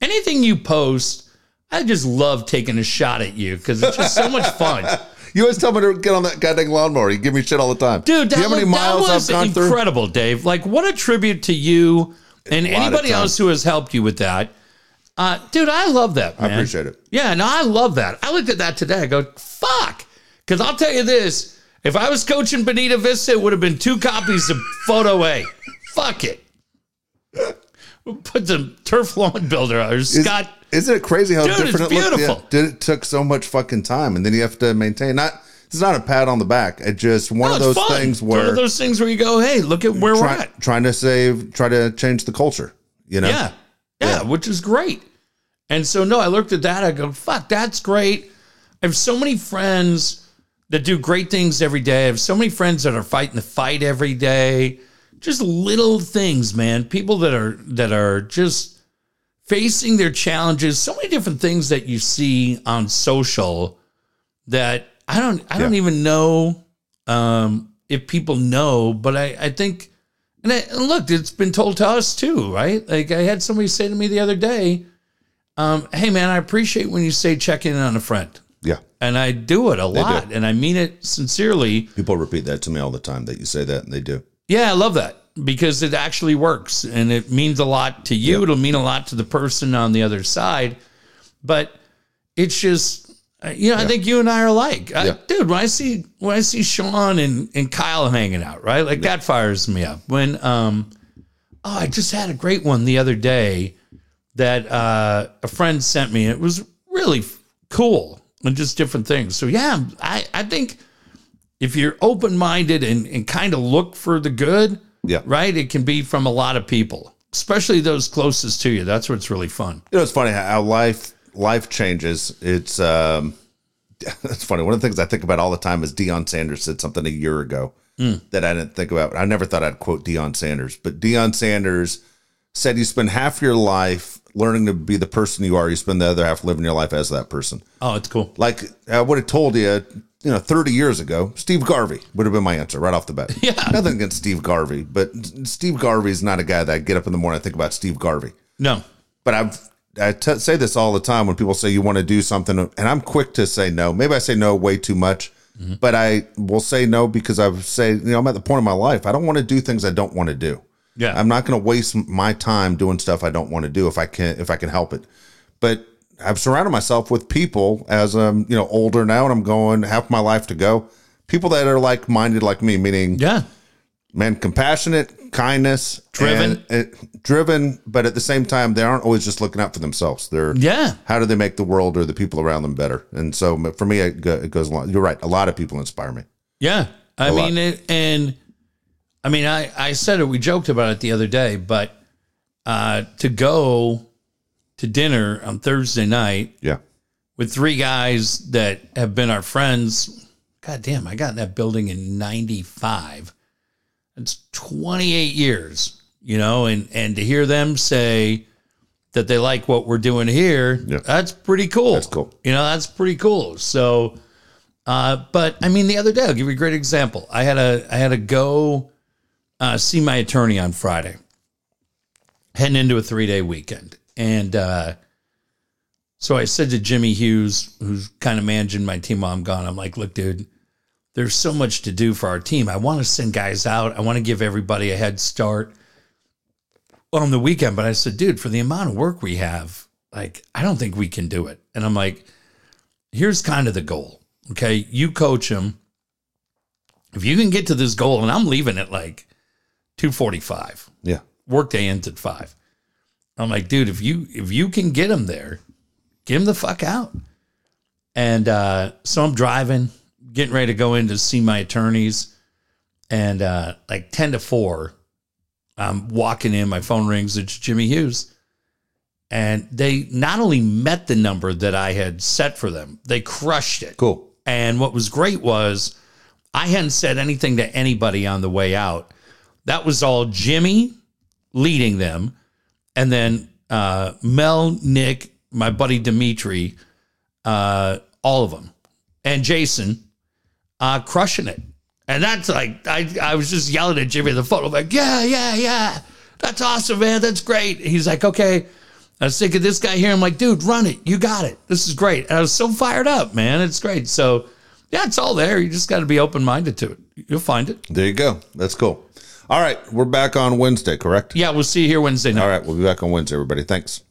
Speaker 2: anything you post, I just love taking a shot at you because it's just so much fun.
Speaker 1: You always tell me to get on that goddamn lawnmower. You give me shit all the time,
Speaker 2: Dude,
Speaker 1: Do
Speaker 2: that,
Speaker 1: you have any
Speaker 2: was- that
Speaker 1: miles I've
Speaker 2: was
Speaker 1: gone through?
Speaker 2: incredible, Dave. Like, what a tribute to you and
Speaker 1: of
Speaker 2: anybody
Speaker 1: time.
Speaker 2: else who has helped you with that. Uh, dude, I love that.
Speaker 1: I
Speaker 2: man.
Speaker 1: appreciate it.
Speaker 2: Yeah, no, I love that. I looked at that today. I go, fuck. Because I'll tell you this if I was coaching Benita Vista, it would have been two copies of Photo A. Fuck it. We'll put some turf lawn builder on.
Speaker 1: Is-
Speaker 2: Scott,
Speaker 1: Isn't it crazy how
Speaker 2: Dude, it's
Speaker 1: different it looked?
Speaker 2: beautiful.
Speaker 1: did it took so much fucking time, and then you have to maintain. Not it's not a pat on the back. It just one of
Speaker 2: no, it's
Speaker 1: those
Speaker 2: fun.
Speaker 1: things
Speaker 2: It's one
Speaker 1: where
Speaker 2: of those things where you go, hey, look at where we're
Speaker 1: try,
Speaker 2: at.
Speaker 1: trying to save, try to change the culture. You know,
Speaker 2: Yeah. yeah. which is great. And so no, I looked at that, I go, fuck, that's great. I have so many friends that do great things every day. I have so many friends that are fighting the fight every day. Just little things, man. People that are that are just facing their challenges. So many different things that you see on social that I don't I don't
Speaker 1: Yeah.
Speaker 2: even know um if people know, but I, I think and, I, and look, it's been told to us too, right? Like I had somebody say to me the other day, um, "Hey, man, I appreciate when you say check in on a friend,"
Speaker 1: yeah.
Speaker 2: and I do it a lot, and I mean it sincerely.
Speaker 1: People repeat that to me all the time that you say that, and they do.
Speaker 2: Yeah, I love that because it actually works and it means a lot to you. It'll mean a lot to the person on the other side. But it's just, uh, you know, I think you and I are alike, I,
Speaker 1: Yeah.
Speaker 2: dude. When I see when I see Sean and, and Kyle hanging out, right? Like that fires me up. When um, oh, I just had a great one the other day that uh, a friend sent me. It was really f- cool and just different things. So yeah, I I think if you're open minded and, and kind of look for the good,
Speaker 1: Yeah.
Speaker 2: right, it can be from a lot of people, especially those closest to you. That's what's really fun.
Speaker 1: You know, it's funny how- how life life changes. It's um, it's funny. One of the things I think about all the time is Deion Sanders said something a year ago that I didn't think about. I never thought I'd quote Deion Sanders, but Deion Sanders said you spend half your life learning to be the person you are. You spend the other half living your life as that person.
Speaker 2: Oh, it's cool.
Speaker 1: Like uh, I would have told you, you know, 30 years ago, Steve Garvey would have been my answer right off the bat.
Speaker 2: Yeah.
Speaker 1: Nothing against Steve Garvey, but Steve Garvey is not a guy that I get up in the morning and think about Steve Garvey
Speaker 2: No.
Speaker 1: but I've I t- say this all the time when people say you want to do something, and I'm quick to say no. Maybe I say no way too much, but I will say no because I say you know I'm at the point of my life I don't want to do things I don't want to do.
Speaker 2: Yeah.
Speaker 1: I'm not going to waste my time doing stuff I don't want to do if I can if I can help it. But I've surrounded myself with people as I'm you know older now, and I'm going half my life to go. People that are like minded like me, meaning
Speaker 2: yeah.
Speaker 1: man, compassionate, kindness,
Speaker 2: Driven.
Speaker 1: and, uh, driven, but at the same time, they aren't always just looking out for themselves. They're
Speaker 2: Yeah.
Speaker 1: How do they make the world or the people around them better? And so m- for me, it, go, it goes along. You're right. A lot of people inspire me.
Speaker 2: Yeah. I
Speaker 1: lot.
Speaker 2: mean, it, and I mean, I, I said it, we joked about it the other day, but uh, to go to dinner on Thursday night
Speaker 1: Yeah.
Speaker 2: with three guys that have been our friends. God damn, I got in that building in 95. That's 28 years, you know, and, and to hear them say that they like what we're doing here,
Speaker 1: Yeah.
Speaker 2: that's pretty cool.
Speaker 1: That's cool.
Speaker 2: You know, that's pretty cool. So, uh, but I mean, the other day, I'll give you a great example. I had a, I had to go uh, see my attorney on Friday, heading into a three day weekend. And, uh, so I said to Jimmy Hughes, who's kind of managing my team while I'm gone, I'm like, look, dude, there's so much to do for our team. I want to send guys out. I want to give everybody a head start on the weekend. But I said, dude, for the amount of work we have, like, I don't think we can do it. And I'm like, here's kind of the goal. Okay. You coach them. If you can get to this goal, and I'm leaving at like 245
Speaker 1: Yeah.
Speaker 2: workday ends at five. I'm like, dude, if you if you can get him there, get him the fuck out. And uh, so I'm driving, getting ready to go in to see my attorneys, and uh, like ten to four, I'm walking in. My phone rings. It's Jimmy Hughes, and they not only met the number that I had set for them, they crushed it.
Speaker 1: Cool.
Speaker 2: And what was great was I hadn't said anything to anybody on the way out. That was all Jimmy leading them. And then uh, Mel, Nick, my buddy Dimitri, uh, all of them, and Jason uh, crushing it. And that's like, I, I was just yelling at Jimmy on the phone. I'm like, yeah, yeah, yeah. That's awesome, man. That's great. He's like, okay. I was thinking this guy here. I'm like, dude, run it. You got it. This is great. And I was so fired up, man. It's great. So, yeah, it's all there. You just got to be open minded to it. You'll find it.
Speaker 1: There you go. That's cool. All right. We're back on Wednesday, correct?
Speaker 2: Yeah, we'll see you here Wednesday night.
Speaker 1: All right. We'll be back on Wednesday, everybody. Thanks.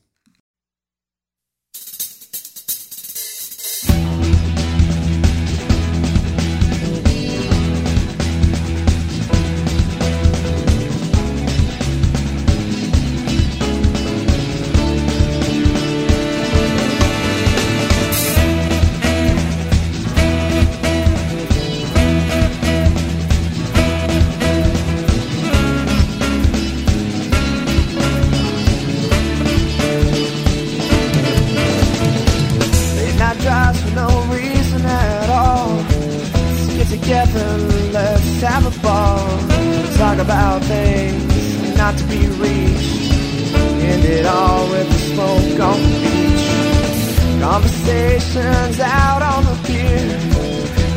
Speaker 3: Chevron, let's have a ball. Talk about things not to be reached. End it all with a smoke on the beach. Conversations out on the pier.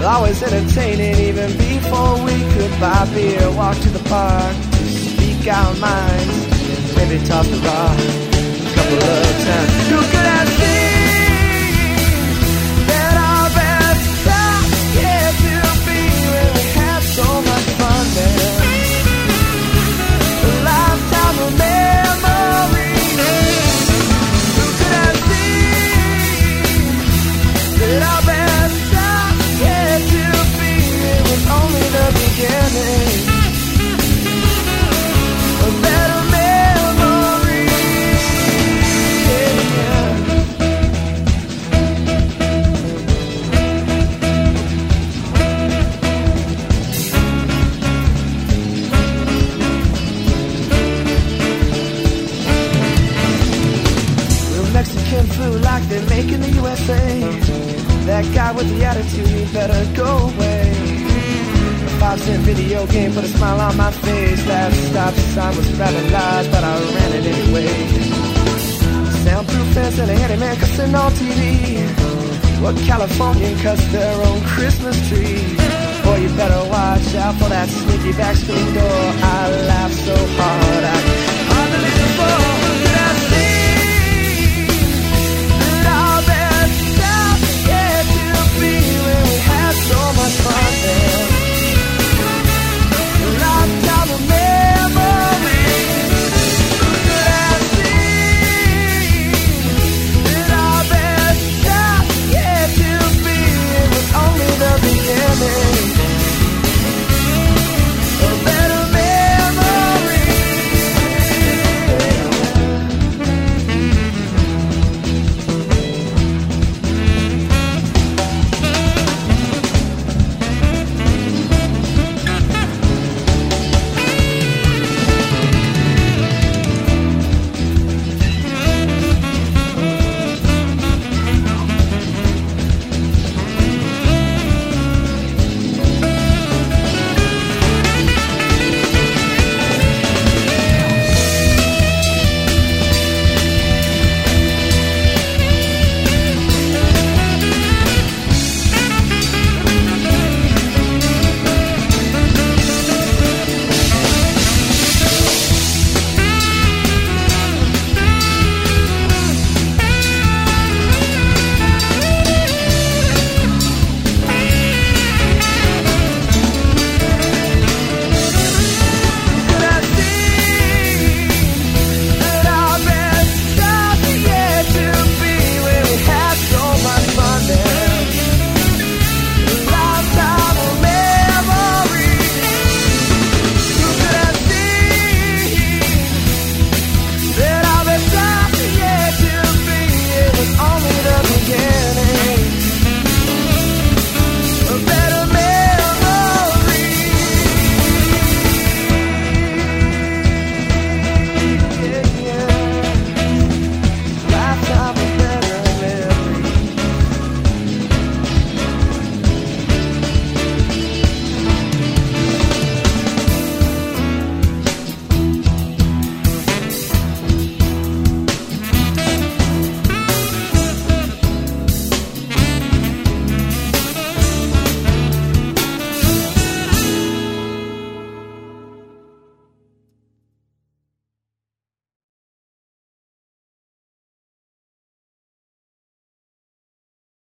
Speaker 3: Always entertaining even before we could buy beer. Walk to the park, speak our minds, and maybe toss the rock a couple of times. You could have seen that our best stuff yet to be when we had so much fun then. A lifetime of memories. Who could have seen that our best stuff yet to be? It was only the beginning. A better memory. Yeah. Real Mexican food like they make in the USA. That guy with the attitude, he better go away. A five cent video game put a smile on my face. That stop sign was rather large, but I ran it anyway. Soundproof fence and a handyman cussing on TV. What Californian cuts their own Christmas tree? Boy, you better watch out for that sneaky back screen door. I laughed so hard I